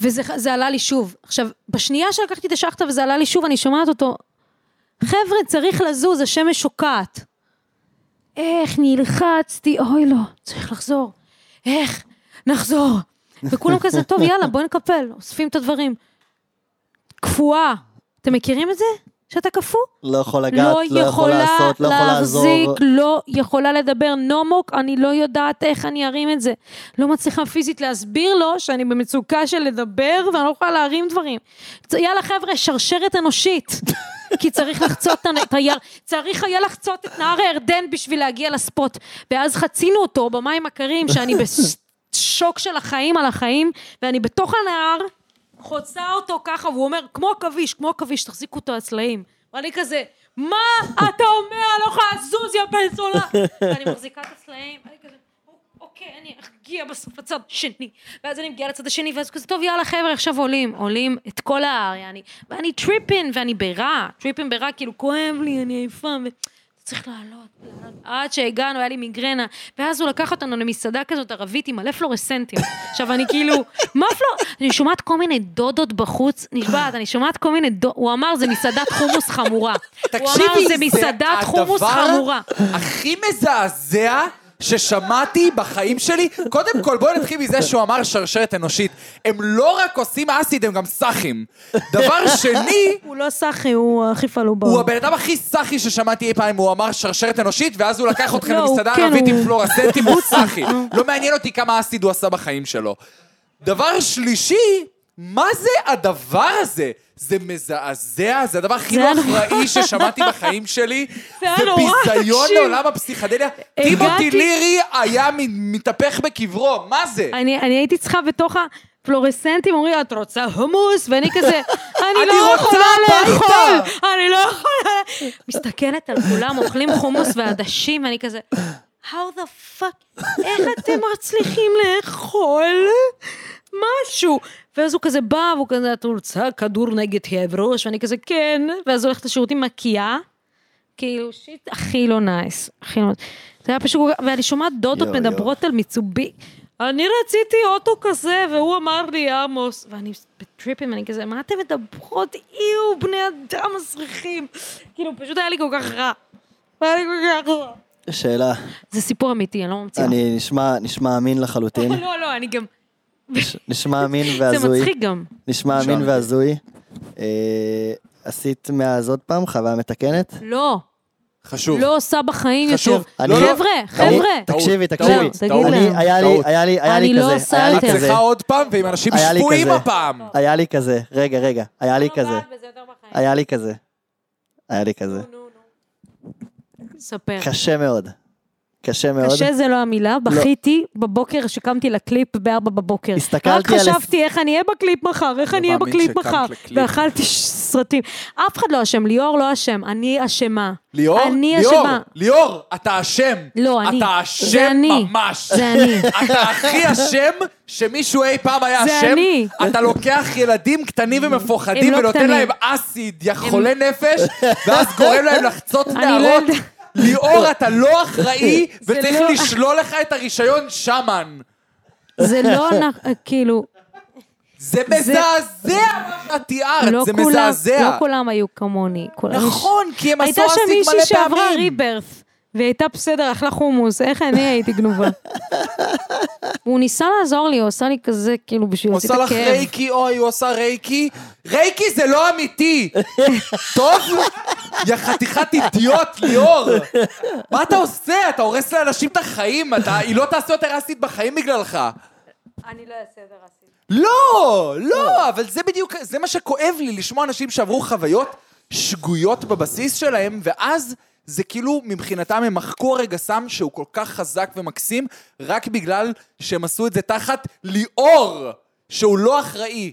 B: וזה זה עלה לי שוב. עכשיו, בשנייה שלקחתי את השחטה וזה עלה לי שוב, אני שומעת אותו, חבר'ה, צריך לזוז, השמש שוקעת. איך נלחצתי, אוי לא, צריך לחזור. איך? נחזור. וכולם כזה, טוב, יאללה, בואי נקפל, אוספים את הדברים. קפואה. אתם מכירים את זה? שאתה קפוא?
C: לא יכול לגעת,
B: לא
C: לא יכול
B: יכולה
C: לעשות, לא יכול
B: להחזיק,
C: לעזור.
B: לא יכולה לדבר נומוק, אני לא יודעת איך אני ארים את זה. לא מצליחה פיזית להסביר לו שאני במצוקה של לדבר ואני לא יכולה להרים דברים. צ- יאללה חבר'ה, שרשרת אנושית. *laughs* כי צריך לחצות את הנ- את היר... צריך היה לחצות את נהר הירדן בשביל להגיע לספוט. ואז חצינו אותו במים הקרים, שאני בשוק של החיים על החיים, ואני בתוך הנהר, חוצה אותו ככה, והוא אומר, כמו עכביש, כמו עכביש, תחזיקו אותו הצלעים. ואני כזה, מה אתה אומר? אני לא יכולה לזוז, יא בן זולה. ואני מחזיקה את הצלעים, אני כזה, אוקיי, אני אגיע בסוף לצד השני. ואז אני מגיעה לצד השני, ואז כזה, טוב, יאללה, חבר'ה, עכשיו עולים. עולים את כל ההר, יעני. ואני טריפין, ואני ברע. טריפין ברע, כאילו, כואב לי, אני עייפה. ו... צריך לעלות, לעלות. עד שהגענו, היה לי מיגרנה, ואז הוא לקח אותנו למסעדה כזאת ערבית עם מלא פלורסנטים. עכשיו, אני כאילו, מה פלור... אני שומעת כל מיני דודות בחוץ, נשבעת, אני שומעת כל מיני דודות, הוא אמר, זה מסעדת חומוס חמורה. הוא אמר, זה מסעדת חומוס חמורה.
A: הכי מזעזע ששמעתי בחיים שלי. קודם כל, בואו נתחיל מזה שהוא אמר שרשרת אנושית. הם לא רק עושים אסיד, הם גם סאחים. דבר שני,
B: הוא לא סאחי, הוא הכי פעלו
A: הוא
B: בעולם.
A: הבן אדם הכי סאחי ששמעתי אי פעם, הוא אמר שרשרת אנושית, ואז הוא לקח אתכם
B: לא, הוא-
A: למסעדה
B: כן,
A: ערבית
B: הוא-
A: עם פלורסנטים, הוא סאחי. לא מעניין אותי כמה אסיד הוא עשה בחיים שלו. דבר שלישי, מה זה הדבר הזה? זה מזעזע, זה הדבר הכי
B: זה
A: לא
B: היה נורא.
A: אחראי ששמעתי בחיים שלי.
B: *laughs* זה היה נורא,
A: ביזיון
B: תקשיב.
A: לעולם הפסיכדליה.
B: הגעתי-
A: טימותי לירי היה מ- מתהפך בקברו, מה זה?
B: אני אני הייתי צריכה בתוך הפלורסנטים, אומרים, את רוצה חומוס? ואני כזה, אני
A: אני
B: לא
A: רוצה
B: יכולה
A: הביתה."
B: לאכול, אני לא יכולה... מסתכלת על כולם, אוכלים חומוס ועדשים, ואני כזה, How the fuck, איך אתם מצליחים לאכול משהו? ואז הוא כזה בא, והוא כזה, את רוצה כדור נגד כאב ראש? ואני כזה, כן. ואז הוא הולך לשירותים מקיאה. כאילו, שיט הכי לא נייס. הכי לא... זה היה פשוט... כל כך- ואני שומעת דודות
C: יואו,
B: מדברות על מיצובי. אני רציתי אוטו כזה, והוא אמר לי, עמוס. ואני בטריפים, אני כזה, מה אתם מדברות? איו, בני אדם מסריחים. כאילו, פשוט היה לי כל כך רע. היה לי כל כך רע.
C: שאלה,
B: זה סיפור אמיתי, אני לא ממציאה.
C: אני נשמע- נשמע אמין
B: *laughs*
C: לחלוטין.
B: לא, לא, אני גם...
C: נש- נשמע אמין
B: זה
C: והזוי.
B: מצחיק גם.
C: נשמע אמין
A: נשמע.
C: והזוי. אה, עשית מאז עוד פעם חוויה מתקנת?
B: לא.
A: חשוב.
B: לא עושה בחיים יותר.
A: חשוב.
C: אני- לא-
B: חבר'ה,
C: אני-
B: חבר'ה.
A: טעות,
C: תקשיבי,
A: טעות,
C: תקשיבי.
A: טעות,
B: תגיד
A: טעות.
B: להם.
C: אני, היה לי,
A: טעות.
C: היה לי, היה
B: אני
C: לי
B: לא
C: כזה,
B: עושה
C: היה לי
A: את
B: יותר.
C: כזה,
A: צריכה עוד פעם, ועם אנשים
C: היה לי
A: שפויים
C: כזה.
A: הפעם.
C: היה לי כזה, רגע, רגע, היה לי
B: לא
C: כזה, היה לי כזה, היה לי כזה.
B: ספר.
C: קשה מאוד. קשה מאוד.
B: קשה זה לא המילה, בכיתי בבוקר שקמתי לקליפ ב-4 בבוקר. רק
C: הסתכלתי על-
B: חשבתי איך אני אהיה בקליפ מחר, איך
A: לא
B: אני אהיה
A: מאמין
B: בקליפ
A: שקמת
B: מחר.
A: לקליפ.
B: ואכלתי ש- סרטים. אף אחד לא אשם, ליאור לא אשם, אני אשמה.
A: ליאור,
B: אני
A: ליאור,
B: אשמה.
A: ליאור, אתה אשם.
B: לא, אני.
A: אתה
B: זה
A: אשם
B: אני.
A: ממש.
B: זה אני.
A: אתה הכי אשם שמישהו אי פעם היה
B: זה
A: אשם.
B: אני.
A: אתה לוקח ילדים קטנים
B: הם
A: ומפוחדים
B: לא
A: ונותן
B: קטנים.
A: להם אסיד, יא חולי נפש, ואז גורם להם לחצות
B: אני לא
A: נהרות.
B: יודע.
A: ליאור, אתה לא אחראי,
B: זה
A: וצריך
B: לא-
A: לשלול לך את הרישיון שמן.
B: זה
A: *laughs*
B: לא, אנחנו- כאילו,
A: זה מזעזע מה שאת
B: לא
A: תיארת, זה
B: כולם, לא
A: מזעזע.
B: כולם היו כמוני. כולם-
A: נכון, כי הם
B: הייתה
A: עשו
B: שם
A: אסיד
B: מישהי
A: מלא
B: שעברה
A: פעמים.
B: ריברף, והיא הייתה בסדר, אכלה חומוס, איך אני הייתי
A: *laughs*
B: גנובה. הוא ניסה לעזור לי, הוא עשה לי כזה, כאילו, בשביל
A: הוא
B: להוציא
A: עושה
B: את
A: לך
B: הכאב.
A: רייקי, אוי, הוא עושה רייקי. רייקי זה לא אמיתי. טוב? יא חתיכת אידיוט, ליאור. מה אתה עושה? אתה הורס לאנשים את החיים. אתה- היא לא תעשה יותר אסית בחיים בגללך.
B: אני לא אעשה את זה רעשי.
A: לא, לא, אבל זה בדיוק, זה מה שכואב לי, לשמוע אנשים שעברו חוויות שגויות בבסיס שלהם, ואז זה כאילו, מבחינתם הם מחקו הרגע סם שהוא כל כך חזק ומקסים, רק בגלל שהם עשו את זה תחת ליאור, שהוא לא אחראי.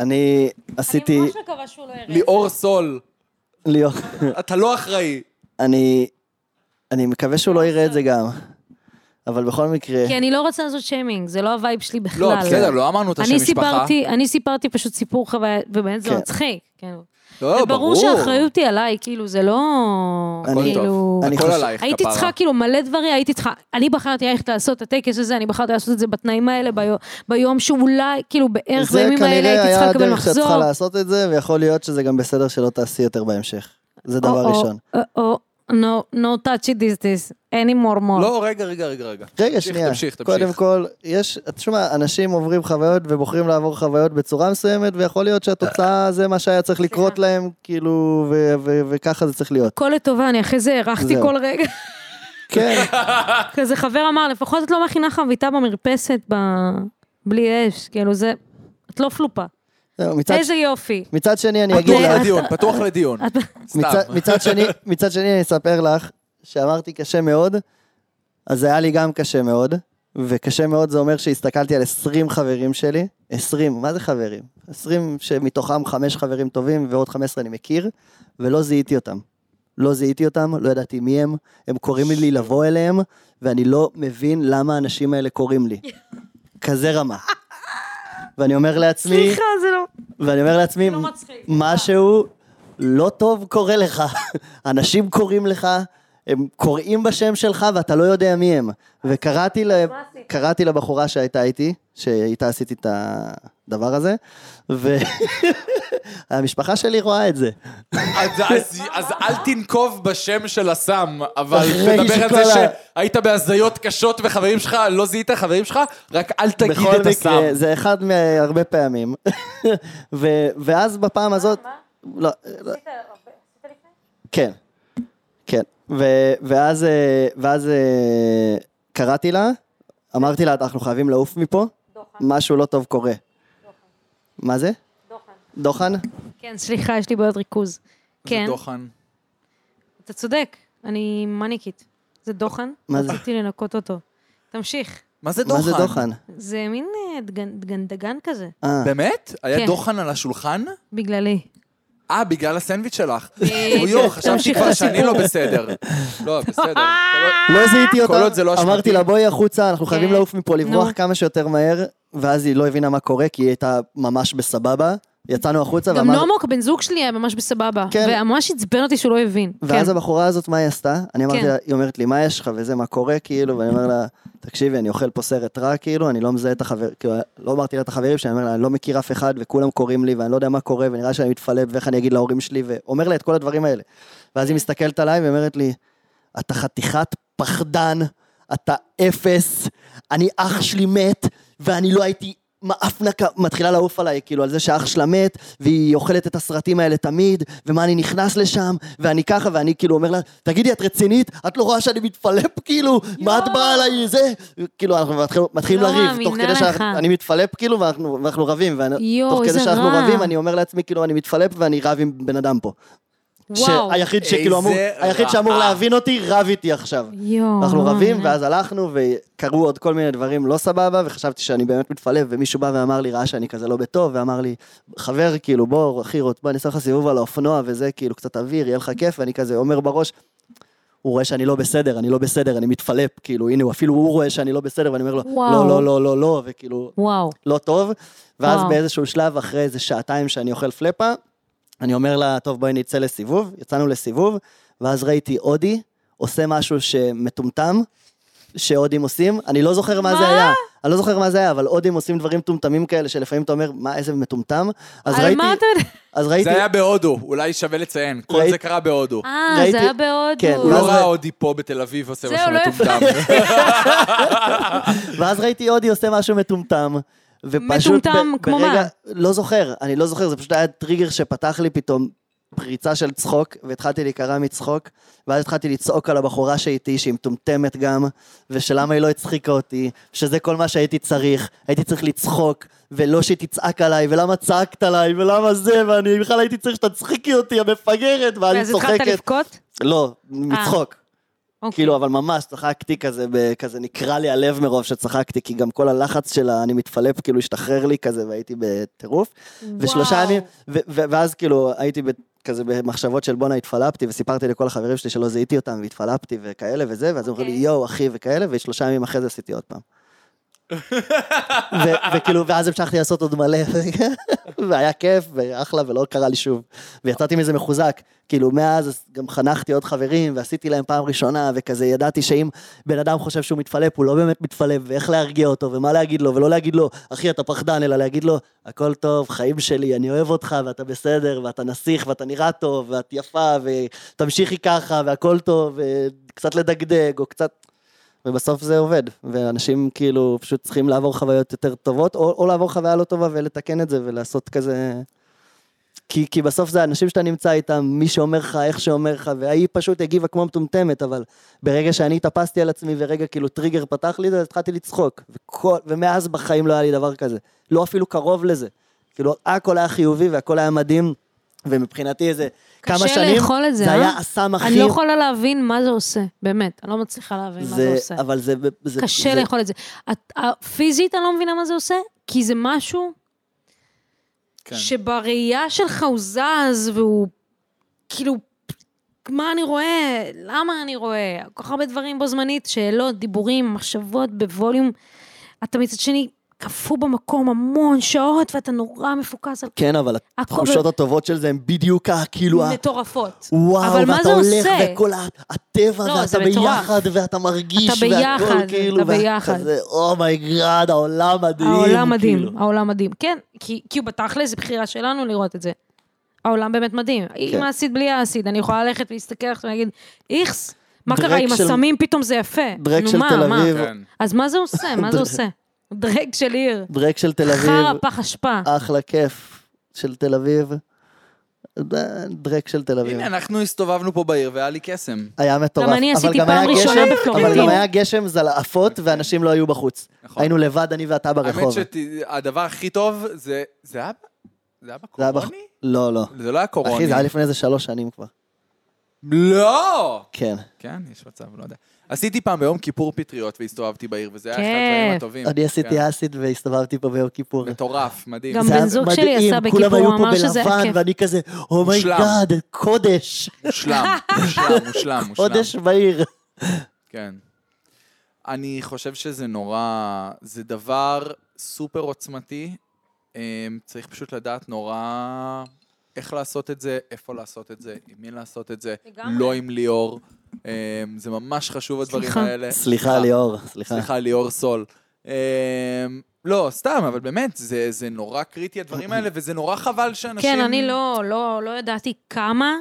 C: אני עשיתי,
B: מקווה שהוא לא ירד.
A: ליאור סול,
C: ליאור,
A: אתה לא אחראי.
C: אני, אני מקווה שהוא לא יראה את זה גם, אבל בכל מקרה,
B: כי אני לא רוצה לעשות שיימינג, זה לא הווייב שלי בכלל.
A: לא, בסדר, לא אמרנו את השם
B: אני
A: משפחה.
B: סיפרתי, אני סיפרתי פשוט סיפור חוויה, ובאמת זה
C: כן.
B: מצחיק. כן.
A: לא,
B: זה ברור שהאחריות היא עליי, כאילו, זה לא...
A: הכל
B: כאילו...
A: טוב,
C: אני
A: הכל
C: חושב-
A: עלייך,
B: הייתי
A: כפרה.
B: צריכה כאילו מלא דברים, הייתי צריכה, אני בחרתי ללכת לעשות את הטקס הזה, אני בחרתי לעשות את זה בתנאים האלה, ביו, ביום שאולי, כאילו בערך
C: זה
B: בימים האלה
C: כנראה
B: הייתי
C: היה
B: צריכה לקבל
C: הדרך שאת
B: מחזור.
C: צריכה לעשות את זה, ויכול להיות שזה גם בסדר שלא תעשי יותר בהמשך. זה דבר
B: או, או,
C: ראשון.
B: או, או, no, no touch it this this, any more more.
A: לא, רגע, רגע, רגע, רגע.
C: רגע,
A: תמשיך,
C: שנייה.
A: תמשיך, תמשיך.
C: קודם כל, יש, תשמע, אנשים עוברים חוויות ובוחרים לעבור חוויות בצורה מסוימת, ויכול להיות שהתוצאה זה מה שהיה צריך לקרות להם, כאילו, ו- ו- וככה זה צריך להיות.
B: הכל לטובה, אני אחרי זה הארכתי
C: זהו.
B: כל רגע. *laughs*
C: כן,
B: כזה חבר אמר, לפחות את לא מכינה חביתה במרפסת ב... בלי אש, כאילו זה, את לא פלופה.
C: זהו, מצד ש-
B: איזה אוקיי, יופי.
C: מצד שני אני אגיד
A: פתוח
C: לך,
A: לדיון, פתוח לדיון. סתם.
C: מצד- מצד שני- מצד שני אני אספר לך, שאמרתי קשה מאוד, אז היה לי גם קשה מאוד, וקשה מאוד זה אומר שהסתכלתי על 20 חברים שלי, 20, מה זה חברים? 20 שמתוכם 5 חברים טובים ועוד 15 אני מכיר, ולא זיהיתי אותם. לא זיהיתי אותם, לא ידעתי מי הם, הם קוראים לי לבוא אליהם, ואני לא מבין למה האנשים האלה קוראים לי. כזה רמה. ואני אומר לעצמי,
B: סליחה, זה לא...
C: ואני אומר לעצמי,
B: לא מצחיק.
C: משהו לא טוב קורה לך. אנשים קוראים לך, הם קוראים בשם שלך ואתה לא יודע מי הם. וקראתי ל...
B: עשית?
C: קראתי לבחורה שהייתה איתי, שאיתה עשיתי את הדבר הזה, *laughs* והמשפחה שלי רואה את זה.
A: *laughs* אז, אז, אז אל תנקוב בשם של הסם, אבל
C: אחרי
A: תדבר על
C: שכל
A: זה
C: ה-
A: שהיית בהזיות קשות וחברים שלך, לא זיהית חברים שלך, רק אל תגיד
C: בכל
A: את הסם.
C: מקרה, זה אחד מהרבה פעמים. *laughs* ו... ואז בפעם הזאת... לא, לא, כן, כן. ו- ואז, אה, ואז אה, קראתי לה, אמרתי לה, אנחנו חייבים לעוף מפה, משהו לא טוב קורה. מה זה? דוחן?
B: כן, סליחה, יש לי בעיות ריכוז. כן,
A: דוחן.
B: אתה צודק, אני מניקית. זה דוחן,
C: מה זה?
B: רציתי לנקות אותו. תמשיך.
A: מה זה דוחן?
C: מה זה דוחן?
B: זה מין אה, דגן- דגן- דגן כזה,
C: אה,
A: באמת? היה
B: כן.
A: דוחן על השולחן?
B: בגללי. אה,
A: אה, בגלל הסנדוויץ' שלך.
B: *laughs* בדיוק.
A: אויו, חשבתי
B: תמשיך את
A: כבר
B: הסיפור.
A: שאני לא בסדר. לא, בסדר.
B: *laughs*
A: אתה
C: לא זיהיתי
A: כל עוד זה לא
C: אותה,
A: אשמתי.
C: אמרתי לה בואי החוצה, אנחנו חייבים
B: כן.
C: לעוף מפה, לברוח
B: נו.
C: כמה שיותר מהר, ואז היא לא הבינה מה קורה, כי היא הייתה ממש בסבבה, יצאנו החוצה,
B: גם
C: ואמר-
B: נומוק, בן זוג שלי, היה ממש בסבבה.
C: כן.
B: וממש עצבן אותי שהוא לא הבין.
C: ואז
B: כן.
C: הבחורה הזאת, מה היא עשתה? אני אמרתי
B: כן.
C: לה, היא אומרת לי, מה יש לך וזה, מה קורה, כאילו, ואני אומר לה, תקשיבי, אני אוכל פה סרט רע, כאילו, אני לא מזהה את החבר, כאילו, לא אמרתי לה את החברים שלי, אני אומר לה, אני לא מכיר אף אחד, וכולם קוראים לי, ואני לא יודע מה קורה, ונראה שאני מתפלא, ואיך אני אגיד להורים שלי, ואומר לה את כל הדברים האלה. ואז היא מסתכלת עליי ואומרת לי, אתה חתיכת פחדן, אתה אפס, אני אח שלי מת, ואני לא הייתי מאפנקה מתחילה לעוף עליי, כאילו, על זה שאח שלה מת, והיא אוכלת את הסרטים האלה תמיד, ומה, אני נכנס לשם, ואני ככה, ואני כאילו אומר לה, תגידי, את רצינית? את לא רואה שאני מתפלפ, כאילו? מה את באה עליי, זה? כאילו, אנחנו מתחיל- מתחילים
B: לא
C: לריב, תוך
B: מאמינה
C: כדי
B: לך.
C: שאני מתפלפ, כאילו, ואנחנו ואנחנו רבים,
B: יואו,
C: ותוך כדי
B: איזה
C: שאנחנו
B: רע.
C: רבים, אני אומר לעצמי, כאילו, אני מתפלפ ואני רב עם בן אדם פה.
B: וואו.
C: שהיחיד שכאילו אמור,
A: איזה
C: היחיד
A: רעה.
C: שאמור להבין אותי, רב איתי עכשיו.
B: יואו.
C: אנחנו
B: לא
C: רבים,
B: מאמינה.
C: ואז הלכנו, וקרו עוד כל מיני דברים לא סבבה, וחשבתי שאני באמת מתפלא, ומישהו בא ואמר לי, ראה שאני כזה לא בטוב, ואמר לי, חבר, כאילו, בוא, אחי, רוט, בוא, אני אעשה לך סיבוב על האופנוע, וזה, כאילו, קצת אוויר, יהיה לך כיף, ואני כזה אומר בראש, הוא רואה שאני לא בסדר, אני לא בסדר, אני מתפלפ, כאילו, הנה, הוא- אפילו הוא רואה שאני לא בסדר, ואני אומר לו,
B: וואו.
C: לא, לא, לא, לא, לא, וכאילו,
B: וואו.
C: לא טוב, ואז
B: וואו.
C: באיזשהו שלב, אחרי איזה שעתיים שאני אוכל פלפה, אני אומר לה, טוב, בואי נצא לסיבוב, יצאנו לסיבוב, ואז ראיתי הודי עושה משהו שמטומטם, שהודים עושים, אני לא זוכר מה, זה
B: מה?
C: היה, אני לא זוכר מה זה היה, אבל הודים עושים דברים מטומטמים כאלה, שלפעמים אתה אומר, מה, איזה מטומטם, אז
B: על
C: ראיתי,
B: מה אתה יודע?
C: אז ראיתי,
A: זה היה בהודו, אולי שווה לציין. כל
C: ראיתי-
A: זה קרה בהודו.
B: אה,
C: ראיתי-
B: זה היה בהודו.
C: כן,
A: הוא לא
C: ואז
A: ראה
C: ר-
A: הודי פה בתל אביב עושה
B: זהו,
A: משהו
B: לא
A: מטומטם.
B: *laughs*
C: ואז ראיתי הודי עושה משהו מטומטם. ופשוט
B: מטומטם כמו
C: ברגע,
B: מה?
C: לא זוכר, אני לא זוכר, זה פשוט היה טריגר שפתח לי פתאום פריצה של צחוק, והתחלתי להיקרע מצחוק, ואז התחלתי לצעוק על הבחורה שאיתי, שהיא מטומטמת גם, ושלמה היא לא הצחיקה אותי, שזה כל מה שהייתי צריך, הייתי צריך לצחוק, ולא שהיא תצעק עליי, ולמה צעקת עליי, ולמה זה, ואני בכלל הייתי צריך שתצחיקי אותי, המפגרת, ואני
B: ואז התחלת אה.
C: צוחקת.
B: לבכות?
C: לא, מצחוק.
B: אוקיי.
C: כאילו, אבל ממש, צחקתי כזה, ב- כזה נקרע לי הלב מרוב שצחקתי, כי גם כל הלחץ של ה- אני מתפלפ, כאילו, השתחרר לי כזה, והייתי בטירוף. ושלושה
B: וואו.
C: ימים, ו- ו- ואז כאילו, הייתי ב- כזה במחשבות של בואנה, התפלפתי, וסיפרתי לכל החברים שלי שלא זיהיתי אותם, והתפלפתי וכאלה וזה, ואז הם אמרו לי,
B: אוקיי.
C: יואו, אחי, וכאלה, ושלושה ימים אחרי זה עשיתי עוד פעם. ו- וכאילו, ואז המשכתי לעשות עוד מלא, *laughs* והיה כיף, ואחלה, ולא קרה לי שוב. ויצאתי מזה מחוזק. כאילו, מאז אז גם חנכתי עוד חברים, ועשיתי להם פעם ראשונה, וכזה ידעתי שאם בן אדם חושב שהוא מתפלפ, הוא לא באמת מתפלפ, ואיך להרגיע אותו, ומה להגיד לו, ולא להגיד לו, אחי, אתה פחדן, אלא להגיד לו, הכל טוב, חיים שלי, אני אוהב אותך, ואתה בסדר, ואתה נסיך, ואתה נראה טוב, ואת יפה, ותמשיכי ככה, והכל טוב, וקצת לדגדג, או קצת... ובסוף זה עובד, ואנשים כאילו פשוט צריכים לעבור חוויות יותר טובות, או, או לעבור חוויה לא טובה ולתקן את זה ולעשות כזה... כי, כי בסוף זה האנשים שאתה נמצא איתם, מי שאומר לך, איך שאומר לך, והיא פשוט הגיבה כמו מטומטמת, אבל ברגע שאני התאפסתי על עצמי ורגע כאילו טריגר פתח לי, את זה, אז התחלתי לצחוק. וכל, ומאז בחיים לא היה לי דבר כזה. לא אפילו קרוב לזה. כאילו, הכל היה חיובי והכל היה מדהים, ומבחינתי איזה כמה שנים,
B: קשה לאכול את זה,
C: זה
B: אה?
C: היה הסם הכי...
B: אני לא יכולה להבין מה זה עושה, באמת. אני לא מצליחה להבין מה זה עושה.
C: אבל זה... זה
B: קשה
C: זה,
B: לאכול את זה. את- ה- פיזית אני לא מבינה מה זה עושה, כי זה משהו
A: כן.
B: שבראייה שלך הוא זז, והוא כאילו, מה אני רואה, למה אני רואה, כל כך הרבה דברים בו זמנית, שאלות, דיבורים, מחשבות בווליום. אתה מצד שני קפוא במקום המון שעות, ואתה נורא מפוקס על
C: כן, אבל התחושות הטובות של זה הן בדיוק ה- כאילו ה...
B: מטורפות.
C: וואו,
B: אבל מה
C: ואתה
B: זה
C: הולך,
B: עושה?
C: וכל ה- הטבע,
B: לא,
C: ואתה
B: זה מטורף.
C: ביחד, ואתה מרגיש,
B: אתה ביחד,
C: והכל
B: אתה
C: כאילו,
B: ביחד.
C: כזה, אומייגאד, העולם מדהים.
B: העולם מדהים,
C: כאילו.
B: העולם מדהים. כן, כי, כי הוא בתכל'ס, זו בחירה שלנו לראות את זה. העולם באמת מדהים.
C: כן.
B: עם האסיד בלי האסיד, אני יכולה ללכת ולהסתכל עליך ולהגיד, איכס, מה
C: דרק
B: קרה עם
C: של-
B: הסמים, פתאום זה יפה.
C: דרק
B: נו,
C: של
B: מה,
C: תל
B: מה?
C: אביב.
A: כן.
B: אז מה זה עושה? מה זה
C: דרק-
B: עושה? דרק של עיר.
C: דרק של תל
B: חרא,
C: אביב,
B: פח אשפה.
C: אחלה כיף של תל אביב. דרק של תל אביב.
A: הנה, אנחנו הסתובבנו פה בעיר והיה לי קסם.
C: היה מטורף.
B: גם אני
C: אבל
B: עשיתי
C: גם
B: פעם
C: היה
B: ראשונה
C: גשם- אבל גם
B: בפלורנטין.
C: היה גשם זלעפות, ואנשים לא היו בחוץ.
A: נכון.
C: היינו לבד, אני ואתה
A: האמת
C: ברחוב.
A: שהדבר הכי טוב זה... זה היה... זה היה
C: זה היה בח-
A: בקורוני?
C: לא, לא.
A: זה לא היה קורוני.
C: אחי, זה היה לפני איזה שלוש שנים כבר.
A: לא!
C: כן.
A: כן, יש מצב, לא יודע. עשיתי פעם ביום כיפור פטריות והסתובבתי בעיר, וזה היה אחד הדברים
B: כיף.
A: הטובים.
C: אני עשיתי
A: כן.
C: אסיד והסתובבתי פה ביום כיפור.
A: מטורף, מדהים.
B: גם
C: זה היה
B: בן זוג שלי
C: מדהים,
B: עשה בכיפור,
C: כולם היו
B: הוא
C: פה
B: אמר שזה היה
C: בלבן,
B: כיף.
C: ואני כזה, "Oh אומייגאד, קודש,
A: מושלם,
C: *laughs*
A: מושלם, מושלם, מושלם.
C: קודש בעיר.
A: כן. אני חושב שזה נורא... זה דבר סופר עוצמתי. אמ, צריך פשוט לדעת נורא איך לעשות את זה, איפה לעשות את זה, עם מי לעשות את זה,
B: לגמרי.
A: לא עם ליאור. אמ, זה ממש חשוב הדברים
B: סליחה.
A: האלה.
C: סליחה, ליאור, סליחה.
A: סליחה, ליאור סול. אמ, לא, סתם, אבל באמת, זה, זה נורא קריטי הדברים האלה,
B: לא
A: וזה נורא חבל שאנשים...
B: כן, אני לא, לא, לא ידעתי כמה.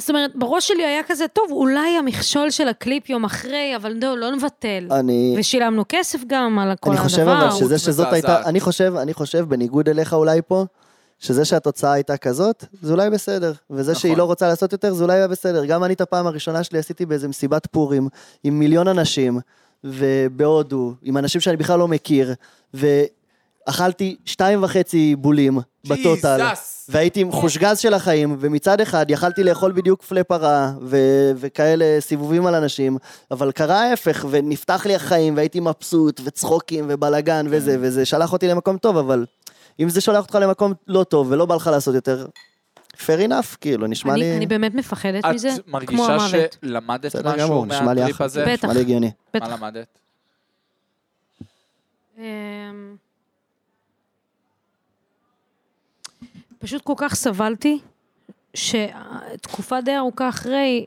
B: זאת אומרת, בראש שלי היה כזה, טוב, אולי המכשול של הקליפ יום אחרי, אבל לא, לא נבטל.
C: אני...
B: ושילמנו כסף גם על כל
C: אני
B: הדבר.
C: חושב אבל
A: הוא
C: שזה שזאת
A: מזעזעת.
C: הייתה, אני חושב, אני חושב, בניגוד אליך אולי פה, שזה שהתוצאה הייתה כזאת, זה אולי בסדר. וזה
A: נכון.
C: שהיא לא רוצה לעשות יותר, זה אולי היה בסדר. גם אני את הפעם הראשונה שלי עשיתי באיזה מסיבת פורים, עם מיליון אנשים, ובהודו, עם אנשים שאני בכלל לא מכיר, ואכלתי שתיים וחצי בולים בטוטל.
A: ג'יזוס.
C: והייתי עם חושגז של החיים, ומצד אחד יכלתי לאכול בדיוק פלי פרה, ו- וכאלה סיבובים על אנשים, אבל קרה ההפך, ונפתח לי החיים, והייתי מבסוט, וצחוקים, ובלאגן,
A: כן.
C: וזה, וזה שלח אותי למקום טוב, אבל אם זה שולח אותך למקום לא טוב, ולא בא לך לעשות יותר, fair enough, כאילו, נשמע
B: אני,
C: לי...
B: אני באמת מפחדת מזה,
A: את
B: כמו
A: מרגישה
B: המוות.
A: שלמדת
C: בסדר
A: משהו
C: גמור, נשמע לי
A: מהקליפ
C: אחלה.
A: הזה?
B: בטח.
C: נשמע לי הגיוני.
A: מה
B: בטח.
A: למדת?
B: אמ, פשוט כל כך סבלתי, שתקופה די ארוכה אחרי,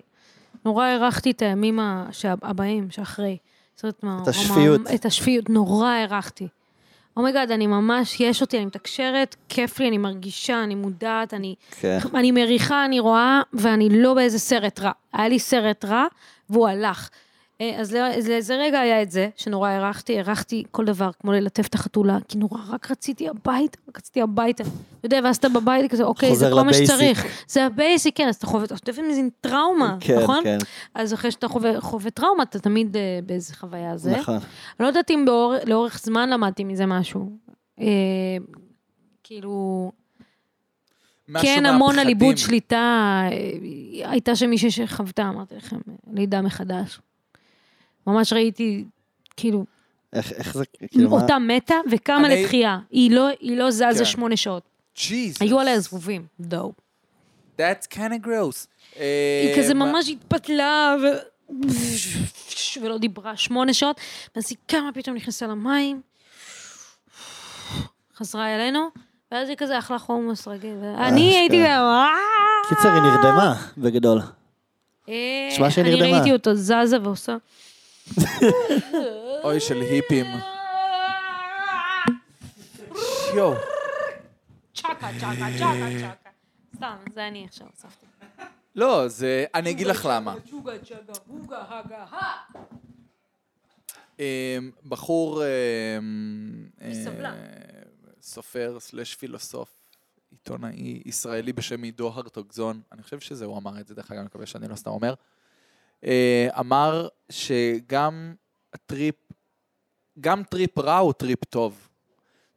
B: נורא הערכתי את הימים ה- שה- הבאים, שאחרי. זאת אומרת, מה- מה-
C: השפיות.
B: את השפיות, נורא הערכתי. אומייגאד, אני ממש, יש אותי, אני מתקשרת, כיף לי, אני מרגישה, אני מודעת, אני *laughs*
C: כן.
B: אני מריחה, אני רואה, ואני לא באיזה סרט רע. היה לי סרט רע, והוא הלך. אה, אז לא- אז לאיזה רגע היה את זה, שנורא הערכתי, הערכתי כל דבר, כמו ללטף את החתולה, כי נורא רק רציתי הביתה, רק רציתי הביתה. אתה יודע, ואז אתה בבית, כזה, אוקיי, זה
C: חוזר
B: כל מה
C: לבייסיק.
B: שצריך. זה הבייסיק, כן, אז אתה חווה, אתה חווה איזה מין טראומה, נכון?
C: כן,
B: אז אחרי שאתה חווה- חווה טראומה, אתה תמיד אה, באיזה חוויה זה.
C: נכון.
B: אני לא יודעת אם באור, לאורך זמן למדתי מזה משהו. אה, כאילו,
A: משהו
B: כן, המון על
A: מהפחדים.
B: איבוד שליטה. אה, הייתה שם מישהי שחוותה, אמרתי לכם, לידה מחדש. ממש ראיתי, כאילו,
C: איך איך זה, כאילו, מה...
B: אותה מתה וקמה
A: אני-
B: לתחייה. היא לא, היא לא זזה
A: כן.
B: שמונה שעות.
A: Jesus.
B: היו עליה זבובים, דו.
A: That's kind of gross.
B: היא כזה
A: אה, מה-
B: ממש התפתלה ו... ולא דיברה שמונה שעות, ואז היא קמה, פתאום נכנסה למים, חזרה אלינו, ואז היא כזה אכלה חומוס רגיל. אני הייתי
C: אשכרה.
B: גם... "אה!"
C: קיצר, היא נרדמה, בגדול.
B: אה,
C: נשמע שהיא
B: אני
C: נרדמה.
B: ראיתי אותו זזה ועושה...
A: אוי, של היפים. יואו.
B: צ'קה, צ'קה, צ'קה, צ'קה. סתם, זה אני עכשיו הוספתי.
A: לא, זה... אני אגיד לך למה.
B: צ'וגה, צ'גה, בוגה, הגה, ה!
A: אמ, בחור... אמ, אה,
B: סבלן.
A: סופר סלש פילוסוף, עיתונאי ישראלי בשם עידו הרטוגזון, אני חושב שזה הוא אמר את זה, דרך אגב, אני מקווה שאני לא סתם אומר, אה, אמר שגם הטריפ, גם טריפ רע הוא טריפ טוב.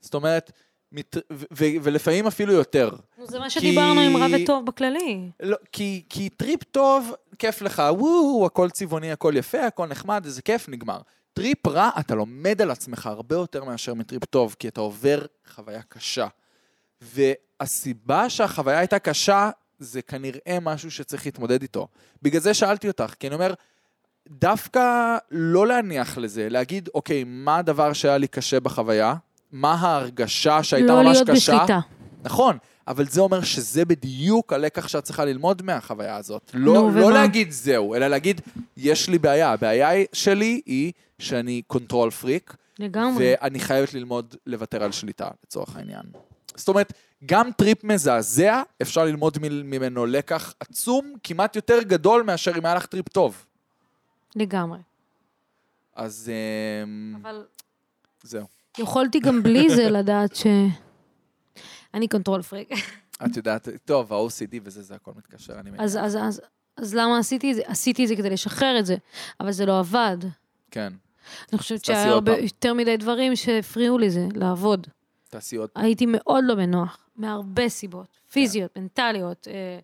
A: זאת אומרת, מת, ו, ו, ולפעמים אפילו יותר.
B: נו, זה מה שדיברנו עם רע
A: כי-
B: וטוב בכללי.
A: לא, כי, כי טריפ טוב, כיף לך, וואו, הכל צבעוני, הכל יפה, הכל נחמד, איזה כיף, נגמר. טריפ רע, אתה לומד על עצמך הרבה יותר מאשר מטריפ טוב, כי אתה עובר חוויה קשה. והסיבה שהחוויה הייתה קשה, זה כנראה משהו שצריך להתמודד איתו. בגלל זה שאלתי אותך, כי אני אומר, דווקא לא להניח לזה, להגיד, אוקיי, מה הדבר שהיה לי קשה בחוויה? מה ההרגשה שהייתה
B: לא
A: ממש
B: להיות
A: קשה?
B: בשליטה.
A: נכון, אבל זה אומר שזה בדיוק הלקח שאת צריכה ללמוד מהחוויה הזאת. לא,
B: נו,
A: לא
B: ומה?
A: להגיד זהו, אלא להגיד, יש לי בעיה. הבעיה היא- שלי היא שאני קונטרול פריק,
B: לגמרי.
A: ואני חייבת ללמוד לוותר על שליטה, לצורך העניין. זאת אומרת, גם טריפ מזעזע, אפשר ללמוד מ- ממנו לקח עצום, כמעט יותר גדול מאשר אם היה לך טריפ טוב.
B: לגמרי.
A: אז אמ,
B: אבל
A: זהו,
B: יכולתי גם בלי זה לדעת ש... אני קונטרול פריק.
A: את יודעת, טוב, ה-OCD וזה, זה הכל מתקשר, אני מבין.
B: אז, אז, אז, אז למה עשיתי את זה? עשיתי את זה כדי לשחרר את זה, אבל זה לא עבד.
A: כן,
B: אני חושבת
A: תעשי
B: שהיה
A: עוד
B: הרבה
A: פעם.
B: יותר מדי דברים שהפריעו לזה, לעבוד.
A: תעשי עוד
B: הייתי מאוד לא בנוח, מהרבה סיבות, פיזיות,
A: כן.
B: מנטליות. אה,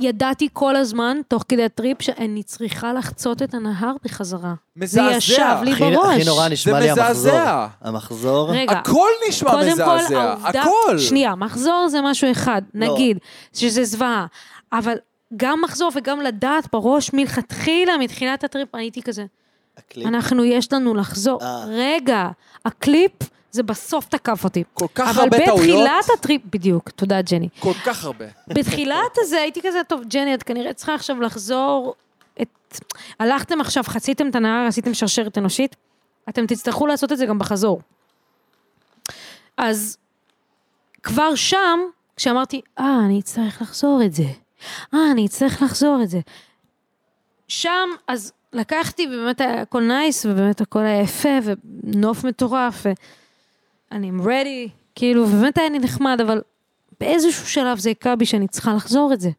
B: ידעתי כל הזמן, תוך כדי הטריפ, שאני צריכה לחצות את הנהר בחזרה. זה
A: מזעזע,
B: ישב לי
C: הכי
B: בראש.
C: הכי נורא נשמע
A: זה
C: לי המחזור.
A: מזעזע.
C: המחזור.
B: רגע,
A: הכל נשמע
B: קודם כל,
A: מזעזע,
B: העובדה...
A: הכל.
B: שנייה, מחזור זה משהו אחד,
C: לא.
B: נגיד, שזה זוועה. אבל גם מחזור וגם לדעת בראש מלכתחילה, מתחילת הטריפ, אני הייתי כזה,
C: הקליפ.
B: אנחנו, יש לנו לחזור.
C: אה.
B: רגע, הקליפ, זה בסוף תקף אותי.
A: כל כך הרבה טעויות.
B: אבל בתחילת הטריפ, בדיוק, תודה ג'ני.
A: כל כך הרבה.
B: בתחילת הזה הייתי כזה, טוב, ג'ני, את כנראה צריכה עכשיו לחזור את... הלכתם עכשיו, חציתם את הנהר, עשיתם שרשרת אנושית, אתם תצטרכו לעשות את זה גם בחזור. אז כבר שם, כשאמרתי, אה, אני אצטרך לחזור את זה. אה, אני אצטרך לחזור את זה. שם, אז לקחתי, ובאמת היה הכל נייס, ובאמת הכל היה יפה, ונוף מטורף, ואני I'm ready, כאילו, ובאמת היה לי נחמד, אבל באיזשהו שלב זה הכה בי שאני צריכה לחזור את זה.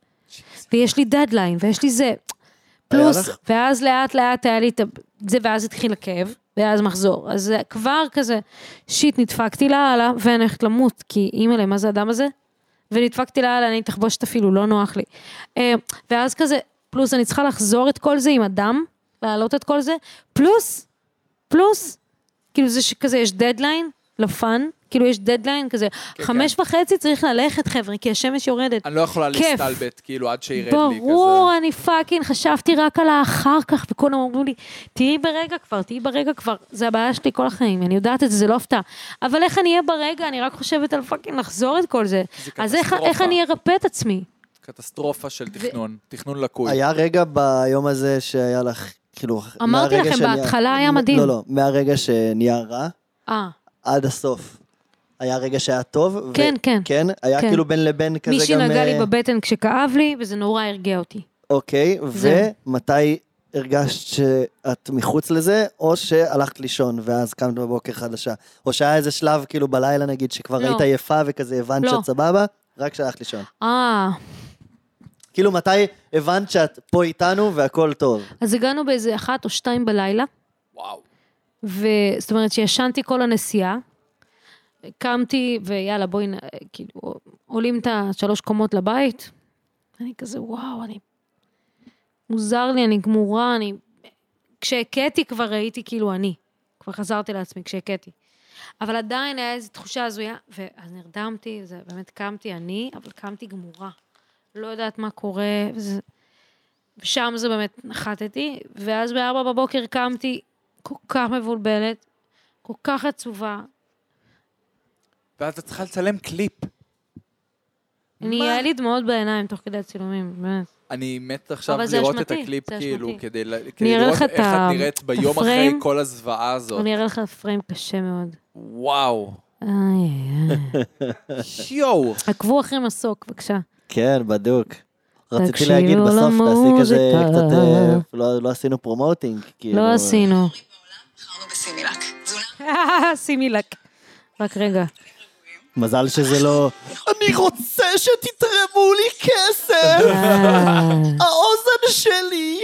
B: ויש לי דדליין, ויש לי זה. פלוס,
C: לך?
B: ואז לאט לאט היה לי את ה- זה, ואז התחיל הכאב, ואז מחזור. אז זה כבר כזה, שיט, נדפקתי לאללה, ואני הולכת למות, כי אימא'לה, מה זה האדם הזה? ונדפקתי לאללה, אני תחבושת אפילו, לא נוח לי. אה, ואז כזה, פלוס אני צריכה לחזור את כל זה עם הדם, להעלות את כל זה, פלוס, פלוס, כאילו זה שכזה, יש דדליין לפאן, כאילו יש דדליין כזה,
A: כן,
B: חמש וחצי צריך ללכת, חבר'ה, כי השמש יורדת.
A: אני לא יכולה
B: כיף.
A: להסתלבט, כאילו, עד שירד לי כזה.
B: ברור, אני פאקינג חשבתי רק על האחר כך, וכולם אמרו לי, תהיי ברגע כבר, תהיי ברגע כבר. זה הבעיה שלי כל החיים, אני יודעת את זה, זה לא הפתעה. אבל איך אני אהיה ברגע, אני רק חושבת על פאקינג לחזור את כל זה.
A: זה
B: אז איך- איך
A: קטסטרופה.
B: אני ארפא את עצמי?
A: קטסטרופה של תכנון, תכנון לקוי.
C: היה רגע ביום הזה שהיה לך, כאילו,
B: אמרתי
C: מהרגע
B: לכם,
C: שנהיה-
B: בהתחלה היה מדהים.
C: לא, לא, מהרגע שנהיה רע
B: אה,
C: עד הסוף. היה רגע שהיה טוב.
B: כן, כן.
C: כן, היה
B: כן.
C: כאילו בין לבין כזה גם...
B: מישהי נגע לי
C: אה,
B: בבטן כשכאב לי, וזה נורא הרגיע אותי.
C: אוקיי,
B: זהו.
C: ומתי הרגשת שאת מחוץ לזה, או שהלכת לישון ואז קמת בבוקר חדשה? או שהיה איזה שלב, כאילו בלילה נגיד, שכבר
B: לא.
C: היית עייפה וכזה הבנת
B: לא.
C: שאת סבבה, רק שהלכת לישון.
B: אה,
C: כאילו, מתי הבנת שאת פה איתנו והכל טוב?
B: אז הגענו באיזה אחת או שתיים בלילה,
A: וואו.
B: וזאת אומרת שישנתי כל הנסיעה, קמתי ויאללה בואי, נ- כאילו עולים את השלוש קומות לבית, אני כזה וואו, אני... מוזר לי, אני גמורה, אני... כשהכיתי כבר הייתי כאילו אני, כבר חזרתי לעצמי כשהכיתי. אבל עדיין היה איזו תחושה הזויה, ואז נרדמתי, זה באמת קמתי אני, אבל קמתי גמורה. לא יודעת מה קורה, וזה... ושם זה באמת נחתתי, ואז בארבע בבוקר קמתי כל כך מבולבלת, כל כך עצובה.
A: ואז את צריכה לצלם קליפ.
B: אני, היה לי דמעות בעיניים תוך כדי הצילומים, באמת.
A: אני מת עכשיו
B: אבל זה
A: לראות את
B: אשמתי,
A: הקליפ,
B: זה
A: כאילו,
B: אשמתי.
A: כדי ל-
B: אני
A: כדי
B: אראה
A: לראות
B: לך
A: איך
B: את ה-
A: את נראית ביום אחרי
B: הפריים.
A: כל הזוועה הזאת.
B: אני אראה לך פריים קשה מאוד. *laughs*
A: וואו.
B: איי, איי.
A: יואו.
B: עקבו אחרי מסוק, בבקשה.
C: כן, בדוק. רציתי
B: תקשיבו
C: להגיד בסוף, תעשי כזה
B: למוזיקה.
C: קצת, אה, לא, לא עשינו פרומוטינג, כאילו.
B: לא עשינו.
D: בחרנו בסימילק. תזונה
B: *laughs* שימי לק. רק רגע.
C: מזל שזה לא... אני רוצה שתתרמו לי כסף!
B: אה.
C: האוזן שלי!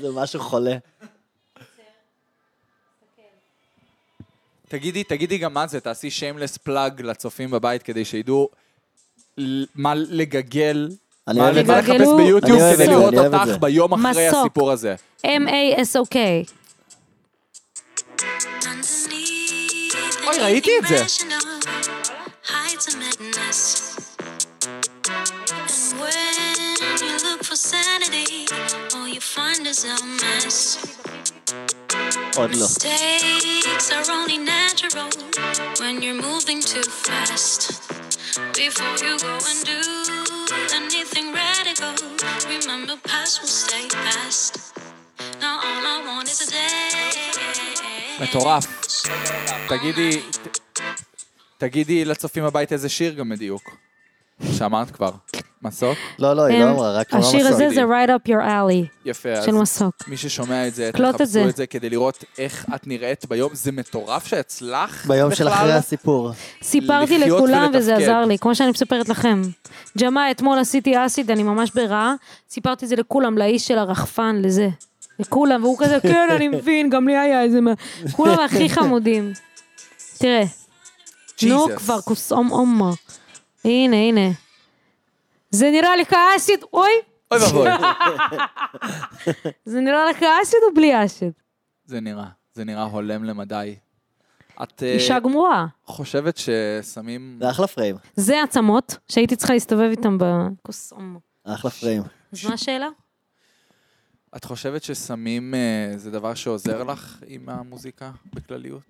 C: זה משהו חולה.
A: תגידי, תגידי גם מה זה, תעשי שיימלס פלאג לצופים בבית כדי שידעו ל- מה לגגל,
C: אני
A: מה
C: אוהב את
A: מה
B: זה.
A: לחפש ביוטיוב
B: אני אוהב את
A: כדי
B: זה,
A: לראות
C: אני אוהב את
A: אותך
C: זה.
A: ביום אחרי
B: מסוק.
A: הסיפור הזה.
B: M-A-S-O-K.
D: Oh,
A: אוי, ראיתי את זה.
C: עוד לא.
D: Mistakes are only natural when you're moving too fast. Before you go and do anything radical, remember past will stay past. Now all I want is a day.
A: מטורף. תגידי, ת- תגידי לצופים בבית איזה שיר גם בדיוק. שאמרת כבר. מסוק?
C: לא, לא, היא לא אמרה, רק אמרה
B: השיר הזה
C: מסורת.
B: זה right up your alley
A: יפה, אז
B: של מסוק.
A: מי ששומע את זה,
B: קלוט את
A: תחפשו
B: זה.
A: את זה כדי לראות איך את נראית ביום. זה מטורף שהצלחת
C: ביום של אחרי
A: בכלל.
C: הסיפור.
B: סיפרתי
A: לחיות
B: לכולם וזה
A: ולתפקד.
B: עזר לי, כמו שאני מספרת לכם. ג'מאל, אתמול עשיתי אסיד, אני ממש ברעה, סיפרתי את זה לכולם, לאיש של הרחפן, לזה. לכולם, והוא כזה, כן,
A: *laughs*
B: אני מבין, גם לי היה איזה... מה." כולם הכי חמודים. תראה, נו
A: Jesus.
B: כבר, כוסאום אומה. הנה, הנה. זה נראה לך אסיד, אוי,
A: אוי ואבוי.
B: זה נראה לך אסיד או בלי אסיד?
A: זה נראה, זה נראה הולם למדי. את אה,
B: אישה גמורה.
A: חושבת ששמים...
C: זה אחלה פריים.
B: זה עצמות שהייתי צריכה להסתובב איתם בכוסאום.
C: אחלה פריים.
B: אז מה השאלה?
A: את חושבת ששמים אה, זה דבר שעוזר לך עם המוזיקה בכלליות?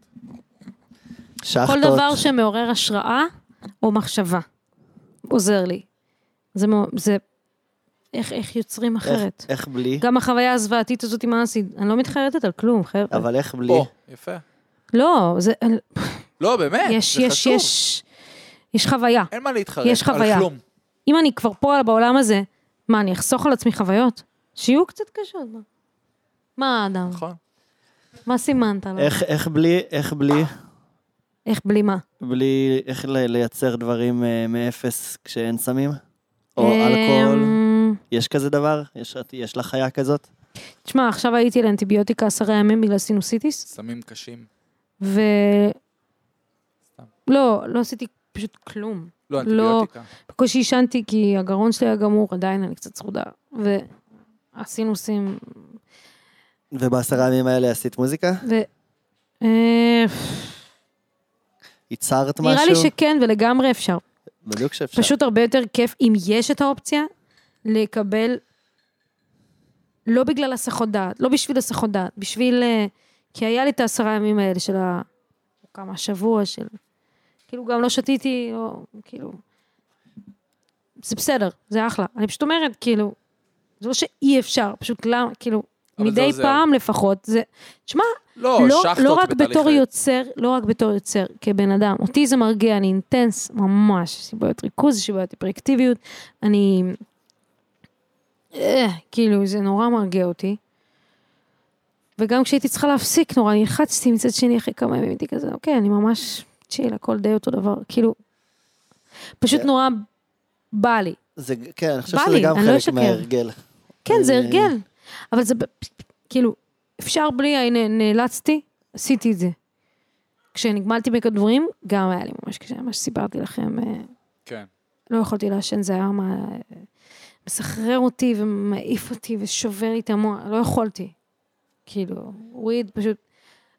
C: שחטות.
B: כל דבר שמעורר השראה או מחשבה עוזר לי. זה, מאו- זה איך, איך יוצרים
C: איך-
B: אחרת.
C: איך בלי?
B: גם החוויה הזוועתית הזאת עם האסיד, אני לא מתחרטת על כלום, חבר'ה.
C: אבל איך בלי?
A: או, יפה.
B: לא, זה,
A: לא, באמת,
B: יש,
A: זה
C: כן,
B: יש,
A: חשוב.
B: יש, יש חוויה.
A: אין מה להתחרט
B: יש
A: על
B: חוויה.
A: כלום.
B: אם אני כבר פה בעולם הזה, מה, אני אחסוך על עצמי חוויות? שיהיו קצת קשות. מה? מה, אדם?
A: נכון.
B: מה סימנת עליו?
C: איך, איך בלי, איך בלי,
B: איך בלי מה?
C: בלי, איך ל- לייצר דברים אה, מאפס כשאין סמים? או
B: אמ,
C: אלכוהול? יש כזה דבר? יש, את- יש לך חיה כזאת?
B: תשמע, עכשיו הייתי לאנטיביוטיקה עשרה ימים בגלל סינוסיטיס,
A: סמים קשים.
B: ו...
A: סתם.
B: לא, לא עשיתי פשוט כלום.
A: לא, אנטיביוטיקה.
B: בקושי עישנתי כי הגרון שלי היה גמור, עדיין אני קצת צרודה. והסינוסים...
C: ובעשרה ימים האלה עשית מוזיקה?
B: ו... אה,
C: ייצרת משהו?
B: נראה לי שכן, ולגמרי אפשר.
C: בדיוק שאפשר.
B: פשוט הרבה יותר כיף, אם יש את האופציה, לקבל, לא בגלל הסחות דעת, לא בשביל הסחות דעת, בשביל... אה, כי היה לי את העשרה ימים האלה של ה... כמה, שבוע של... כאילו, גם לא שתיתי, או כאילו... זה בסדר, זה אחלה. אני פשוט אומרת, כאילו, זה לא שאי אפשר, פשוט למה, כאילו,
A: אבל זה
B: מדי
A: עוזר.
B: פעם לפחות, זה... תשמע,
A: לא,
B: לא,
A: שחטות
B: לא רק בתור
A: בתהליך-
B: יוצר, לא רק בתור יוצר, כבן אדם. אותי זה מרגיע, אני אינטנס ממש. יש לי בעיות ריכוז, יש לי בעיות היפראקטיביות, אני... אה, כאילו, זה נורא מרגיע אותי. וגם כשהייתי צריכה להפסיק, נורא נלחצתי מצד שני אחרי כמה ימים, הייתי כזה, אוקיי, אני ממש צ'יל, הכל די אותו דבר. כאילו, פשוט
C: כן.
B: נורא בא לי.
C: זה, כן, אני חושב
B: בא
C: שזה
B: לי,
C: גם
B: אני לא
C: חלק
B: אשקר.
C: מההרגל.
B: כן, זה
C: אה,
B: הרגל. אבל זה, ב- כאילו, אפשר בלי, הנה, נאלצתי, עשיתי את זה. כשנגמלתי מכדורים, גם היה לי ממש קשה, מה שסיפרתי לכם, אה,
A: כן.
B: לא יכולתי לעשן, זה היה מה... אה, מסחרר אותי ומעיף אותי ושובר לי את המוח, לא יכולתי. כאילו, וויד פשוט...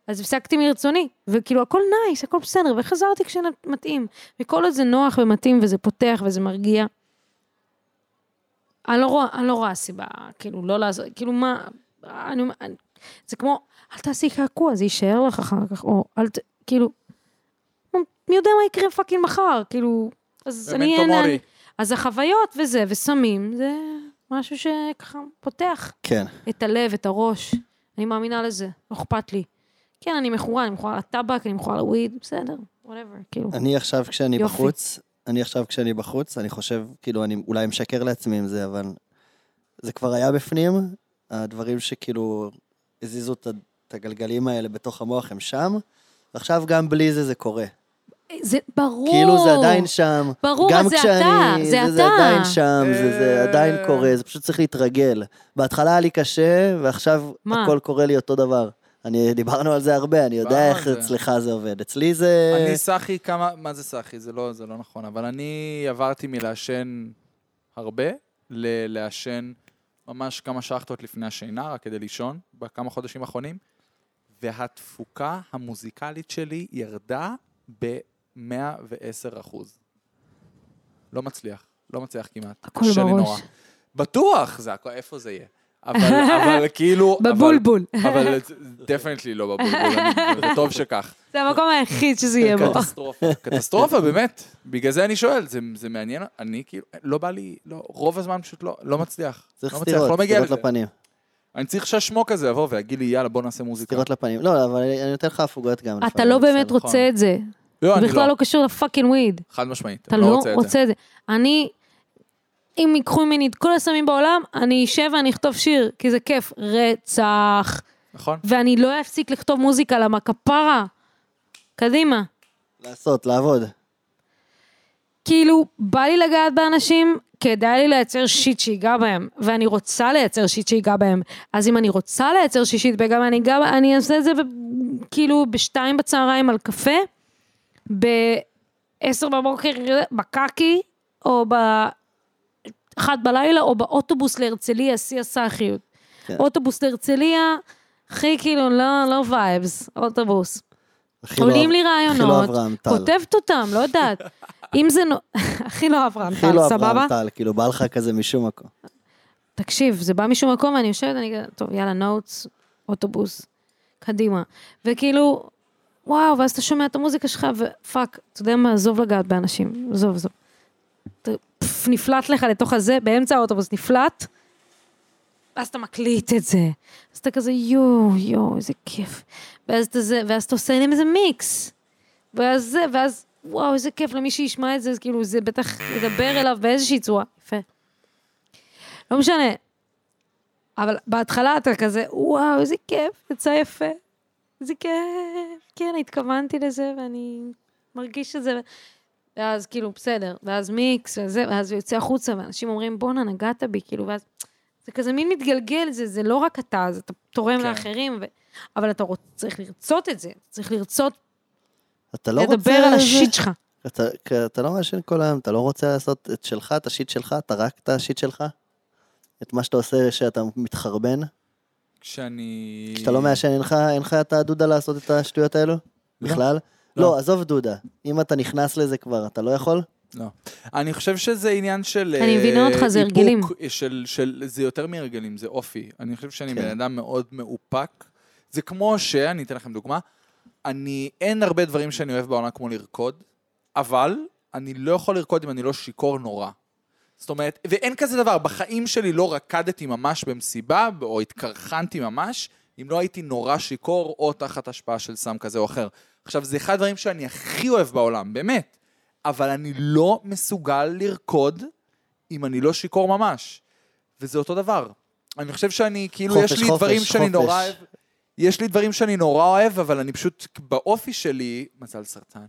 B: אז הפסקתי מרצוני, וכאילו הכל נייס, הכל בסדר, וחזרתי כשמתאים. וכל עוד זה נוח ומתאים וזה פותח וזה מרגיע. אני לא רואה, אני לא רואה סיבה, כאילו, לא לעזור, כאילו, מה, אני, אומר- אני, זה כמו, אל תעשי קעקוע, זה יישאר לך אחר כך, או אל ת, כאילו, מי יודע מה יקרה פאקינג מחר, כאילו, אז אני...
A: ומנטו
B: אין-
A: מורי.
B: אז החוויות וזה, וסמים, זה משהו שככה פותח
C: כן.
B: את הלב, את הראש. אני מאמינה לזה, לא אכפת לי. כן, אני מכורה, אני מכורה לטבק, אני מכורה לוויד, בסדר, whatever, כאילו.
C: אני עכשיו כשאני
B: יופי.
C: בחוץ, אני עכשיו כשאני בחוץ, אני חושב, כאילו, אני אולי משקר לעצמי עם זה, אבל זה כבר היה בפנים, הדברים שכאילו הזיזו את ה- את הגלגלים האלה בתוך המוח הם שם, ועכשיו גם בלי זה זה קורה.
B: זה ברור.
C: כאילו זה עדיין שם.
B: ברור,
C: גם
B: אז זה
C: כשאני-
B: אתה, זה
C: זה
B: אתה.
C: עדיין שם, זה, זה
A: אה.
C: עדיין קורה, זה פשוט צריך להתרגל. בהתחלה היה לי קשה, ועכשיו
B: מה?
C: הכל קורה לי אותו דבר. אני, דיברנו על זה הרבה, אני יודע
A: דיברנו
C: איך
A: על זה.
C: אצלך זה עובד. אצלי זה...
B: אה,
A: אני סחי כמה, מה זה סחי? זה לא, זה לא נכון, אבל אני עברתי מלעשן הרבה ללעשן ממש כמה שחטות לפני השינה, רק כדי לישון, בכמה חודשים האחרונים, והתפוקה המוזיקלית שלי ירדה ב-110 אחוז. לא מצליח, לא מצליח כמעט.
B: הכל
A: קשה לי
B: בראש.
A: נורא. בטוח, זה הכל, איפה זה יהיה? אבל, אבל כאילו... אבל-
B: *laughs* בבולבול.
A: אבל דפנטלי לא בבולבול, אני- זה טוב שכך.
B: זה המקום היחיד שזה יהיה
C: כן,
B: בו.
A: קטסטרופה. קטסטרופה, באמת. בגלל זה אני שואל, זה, זה מעניין, אני כאילו, לא בא לי, לא, רוב הזמן פשוט לא, לא מצליח.
C: צריך
A: לא מצליח, לא
C: סתירות,
A: מגיע
C: סתירות
A: לזה.
C: לפנים.
A: אני צריך שהשמו כזה יבוא ויגיד לי, יאללה, בוא נעשה מוזיקה.
C: סתירות לפנים. לא, אבל אני נותן לך הפוגות
B: *laughs*
C: גם.
B: אתה
C: לפעמים,
B: לא
C: בסדר.
B: באמת רוצה את זה.
A: נכון. לא, אני
B: בכלל
A: לא.
B: לא קשור לפאקינג וויד.
A: חד משמעית,
B: אתה
A: אני
B: לא
A: רוצה את זה.
B: רוצה את זה. אני, אם ייקחו ממני את כל הסמים בעולם, אני אשב ואני אכתוב שיר, כי זה כיף רצח,
A: נכון?
B: ואני לא אפסיק לכתוב מוזיקה, למה כפרה? קדימה.
C: לעשות, לעבוד.
B: כאילו, בא לי לגעת באנשים, כדאי לי לייצר שיט שיגע בהם, ואני רוצה לייצר שיט שיגע בהם. אז אם אני רוצה לייצר שיט שיגע בהם, אני, גם, אני אעשה את זה ב, כאילו בשתיים בצהריים על קפה, בעשר בבוקר בקקי, או באחת בלילה, או באוטובוס להרצליה, שיא הסאחיות.
C: כן.
B: אוטובוס להרצליה, הכי כאילו, לא, לא וייבס, אוטובוס.
C: הכי לא-
B: עולים לי
C: הכי לא
B: רעיונות,
C: אברהם טל.
B: כותבת אותם, לא יודעת. אם זה... נו- *laughs* הכי לא אברהם
C: הכי
B: טל,
C: לא
B: סבבה?
C: אברהם טל, כאילו, בא לך כזה משום מקום.
B: תקשיב, זה בא משום מקום, ואני יושבת, אני כזה, טוב, יאללה, נוטס, אוטובוס, קדימה. וכאילו, וואו, ואז אתה שומע את המוזיקה שלך, ופאק, אתה יודע מה, עזוב לגעת באנשים, עזוב, עזוב. אתה פף, נפלט לך לתוך הזה, באמצע האוטובוס, נפלט, ואז אתה מקליט את זה. אז אתה כזה, יואו, יואו, איזה כיף. ואז אתה, זה, ואז אתה עושה להם איזה מיקס. ואז זה, ואז וואו, איזה כיף למי שישמע את זה, אז כאילו, זה בטח ידבר אליו באיזושהי צורה. יפה. לא משנה. אבל בהתחלה אתה כזה, וואו, איזה כיף, יצא יפה. איזה כיף. כן, התכוונתי לזה, ואני מרגיש את זה. ואז כאילו, בסדר. ואז מיקס וזה, ואז הוא יוצא החוצה, ואנשים אומרים, בואנה, נגעת בי, כאילו, ואז... זה כזה מין מתגלגל, זה, זה לא רק אתה, זה אתה תורם
A: כן.
B: כן. לאחרים, ו... אבל אתה רוצ... צריך לרצות את זה, צריך לרצות
C: אתה לא
B: לא
C: רוצה...
B: לדבר על
C: זה?
B: השיט שלך.
C: אתה, כי אתה לא מעשן כל היום, אתה לא רוצה לעשות את שלך, את השיט שלך, אתה רק את השיט שלך? את מה שאתה עושה שאתה מתחרבן?
A: כשאני...
C: כשאתה לא מעשן, אין לך, אין לך את הדודה לעשות את השטויות האלו? בכלל? לא.
A: לא.
C: עזוב דודה. אם אתה נכנס לזה כבר, אתה לא יכול?
A: לא. אני חושב שזה עניין של...
B: אני
A: אה,
B: מבינה אותך, זה
A: איפוק,
B: הרגלים.
A: של, של, זה יותר מהרגלים, זה אופי. אני חושב שאני
C: כן.
A: בן אדם מאוד מאופק. זה כמו ש... אני אתן לכם דוגמה. אני... אין הרבה דברים שאני אוהב בעולם כמו לרקוד, אבל אני לא יכול לרקוד אם אני לא שיכור נורא. זאת אומרת, ואין כזה דבר, בחיים שלי לא רקדתי ממש במסיבה, או התקרחנתי ממש, אם לא הייתי נורא שיכור או תחת השפעה של סם כזה או אחר. עכשיו, זה אחד הדברים שאני הכי אוהב בעולם, באמת, אבל אני לא מסוגל לרקוד אם אני לא שיכור ממש. וזה אותו דבר. אני חושב שאני, כאילו,
C: חופש,
A: יש לי
C: חופש,
A: דברים שאני
C: חופש.
A: נורא אוהב, יש לי דברים שאני נורא אוהב, אבל אני פשוט, באופי שלי, מזל סרטן.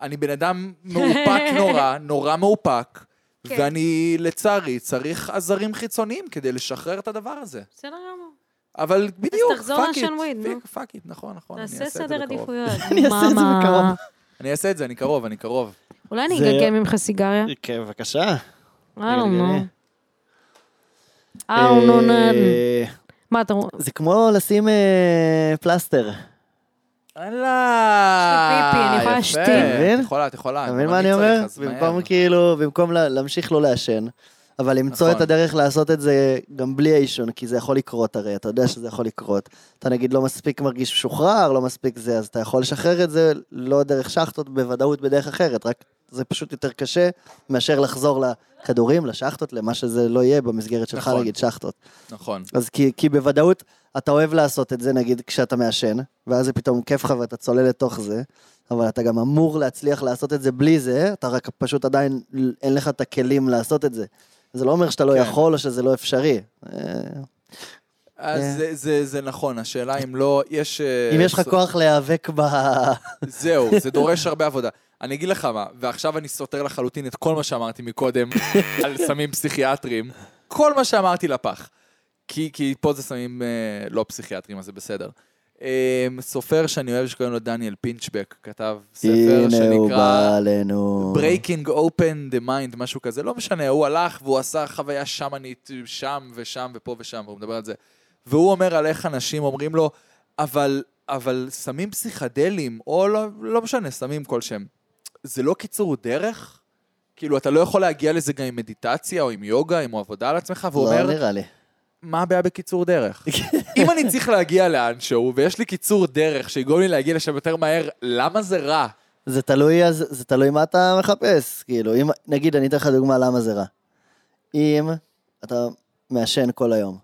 A: אני בן אדם מאופק
C: *laughs*
A: נורא, נורא מאופק,
B: כן.
A: ואני, לצערי, צריך עזרים חיצוניים כדי לשחרר את הדבר הזה.
B: בסדר גמור.
A: אבל בדיוק,
B: תחזור
A: פאק
B: לעשן וויד, נו.
A: איט. פאק איט, נכון, נכון. אני
B: תעשה
A: אעשה את זה
B: סדר
A: בקרוב.
B: עדיפויות.
C: *laughs* אני אעשה את זה
B: מאמה.
C: בקרוב.
A: אני אעשה את זה, אני קרוב, אני קרוב.
B: אולי אני
C: זה-
B: אגלגל ממך סיגריה?
C: כן, בבקשה.
B: אה, לא,
C: גלגלי.
B: נו. אה, נו, נו.
C: אה,
B: מה, אתה רואה?
C: זה כמו לשים אה, פלסטר.
A: וואלה!
B: יש לי פיפי, אני יכולה
A: יפה.
B: להשתין.
A: את
C: מבין?
A: יכולה, את יכולה.
C: אתה
A: גם
C: מבין מה
A: אני
C: אני
A: צריך,
C: אומר?
A: אז מהר.
C: במקום כאילו, במקום לה- להמשיך לא לעשן, אבל למצוא
A: נכון.
C: את הדרך לעשות את זה גם בלי העישון, כי זה יכול לקרות הרי, אתה יודע שזה יכול לקרות. אתה נגיד לא מספיק מרגיש משוחרר, לא מספיק זה, אז אתה יכול לשחרר את זה לא דרך שחטות, בוודאות בדרך אחרת, רק זה פשוט יותר קשה מאשר לחזור לכדורים, לשחטות, למה שזה לא יהיה במסגרת שלך,
A: נכון.
C: נגיד שחטות.
A: נכון.
C: אז כי, כי בוודאות אתה אוהב לעשות את זה, נגיד, כשאתה מעשן, ואז זה פתאום כיף לך ואתה צולל לתוך זה, אבל אתה גם אמור להצליח לעשות את זה בלי זה, אתה רק פשוט עדיין אין לך את הכלים לעשות את זה. זה לא אומר שאתה לא
A: כן.
C: יכול או שזה לא אפשרי. אה,
A: אז זה- זה- זה נכון, השאלה אם לא, יש... אה,
C: אם יש לך
A: ס-
C: כוח להיאבק ב...
A: זהו, זה דורש הרבה עבודה. אני אגיד לך מה, ועכשיו אני סותר לחלוטין את כל מה שאמרתי מקודם על סמים פסיכיאטרים. כל מה שאמרתי לפח. כי, כי פה זה סמים אה, לא פסיכיאטרים, אז זה בסדר. אה, סופר שאני אוהב שקוראים לו דניאל פינצ'בק, כתב ספר
C: הנה הוא בא
A: שנקרא
C: עלינו.
A: Breaking Open the Mind, משהו כזה, לא משנה, הוא הלך והוא עשה חוויה שמאנית שם ושם ופה ושם, והוא מדבר על זה. והוא אומר על איך אנשים אומרים לו, אבל, אבל סמים פסיכדלים, או לא, לא משנה, סמים כלשהם, זה לא קיצור דרך? כאילו, אתה לא יכול להגיע לזה גם עם מדיטציה, או עם יוגה, עם עבודה על עצמך, והוא
C: לא
A: אומר,
C: נראה לי.
A: מה הבעיה בקיצור דרך? אם אני צריך להגיע לאנשהו, ויש לי קיצור דרך שיגרום לי להגיע לשם יותר מהר, למה זה רע?
C: זה תלוי, אז, זה תלוי מה אתה מחפש, כאילו, אם, נגיד, אני אתן לך דוגמה למה זה רע. אם אתה מעשן כל היום,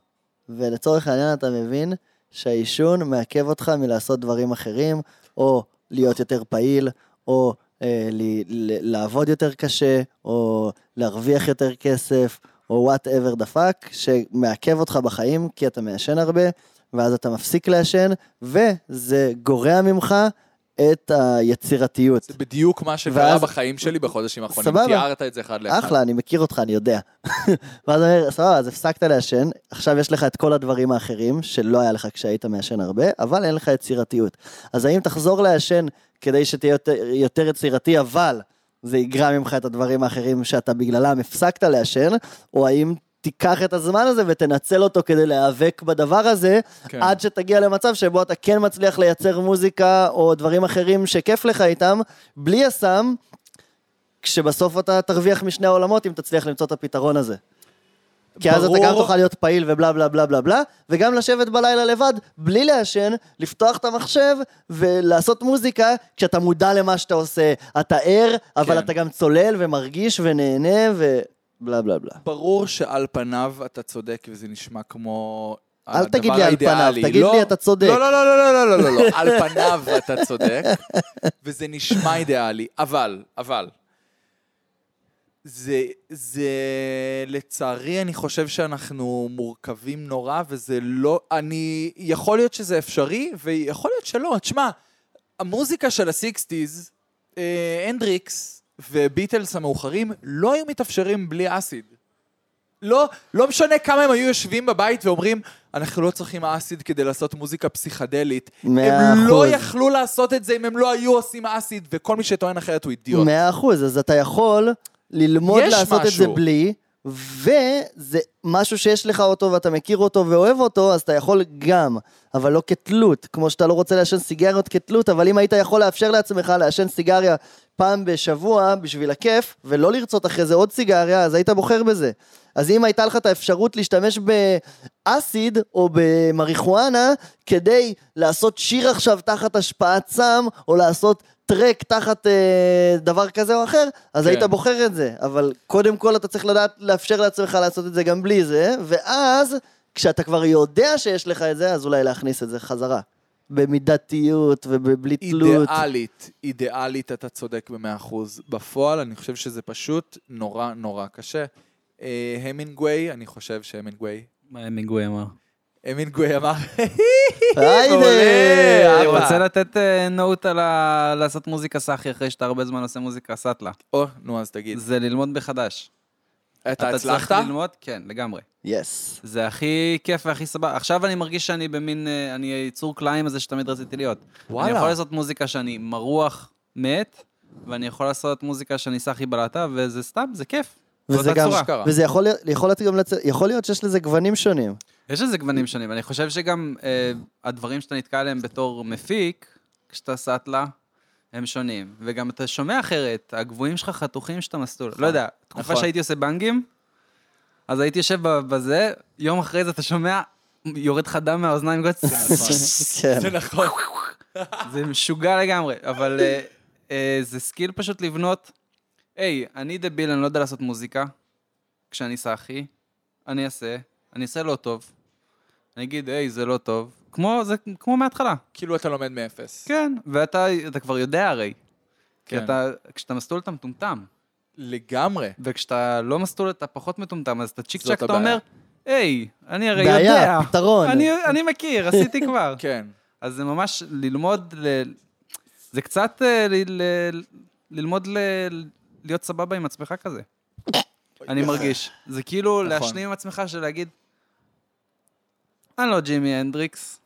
C: ולצורך העניין אתה מבין שהעישון מעכב אותך מלעשות דברים אחרים, או להיות יותר פעיל, או אה, ל- ל- לעבוד יותר קשה, או להרוויח יותר כסף, או וואטאבר דה פאק, שמעכב אותך בחיים, כי אתה מעשן הרבה, ואז אתה מפסיק לעשן, וזה גורע ממך את היצירתיות.
A: זה בדיוק מה שקרה
C: ואז-
A: בחיים שלי בחודשים האחרונים.
C: סבבה.
A: תיארת את זה אחד לאחד.
C: אחלה, אני מכיר אותך, אני יודע. *laughs* ואז אני אומר, סבבה, אז הפסקת לעשן, עכשיו יש לך את כל הדברים האחרים שלא היה לך כשהיית מעשן הרבה, אבל אין לך יצירתיות. אז האם תחזור לעשן כדי שתהיה יותר, יותר יצירתי, אבל זה יגרע ממך את הדברים האחרים שאתה בגללם הפסקת לעשן, או האם... תיקח את הזמן הזה ותנצל אותו כדי להיאבק בדבר הזה,
A: כן.
C: כן. עד שתגיע למצב שבו אתה כן מצליח לייצר מוזיקה או דברים אחרים שכיף לך איתם, בלי הסם, כשבסוף אתה תרוויח משני העולמות אם תצליח למצוא את הפתרון הזה. כי אז אתה
A: ברור.
C: גם תוכל להיות פעיל ובלה בלה בלה בלה בלה, וגם לשבת בלילה לבד, בלי לעשן, לפתוח את המחשב ולעשות מוזיקה, כשאתה מודע למה שאתה עושה. אתה ער, אבל
A: כן.
C: אתה גם צולל ומרגיש ונהנה ובלה בלה בלה.
A: ברור שעל פניו אתה צודק וזה נשמע כמו
C: אל תגיד
A: הדבר
C: לי על
A: האידיאלי.
C: פניו, תגיד
A: לא-
C: לי אתה צודק.
A: לא, לא, לא, לא, לא, לא, לא, לא, על פניו אתה צודק, וזה נשמע אידיאלי, אבל, אבל, זה, זה, לצערי, אני חושב שאנחנו מורכבים נורא, וזה לא, אני, יכול להיות שזה אפשרי, ויכול להיות שלא. תשמע, המוזיקה של הסיקסטיז, אה, הנדריקס וביטלס המאוחרים, לא היו מתאפשרים בלי אסיד. לא, לא משנה כמה הם היו יושבים בבית ואומרים, אנחנו לא צריכים אסיד כדי לעשות מוזיקה פסיכדלית.
C: מאה
A: הם לא
C: אחוז.
A: יכלו לעשות את זה אם הם לא היו עושים אסיד, וכל מי שטוען אחרת הוא אידיוט.
C: מאה אחוז, אז אתה יכול ללמוד
A: יש
C: לעשות את זה
A: משהו.
C: בלי, וזה משהו שיש לך אותו ואתה מכיר אותו ואוהב אותו, אז אתה יכול גם, אבל לא כתלות, כמו שאתה לא רוצה לעשן סיגריות כתלות, אבל אם היית יכול לאפשר לעצמך לעשן סיגריה פעם בשבוע בשביל הכיף, ולא לרצות אחרי זה עוד סיגריה, אז היית בוחר בזה. אז אם הייתה לך את האפשרות להשתמש באסיד או במריחואנה כדי לעשות שיר עכשיו תחת השפעת סם, או לעשות טרק תחת אה, דבר כזה או אחר, אז
A: כן.
C: כן. היית בוחר את זה. אבל קודם כל אתה צריך לדעת לאפשר לעצמך לעשות את זה גם בלי זה, ואז כשאתה כבר יודע שיש לך את זה, אז אולי להכניס את זה חזרה. במידתיות ובלי תלות.
A: אידיאלית, אידיאלית אתה צודק במאה אחוז. בפועל אני חושב שזה פשוט נורא נורא קשה. אה, המינגווי, אני חושב שהמינגווי,
E: מה המינגווי אמר?
A: המינגווי אמר, *laughs*
C: היידה!
E: אני
A: אבא.
E: רוצה לתת אה, נוט על ה- לעשות מוזיקה סאחי אחרי שאתה הרבה זמן עושה מוזיקה סאטלה.
A: או, נו אז תגיד,
E: זה ללמוד מחדש.
A: כן. אתה הצלחת?
E: צריך ללמוד? כן, לגמרי.
C: יס.
E: זה הכי כיף והכי סבבה. עכשיו אני מרגיש שאני במין, אה, אני היצור כלאיים הזה שתמיד רציתי להיות.
A: וואלה.
E: אני יכול לעשות מוזיקה שאני מרוח, מת, ואני יכול לעשות מוזיקה שאני סאחי בלהטה, וזה סתם, זה כיף. זאת
C: וזה גם,
E: הצורה.
A: אשכרה.
C: וזה יכול, להיות- יכול, להיות גם לצ... יכול להיות שיש לזה גוונים
E: *laughs*
C: שונים.
E: יש לזה גוונים שונים, אני חושב שגם אה, הדברים שאתה נתקע עליהם בתור מפיק, כשאתה סאטלה, הם שונים. וגם אתה שומע אחרת, הגבוהים שלך חתוכים שאתה מסלול. לא יודע, תקופה
A: נכון.
E: שהייתי עושה בנגים, אז הייתי יושב ב- בזה, יום אחרי זה אתה שומע, יורד לך דם
A: *laughs*
E: מהאוזניים, גוץ,
C: כן.
A: זה נכון.
E: זה משוגע לגמרי, אבל אה, אה, זה סקיל פשוט לבנות, היי, אני דביל, אני לא יודע לעשות מוזיקה, כשאני סאחי, אני אעשה, אני אעשה לא טוב, אני אגיד, היי, זה לא טוב, כמו, זה כמו מההתחלה,
A: כאילו אתה לומד מאפס.
E: כן, ואתה אתה כבר יודע הרי, כי
A: כן.
E: אתה, כשאתה מסלול אתה מטומטם,
A: לגמרי.
E: וכשאתה לא מסלול אתה פחות מטומטם, אז אתה צ'יק
A: זאת
E: צ'ק, אתה
A: הבעיה.
E: אומר, היי, אני הרי
C: בעיה,
E: יודע,
C: פתרון."
E: אני, אני מכיר, עשיתי כבר.
A: כן.
E: אז זה ממש ללמוד, ל... זה קצת אה, ל... ל... ללמוד ל... להיות סבבה עם עצמך כזה. אני מרגיש. זה
C: נכון.
E: כאילו להשלים עם עצמך של להגיד, אני לא ג'ימי הנדריקס,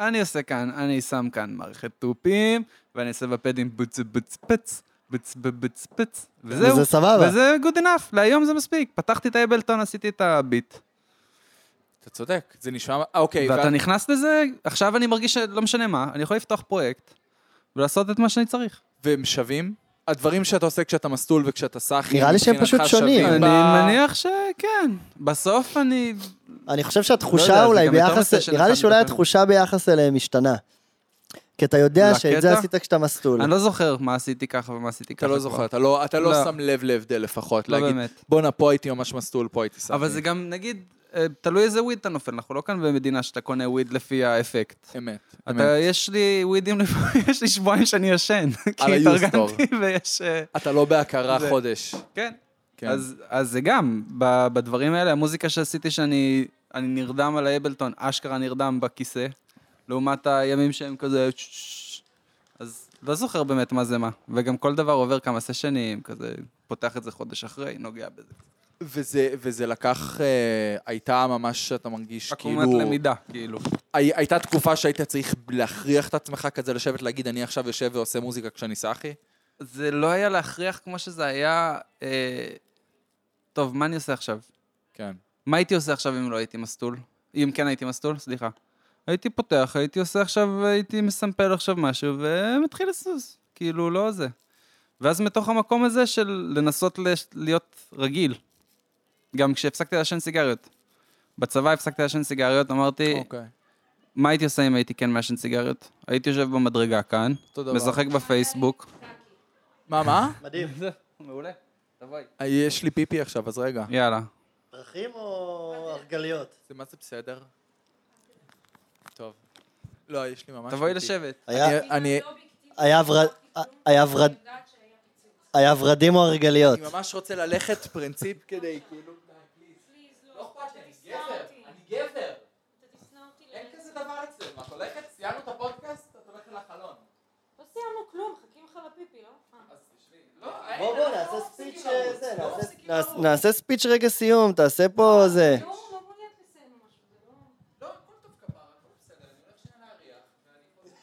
E: אני עושה כאן, אני שם כאן מערכת תופים, ואני עושה בפדים בוץ בוץ פץ. בצ בצ פץ, וזהו.
C: וזה סבבה.
E: וזה good enough, להיום זה מספיק. פתחתי את אייבלטון, עשיתי את הביט.
A: אתה צודק, זה נשמע... אה, אוקיי,
E: ואתה
A: ואת-
E: נכנס לזה, עכשיו אני מרגיש שלא משנה מה, אני יכול לפתוח פרויקט ולעשות את מה שאני צריך.
A: והם שווים? הדברים שאתה עושה כשאתה מסלול וכשאתה סאחי,
C: נראה לי שהם
A: מבחינתך
C: פשוט שונים.
A: שווים
E: אני
A: ב-
E: מניח שכן. בסוף אני...
C: אני חושב
E: לא יודע,
C: שהתחושה
E: זה
C: אולי
E: גם יותר
C: ביחס,
E: נושא של
C: נראה לי
E: אחד
C: שאולי
E: מטפל.
C: התחושה ביחס אליהם השתנה. כי אתה יודע שאת זה
E: לקטע?
C: עשית כשאתה מסטול.
E: אני לא זוכר מה עשיתי ככה ומה עשיתי ככה.
A: אתה לא
E: כבר.
A: זוכר, אתה לא, אתה לא,
E: לא.
A: שם לב להבדל לפחות,
E: לא
A: להגיד,
E: באמת.
A: בואנה, פה הייתי ממש מסטול, פה הייתי סאחי.
E: אבל זה גם, נגיד, אה, תלוי איזה וויד אתה נופל, אנחנו לא כאן במדינה שאתה קונה וויד לפי האפקט.
A: אמת, אמת.
E: אתה, יש לי ווידים, לפעמים- *laughs* יש לי שבועיים שאני ישן. *laughs* כי
A: ה-U-Store.
E: התארגנתי ויש... אה,
A: אתה לא בהכרה
E: זה-
A: חודש.
E: כן.
A: כן.
E: אז, אז זה גם, ב, בדברים האלה, המוזיקה שעשיתי שאני אני נרדם על האבלטון, אשכרה נרדם בכיסא, לעומת הימים שהם כזה... ש- אז לא זוכר באמת מה זה מה. וגם כל דבר עובר כמה סשנים, כזה פותח את זה חודש אחרי, נוגע בזה.
A: וזה, וזה לקח, אה, הייתה ממש, שאתה מרגיש
E: עקומת
A: כאילו...
E: למידה, כאילו.
A: הי, הייתה תקופה שהיית צריך להכריח את עצמך כזה לשבת, להגיד, אני עכשיו יושב ועושה מוזיקה כשאני סאחי?
E: זה לא היה להכריח כמו שזה היה... אה, טוב, מה אני עושה עכשיו?
A: כן.
E: מה הייתי עושה עכשיו אם לא הייתי מסטול? אם כן הייתי מסטול, סליחה. הייתי פותח, הייתי עושה עכשיו, הייתי מסמפל עכשיו משהו, ומתחיל לסוס. כאילו, לא זה. ואז מתוך המקום הזה של לנסות לש- להיות רגיל. גם כשהפסקתי לעשן סיגריות. בצבא הפסקתי לעשן סיגריות, אמרתי,
A: אוקיי.
E: מה הייתי עושה אם הייתי כן מעשן סיגריות? הייתי יושב במדרגה כאן,
A: אותו דבר.
E: משחק בפייסבוק.
A: מה, מה?
C: מדהים.
E: לא- מעולה, תבואי.
A: אה, יש לי פיפי עכשיו, אז רגע.
E: יאללה.
A: אה.
C: דרכים או הרגליות?
A: זה מה זה בסדר? טוב. לא, יש לי ממש...
E: תבואי
A: איתי.
E: לשבת.
C: היה-
A: אני- אני
C: היה ור- היה ור- היה ורדים או הרגליות?
A: אני ממש רוצה ללכת פרינציפ כדי, כאילו... לא אכפת לי, אני גבר, אני גבר. אין כזה דבר אצלנו. את הולכת, סיימנו את הפודקאסט, את הולכת לחלון.
B: לא סיימנו כלום, מחכים לך לפיפי,
C: אה,
B: לא?
C: בוא בוא, נעשה ספיץ' זה, נעשה ספיץ' רגע סיום, תעשה פה זה.
B: לא,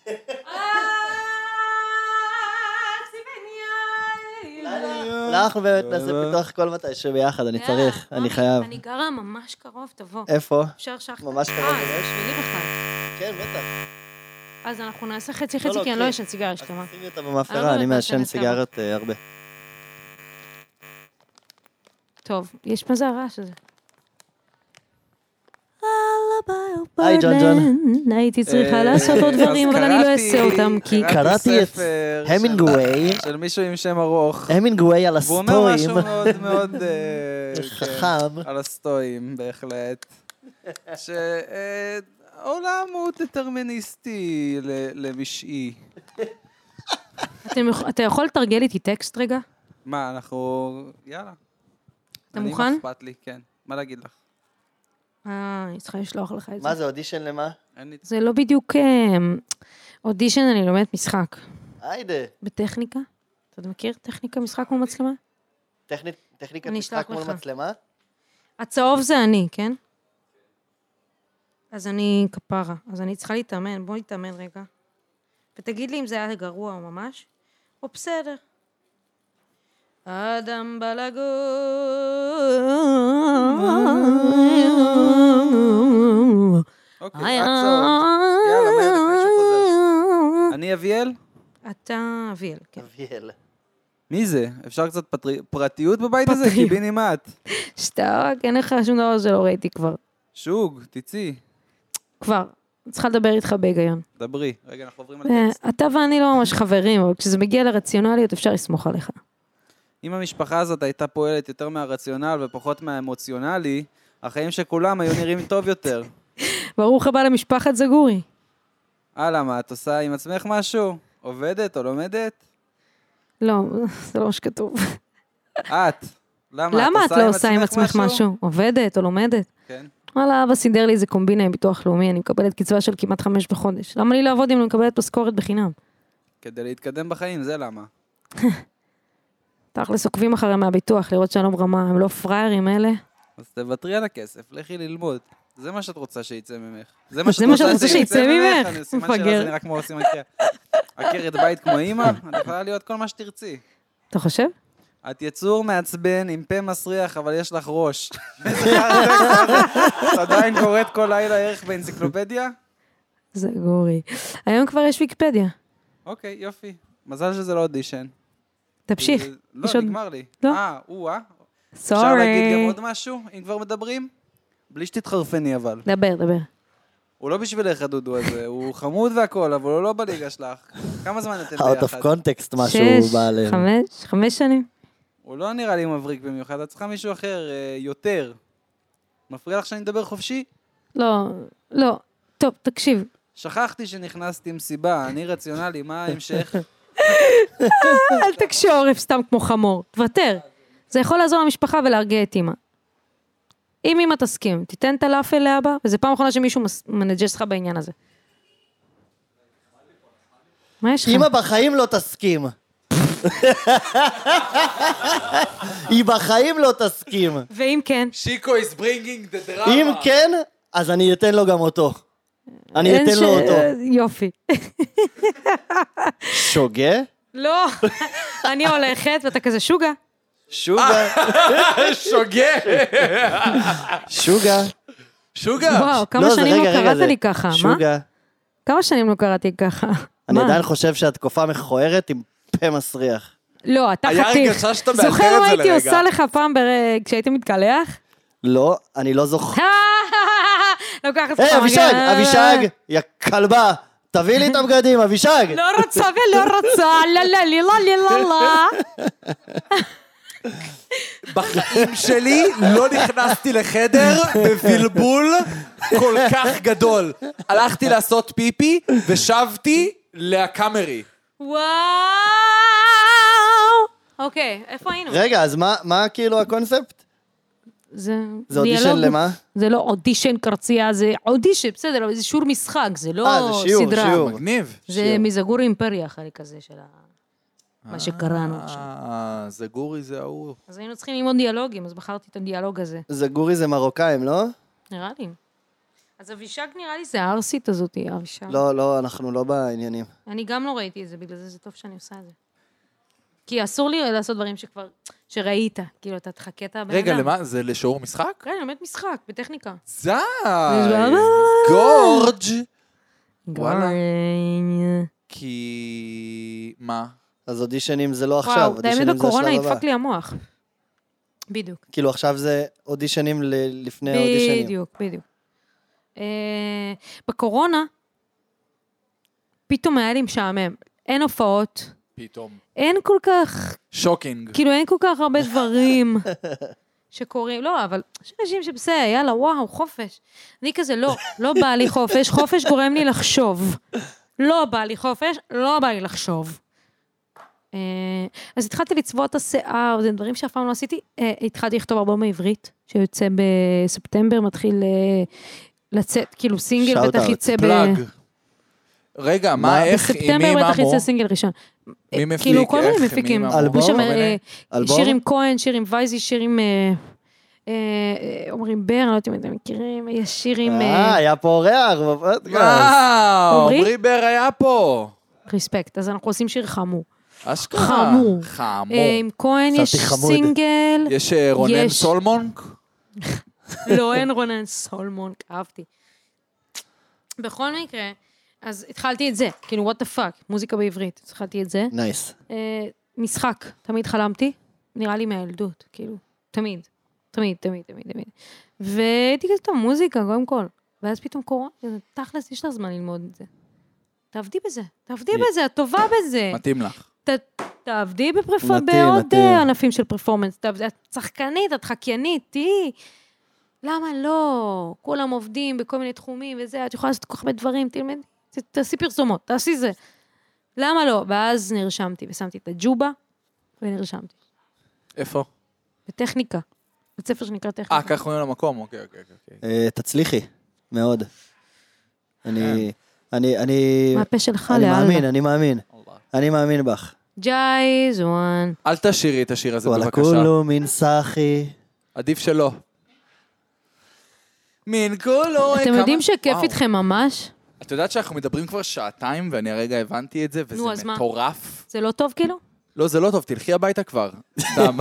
B: אה,
C: לך באמת נעשה פיתוח כל מתי שביחד, אני צריך, אני חייב.
B: אה, אוקיי, אני גרה ממש קרוב, תבוא.
C: איפה?
B: אפשר שחטה.
C: ממש קרוב
B: אה,
C: לראש.
B: בשבילי בכלל.
C: כן, בטח.
B: אז אנחנו נעשה חצי
C: לא,
B: חצי, כי אני לא
C: כן.
B: ישן סיגריה
C: אז
B: שלמה.
C: תשימי אותה
B: אני לא
C: במאפרה, אני
B: באמת
C: מעשן
B: מעשנת
C: סיגריות אה, הרבה.
B: טוב, יש מה זה הרעש הזה.
C: היי, ג'ון ג'ון.
B: הייתי צריכה
E: אה,
B: לעשות עוד
E: אז
B: דברים, אבל אני לא
E: קראתי-
B: אעשה אותם, כי...
E: קראתי
C: קראתי את
E: ספר של-
C: המינגווי,
E: של מישהו עם שם ארוך.
C: המינגווי על
E: והוא אומר
C: הסטורים,
E: משהו מאוד מאוד... אה, כן,
C: חכם.
E: על הסטואים, בהחלט.
B: *laughs*
E: שהעולם הוא דטרמיניסטי ל- למשעי.
B: אתם יכ- אתה יכול לתרגל איתי טקסט רגע?
E: מה, אנחנו... יאללה.
B: אתה
E: אני,
B: מוכן?
E: מה אכפת לי, כן. מה להגיד לך?
B: אה, אני צריכה לשלוח לך את זה.
C: מה זה, אודישן למה?
E: אין לי...
B: זה לא בדיוק אה, אודישן, אני לומדת משחק.
C: היידה.
B: בטכניקה? אתה מכיר טכניקה משחק מול מצלמה?
C: טכנית- טכניקת
B: אני
C: משחק
B: אשלח
C: מול
B: לך.
C: מצלמה?
B: הצהוב זה אני, כן? אז אני כפרה, אז אני צריכה להתאמן, בוא נתאמן רגע. ותגיד לי אם זה היה גרוע ממש, או בסדר. אדם בלגו... אה,
E: אוקיי, עצור. יאללה, מהר, לפני שהוא
B: אה.
E: אני אביאל?
B: אתה אביאל, כן.
C: אביאל.
E: מי זה? אפשר קצת פטרי- פרטיות בבית הזה?
B: פטריות.
E: קיבינימט.
B: שתוק, אין לך שום דבר שלא ראיתי כבר.
E: שוג, תצאי,
B: כבר. אני צריכה לדבר איתך בהיגיון.
E: דברי. רגע, אנחנו עוברים על טקסט.
B: אה, אתה ואני לא ממש חברים, אבל כשזה מגיע לרציונליות אפשר לסמוך עליך.
E: אם המשפחה הזאת הייתה פועלת יותר מהרציונל ופחות מהאמוציונלי, החיים של כולם היו נראים טוב יותר.
B: ברוך הבא למשפחת זגורי.
E: הלאה, מה, את עושה עם עצמך משהו? עובדת או לומדת?
B: לא, זה לא מה שכתוב.
E: את. למה,
B: למה את לא עושה עם עצמך משהו? עובדת או לומדת?
E: כן.
B: וואלה, אבא סידר לי איזה קומבינה עם ביטוח לאומי, אני מקבלת קצבה של כמעט חמש בחודש. למה לי לעבוד אם אני מקבלת משכורת בחינם?
E: כדי להתקדם בחיים, זה למה.
B: תכלס עוקבים אחרי מהביטוח, לראות שאני לא ברמה, הם לא פראיירים אלה.
E: אז תוותרי על הכסף, לכי ללמוד. זה מה שאת רוצה שיצא ממך.
B: זה מה שאת רוצה שיצא ממך,
E: אני סימן שאלה,
B: מפגר.
E: זה נראה כמו עושים הקרע. עקרת בית כמו אימא, את יכולה להיות כל מה שתרצי.
B: אתה חושב?
E: את יצור מעצבן עם פה מסריח, אבל יש לך
C: *laughs*
E: ראש. איזה חרא זה כבר? את עדיין קוראת כל לילה ערך באנציקלופדיה?
B: זגורי. היום כבר יש ויקיפדיה.
E: אוקיי, יופי. מזל שזה לא אודישן.
B: תמשיך.
E: כי זה- לא,
B: יש עוד-
E: נגמר לי.
B: לא.
E: אה, או-אה. אפשר להגיד גם
B: סורי.
E: עוד משהו, אם כבר מדברים? בלי שתתחרפני אבל.
B: דבר, דבר. הוא
E: הוא לא בשבילך הדודו הזה, הוא חמוד והכל, אבל הוא לא בליגה שלך. כמה זמן אתם
C: Out
E: ביחד?
C: of context משהו
B: שש,
C: בא עליהם.
B: חמש, חמש שנים.
E: הוא לא נראה לי מבריק במיוחד, את צריכה מישהו אחר, אה, יותר. מפריע לך שאני מדבר חופשי?
B: לא, לא. טוב, תקשיב.
E: שכחתי שנכנסתי עם סיבה, אני רציונלי,
A: *laughs*
E: מה ההמשך?
B: אל תקשה עורף סתם כמו חמור. תוותר. זה יכול לעזור למשפחה ולהרגיע את אימא. אם אימא תסכים, תיתן את הלאפל לאבא, וזו פעם אחרונה שמישהו מס- מנג'ס לך בעניין הזה. מה יש לך?
C: אמא בחיים לא תסכים. היא בחיים לא תסכים.
B: ואם כן,
A: שיקו is bringing the drama.
C: אם כן, אז אני אתן לו גם אותו. אני
B: אין
C: אתן
B: ש-
C: לו אותו.
B: יופי.
C: שוגה?
B: לא, *laughs* אני הולכת, ואתה כזה שוגה.
C: שוגה,
A: שוגה.
C: שוגה.
A: שוגה.
B: וואו, כמה
C: לא, זה
B: שנים
C: רגע,
B: לא
C: רגע, זה
B: קראת לי ככה, מה?
C: שוגה.
B: כמה שנים לא קראתי ככה?
C: אני
B: מה?
C: עדיין חושב שאת קופה מכוערת עם פה מסריח.
B: לא, אתה
A: היה
B: חתיך.
A: הרגשה שאתה מאלתר את
B: זוכר
A: זה
B: מה הייתי
A: לרגע.
B: עושה לך פעם בר- כשהיית מתקלח?
C: לא, אני לא זוכר.
B: *laughs* לוקחת לך...
C: היי, אבישג,
B: מגע.
C: אבישג, יא כלבה, תביא לי את הבגדים, אבישג.
B: לא רוצה ולא רוצה, לה לה לי לה לי לה לה.
A: בחיים שלי לא נכנסתי לחדר בבלבול כל כך גדול. הלכתי לעשות פיפי ושבתי לקאמרי.
B: וואו! אוקיי, איפה היינו?
C: רגע, אז מה- מה כאילו הקונספט?
B: זה
C: זה אודישן
B: דיאלוג.
C: למה?
B: זה לא אודישן קרצייה, זה אודישן, בסדר, אבל זה שיעור משחק, זה לא
C: אה, זה שיעור,
B: סדרה.
C: שיעור.
A: מגניב.
B: זה מזגור אימפריה אחרי כזה של ה... מה שקראנו עכשיו.
A: אה, זה גורי זה ההוא.
B: אז היינו צריכים ללמוד דיאלוגים, אז בחרתי את הדיאלוג הזה,
C: זגורי זה מרוקאים, לא?
B: נראה לי. אז אבישג נראה לי זה הערסית הזאת, אבישג.
C: לא, לא, אנחנו לא בעניינים.
B: אני גם לא ראיתי את זה, בגלל זה זה טוב שאני עושה את זה. כי אסור לי לעשות דברים שכבר... שראית, כאילו, אתה תחכה את הבן אדם.
A: רגע, למה? זה לשיעור משחק?
B: כן, אני לומד משחק, בטכניקה.
C: אה,
A: זי!
B: אה, נשבע.
A: גורג'! וואלה.
B: וואלה.
A: כי... מה?
C: אז אודישנים זה לא עכשיו,
B: וואו, את האמת
C: אודישנים זה
B: בקורונה
C: השלב הבא.
B: הדפק לי המוח. בדיוק.
C: כאילו עכשיו זה אודישנים ל- לפני האודישנים.
B: בדיוק, בדיוק. אה, בקורונה, פתאום היה לי משעמם. אין הופעות,
A: פתאום.
B: אין כל כך
A: שוקינג.
B: כאילו אין כל כך הרבה דברים שקורים, לא, אבל יש אנשים שבסדר, יאללה, וואו, חופש. אני כזה, לא, לא בא לי חופש, חופש גורם לי לחשוב. לא בא לי חופש, לא בא לי לחשוב. אה, אז התחלתי לצבוע את השיער, זה דברים שאף פעם לא עשיתי. אה, התחלתי לכתוב אלבום בעברית, שיוצא בספטמבר, מתחיל אה, לצאת, כאילו סינגל,
C: Shout
B: בטח
C: out.
B: יצא ב...
A: פלאג. רגע, מה,
C: מה?
A: איך, עם מי,
B: בספטמבר
A: מה,
B: בטח יצא
A: מו?
B: סינגל ראשון.
A: מי
B: אה,
A: מפיק?
B: כאילו, כל
A: איך,
B: מיני
A: מי,
B: מפיקים.
A: מה,
C: אלבום?
B: יש שם, אה,
C: אלבום?
B: שיר עם כהן, שיר עם וייזי, שיר עם אה, אה, אה, עומרים בר, אני לא יודעת אם אתם מכירים, יש שיר עם
C: אה,
B: אה,
C: היה פה אורח בפודקאסט.
A: וואו,
B: עמרי?
A: עמרי בר היה פה.
B: רספקט, אז אנחנו עושים שיר חמור.
A: אשכרה.
B: חמור.
A: חמור.
B: אה, עם כהן יש
C: חשבתי חמוד.
B: סינגל,
A: יש אה, רונן
B: יש.
A: סולמונק?
B: *laughs* לא, אין רונן סולמון, אהבתי. בכל מקרה, אז התחלתי את זה, כאילו, וואט דה פאק, מוזיקה בעברית, אז התחלתי את זה.
C: נייס.
B: אה, משחק, תמיד חלמתי, נראה לי מהילדות, כאילו, תמיד, תמיד, תמיד, תמיד, תמיד. והייתי כזה טוב, מוזיקה, קודם כל. ואז פתאום קורה, תכלס, יש לך זמן ללמוד את זה. תעבדי בזה, תעבדי בזה, את טובה בזה.
A: מתאים לך.
B: ת- תעבדי בפרפ-
C: מתאים,
B: בעוד
C: מתאים.
B: אה, ענפים של פרפורמנס. תעבדי- את שחקנית, את חקיינית, תהיי. למה לא? כולם עובדים בכל מיני תחומים וזה, את יכולה לעשות כל כך הרבה דברים, תלמדי, ת- תעשי פרסומות, תעשי זה. למה לא? ואז נרשמתי, ושמתי את הג'ובה, ונרשמתי.
A: איפה?
B: בטכניקה. בית ספר שנקרא
A: אה,
B: טכניקה.
A: כך קוראים למקום, אוקיי, אוקיי, אוקיי.
C: אה, תצליחי, מאוד. אני, אני, אני,
B: מהפה שלך
C: אני מאמין,
B: לאללה.
C: אני מאמין.
A: כן. אללה.
C: אני מאמין בך.
B: ג'ייז וואן.
A: אל תשאירי את השיר הזה,
C: וואלה,
A: בבקשה.
C: כולו מן סחי.
A: עדיף שלא. מין כולו... אה,
B: אתם
A: כמה-
B: יודעים שכיף
A: וואו.
B: איתכם ממש?
A: את יודעת שאנחנו מדברים כבר שעתיים, ואני הרגע הבנתי את זה,
B: נו, אז
A: וזה
B: מה?
A: מטורף.
B: זה לא טוב כאילו?
A: לא, זה לא טוב, תלכי הביתה כבר. סתם.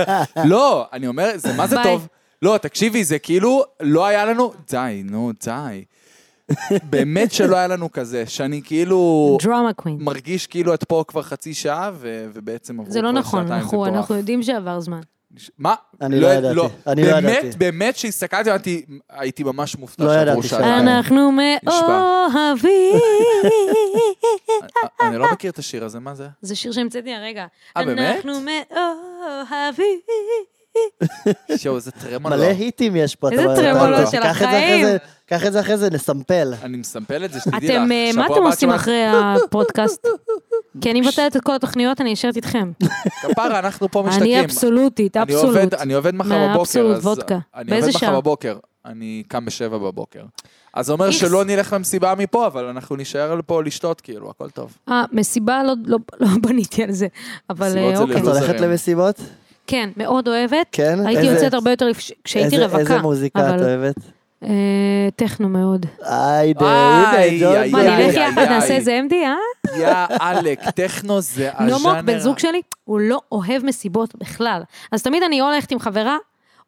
A: *laughs* לא, אני אומר, זה מה זה
B: ביי.
A: טוב? לא, תקשיבי, זה כאילו, לא היה לנו... די, נו, די. באמת שלא היה לנו כזה, שאני
B: *laughs*
A: כאילו
B: דרמה קווין.
A: מרגיש כאילו את פה כבר חצי שעה, ו- ובעצם עברו
B: זה לא
A: כבר
B: נכון,
A: שעתיים, זה
B: אנחנו,
A: מטורף.
B: אנחנו יודעים שעבר זמן.
A: מה?
C: אני לא ידעתי, אני לא
A: באמת,
C: ידעתי.
A: באמת שהסתכלתי, אמרתי, הייתי ממש מופתע
C: לא
A: שעברו
C: ידעתי
A: שעתיים.
C: שעתיים.
B: אנחנו מאוהבים. אה,
A: אני לא מכיר את השיר הזה, מה זה?
B: זה שיר שהמצאתי הרגע.
A: אה, באמת?
B: אנחנו מאוהבים.
A: שואו, איזה לא. טרמולו.
C: מלא היטים יש פה. אתה
B: איזה
C: רואה, אתה-
B: טרמולות
C: אתה-
B: של
C: קח את זה אחרי
B: החיים.
C: זה- קח את זה אחרי זה, נסמפל.
A: אני מסמפל את זה, שתדעי לך.
B: אתם, אה,
A: שבוע
B: מה
A: הבא
B: אתם
A: את
B: עושים
A: שומעת-
B: אחרי הפודקאסט? כי אני מבטלת את כל התוכניות, אני
A: *laughs*
B: נשארת איתכם.
A: כפרה, אנחנו פה משתקים.
B: אני אבסולוטית,
A: אני
B: אבסולוט.
A: עובד- אני עובד מחר
B: מה,
A: בבוקר,
B: אבסולוט,
A: אז...
B: וודקה.
A: אני
B: באיזה
A: עובד מחר
B: שעה?
A: בבוקר. אני קם בשבע בבוקר. אז זה אומר
B: איכס.
A: שלא נלך למסיבה מפה, אבל אנחנו נישאר פה לשתות, כאילו, הכל טוב.
B: אה, מסיבה, לא- לא לא *laughs* בניתי על זה, אבל
A: מסיבות
B: אה,
A: זה
B: אוקיי.
C: את הולכת
A: לוזרים.
C: למסיבות?
B: כן, מאוד אוהבת.
C: כן?
B: הייתי
C: איזה-
B: יוצאת הרבה יותר לפש- כשהייתי
C: איזה-
B: רווקה.
C: איזה מוזיקה
B: אבל-
C: את אוהבת?
B: אה, טכנו מאוד.
C: היידה,
A: איי,
C: הנה,
A: איי,
C: ג'ון.
B: מה,
A: איי,
B: נלך
A: איי,
B: יחד,
A: איי.
B: נעשה איזה MD, אה?
A: יא עלק, טכנו זה הז'אנר.
B: נומוק, בן זוג שלי, הוא לא אוהב מסיבות בכלל. אז תמיד אני או הולכת עם חברה,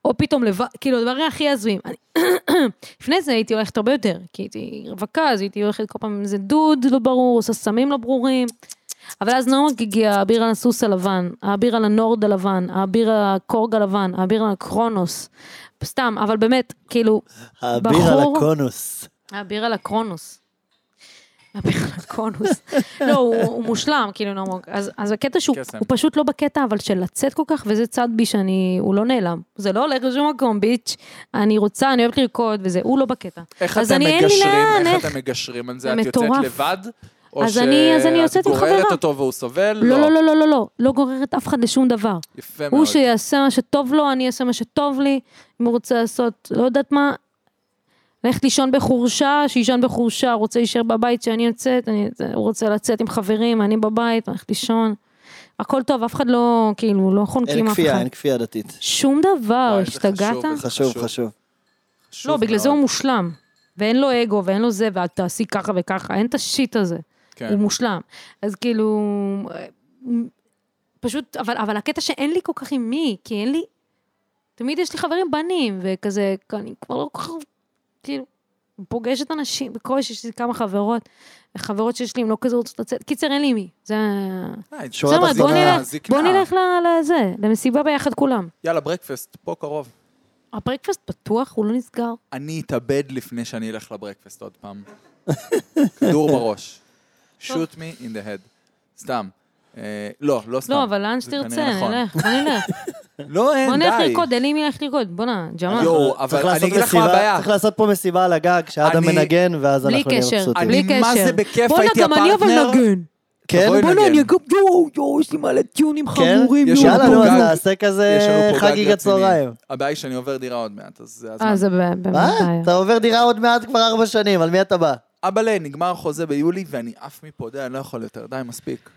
B: או פתאום לבד, כאילו, הדברים הכי הזויים. אני- *coughs* לפני זה הייתי הולכת הרבה יותר, כי הייתי רווקה, אז הייתי הולכת כל פעם עם איזה דוד לא ברור, עושה סמים לא ברורים. אבל אז נומק הגיע, האביר על הסוס הלבן, האביר על הנורד הלבן, האביר על הקורג הלבן, האביר על הקרונוס. סתם, אבל באמת, כאילו,
C: האביר על
B: בחור-
C: הקונוס.
B: האביר על הקרונוס. מהפכן הקונוס. לא, הוא הוא מושלם, כאילו נמרוק. אז אז הקטע שהוא
A: קסם.
B: הוא פשוט לא בקטע, אבל של לצאת כל כך, וזה צד בי שאני, הוא לא נעלם. זה לא הולך לשום מקום, ביץ'. אני רוצה, אני אוהבת לרקוד וזה, הוא לא בקטע.
A: איך
B: אז
A: אתם
B: אני, אין לי
A: מגשרים,
B: לאן,
A: איך
B: איך-
A: אתם מגשרים על זה?
B: זה
A: את יוצאת
B: מטורף.
A: לבד? או
B: אז אני- אז אני יוצאת עם
A: גוררת
B: חברה.
A: אותו והוא סובל?
B: לא, לא, לא, לא, לא, לא, לא גוררת אף אחד לשום דבר.
A: יפה מאוד.
B: הוא לא, שיעשה מה שטוב לו, אני אעשה מה שטוב לי. אם הוא רוצה לעשות, לא יודעת מה, ללכת לישון בחורשה, שיישן בחורשה, רוצה להישאר בבית שאני יוצאת, אני, זה- הוא רוצה לצאת עם חברים, אני בבית, הולכת לישון. הכל טוב, אף אחד לא, כאילו, לא חונקים
C: אין
B: אף
C: כפייה,
B: אחד.
C: אין כפייה דתית.
B: שום דבר,
A: וואי, זה
B: השתגעת?
A: חשוב, זה
C: חשוב,
A: חשוב.
C: חשוב.
A: חשוב
B: לא, בגלל זה
A: מאוד.
B: הוא מושלם. ואין לו אגו, ואין לו זה, ואל תעשי ככה וככה, אין את השיט הזה.
A: כן.
B: הוא מושלם. אז כאילו, פשוט, אבל, אבל הקטע שאין לי כל כך עם מי, כי אין לי, תמיד יש לי חברים בנים, וכזה, אני כבר לא כל כך, כאילו, פוגשת אנשים, בקושי יש לי כמה חברות, חברות שיש לי, הן לא כזה רוצות לצאת, קיצר, אין לי עם מי. זה...
A: אה, את
C: שורה
B: זאת
A: שומעת
B: אומרת, בוא
A: הזקנה,
B: נלך,
A: הזקנה.
B: בוא נלך ל- לזה, למסיבה ביחד כולם.
A: יאללה, ברקפסט, פה קרוב.
B: הברקפסט פתוח, הוא לא נסגר.
A: אני אתאבד לפני שאני אלך לברקפסט עוד *laughs* פעם. כדור בראש. shoot me in the head. סתם. אה, לא, לא סתם.
B: לא, אבל לאן
A: זה
B: שתרצה,
A: כנראה נכון.
B: נלך, בוא
A: *laughs*
B: נלך.
A: לא, אין, די.
B: בוא נלך לרקוד, אין לי מי ללכת לרקוד, בוא'נה, ג'מאל.
A: יואו,
C: צריך
A: אבל
C: לעשות
A: אני אגיד לך מה
C: מסיבה-
A: הבעיה.
C: צריך לעשות פה מסיבה על הגג, שאדם
A: אני-
C: מנגן, ואז
B: בלי
C: אנחנו נהיה
B: קשר,
C: מבסוטים.
B: בלי
A: אני
B: קשר.
A: מה זה בכיף
B: בואנה,
A: הייתי
B: גם אני אבל
A: הפרטנר.
B: נגן.
C: כן?
A: בואי
B: בוא'נה,
A: נגן.
B: אני גם, יואו, יואו, יש לי מלא טיונים
C: כן?
B: לא, חמורים.
A: יש
B: יואו.
A: לנו
C: יאללה,
A: פה
C: נו, אז
A: גג-
C: נעשה כזה
A: יש לנו פה גג
C: חגיגת
A: רציני.
C: צהריים.
A: הבעיה היא שאני עובר דירה עוד מעט, אז זה הזמן.
B: אה, זה ב- באמת
C: מה?
B: בעיה.
C: אתה עובר דירה עוד מעט כבר ארבע שנים, על מי אתה בא?
A: אבאלה, נגמר החוזה ביולי ואני עף מפה, די, אני לא יכול יותר, די, מספיק.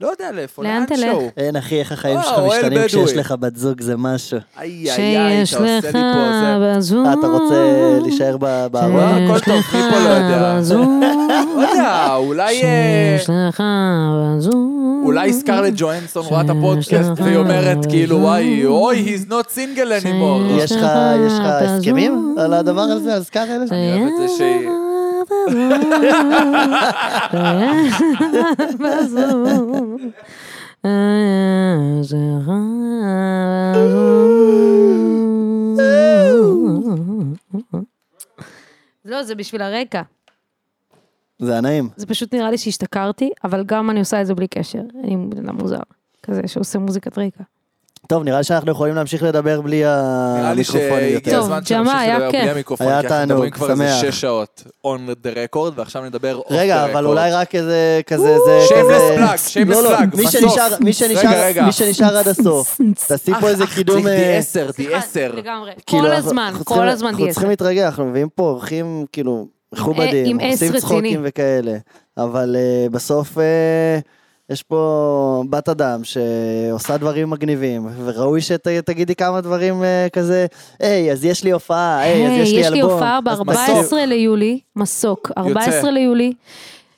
A: לא יודע לאיפה,
B: לאן
A: לאן
B: תלך?
A: שהוא.
C: אין, אחי, איך החיים
A: אה,
C: שלך
A: אוהל
C: משתנים כשיש
A: בדואי.
C: לך בת זוג, זה משהו.
B: אה.
A: איי, איי, איי,
B: שיש
A: אתה עושה לי פה,
B: לך
A: זה...
B: בזום.
C: אה, אתה רוצה להישאר ב- בארון?
A: וואלה, הכל טוב, מי פה לא יודע.
B: בזום.
A: *laughs* לא יודע, אולי... אה,
B: שיש לך בזום.
A: אולי סקרלט ג'ואנסון רואה את
B: שיש
A: הפודקאסט
B: לך
A: והיא אומרת כאילו,
B: בזום.
A: וואי, אוי, he's not single anymore.
C: יש לך יש לך
B: אתה
C: הסכמים
B: זוג. אה?
C: על הדבר הזה? אז ככה אלה?
A: אני אוהב את זה שהיא...
C: אה,
B: *laughs* לא, זה בשביל הרקע.
C: זה היה נעים.
B: זה פשוט נראה לי שהשתכרתי, אבל גם אני עושה את זה בלי קשר. אני בן אדם מוזר, כזה שעושה מוזיקת רקע.
C: טוב, נראה לי שאנחנו יכולים להמשיך לדבר בלי
A: נראה לי
C: המיקרופון
A: שהגיע
C: יותר.
B: טוב,
A: הזמן
B: ג'מאל,
A: שנמשיך
B: היה
A: לדבר בלי
B: כיף.
A: המיקרופון,
C: היה
A: כי אנחנו מדברים
C: תענוג,
A: כבר איזה
C: שמח.
A: שש שעות on the record, ועכשיו נדבר off the record.
C: רגע, אבל אולי רק איזה, כזה, זה...
A: אוקיי, shameless
C: כזה-
A: plug, shameless
C: לא, לא,
A: plug,
C: מי
A: בסוף.
C: שנשאר- מי
A: רגע,
C: שנשאר-
A: רגע.
C: מי שנשאר עד
B: *laughs*
C: הסוף. תשים פה
A: *laughs*
C: איזה קידום... אה,
A: D10, D10.
B: לגמרי.
C: כאילו,
B: כל
C: אנחנו-
B: הזמן,
C: אנחנו
B: כל
C: צריכים-
B: הזמן
C: אנחנו
B: דיאטה.
C: צריכים להתרגל, אנחנו מביאים פה אורחים, כאילו, מכובדים,
B: עם עס
C: עושים
B: רציני.
C: צחוקים וכאלה. אבל אה, בסוף אה, יש פה בת אדם שעושה דברים מגניבים, וראוי שתגידי כמה דברים אה, כזה, היי, אז יש לי הופעה, היי, אה, אז
B: היי,
C: יש לי
B: יש לי
C: אלבום.
B: הופעה
C: אז
B: ב-14 ליולי, מסוק, 14 ליולי.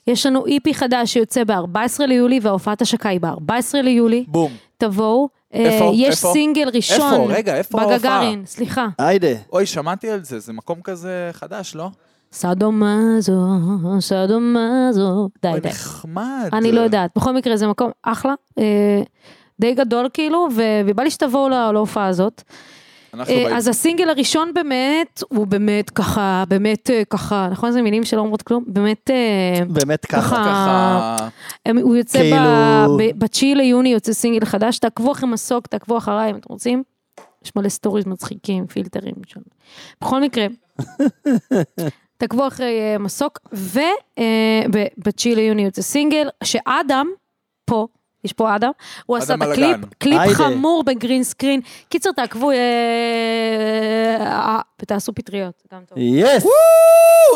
B: יש לנו איפי חדש שיוצא ב-14 ליולי, וההופעת השקה היא ב-14 ליולי.
A: בום.
B: תבואו. אה,
A: איפה?
B: יש
A: איפה?
B: סינגל ראשון.
A: איפה? רגע, איפה ההופעה?
B: בגגארין, סליחה.
C: היידה.
A: אוי, שמעתי על זה, זה מקום כזה חדש, לא?
B: סאדומזו, סאדומזו. די,
A: אוי,
B: די.
A: נחמד.
B: אני לא יודעת. בכל מקרה, זה מקום אחלה. אה, די גדול כאילו, ו- ובא לי שתבואו לא- להופעה הזאת.
A: אנחנו
B: אה,
A: באים.
B: אז הסינגל הראשון באמת, הוא באמת ככה, באמת אה, ככה, נכון? זה מילים שלא אומרות כלום? באמת... אה,
C: באמת ככה.
B: ככה.
A: ככה...
B: הם- הוא יוצא
C: כאילו-
B: ב-9 ליוני, יוצא סינגל חדש, תעקבו אחרי מסוק, תעקבו אחריי אם אתם רוצים. יש מלא סטוריז מצחיקים, פילטרים. שם. בכל
C: *laughs*
B: מקרה, תעקבו אחרי אה, מסוק, וב-9 ליוני יוצא סינגל, שאדם, פה, יש פה אדם, הוא
A: אדם
B: עשה את
A: מלגן.
B: הקליפ, קליפ
C: היידה.
B: חמור בגרין סקרין. קיצר, תעקבו, אה, אה, ותעשו פטריות, גם טוב.
C: יס!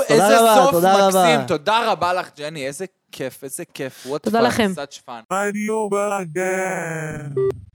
C: תודה
A: איזה
C: רבה,
A: סוף
C: תודה רבה.
A: מקסים, תודה רבה לך, ג'ני, איזה כיף, איזה כיף. What
B: תודה
A: fun,
B: לכם.
A: such fun.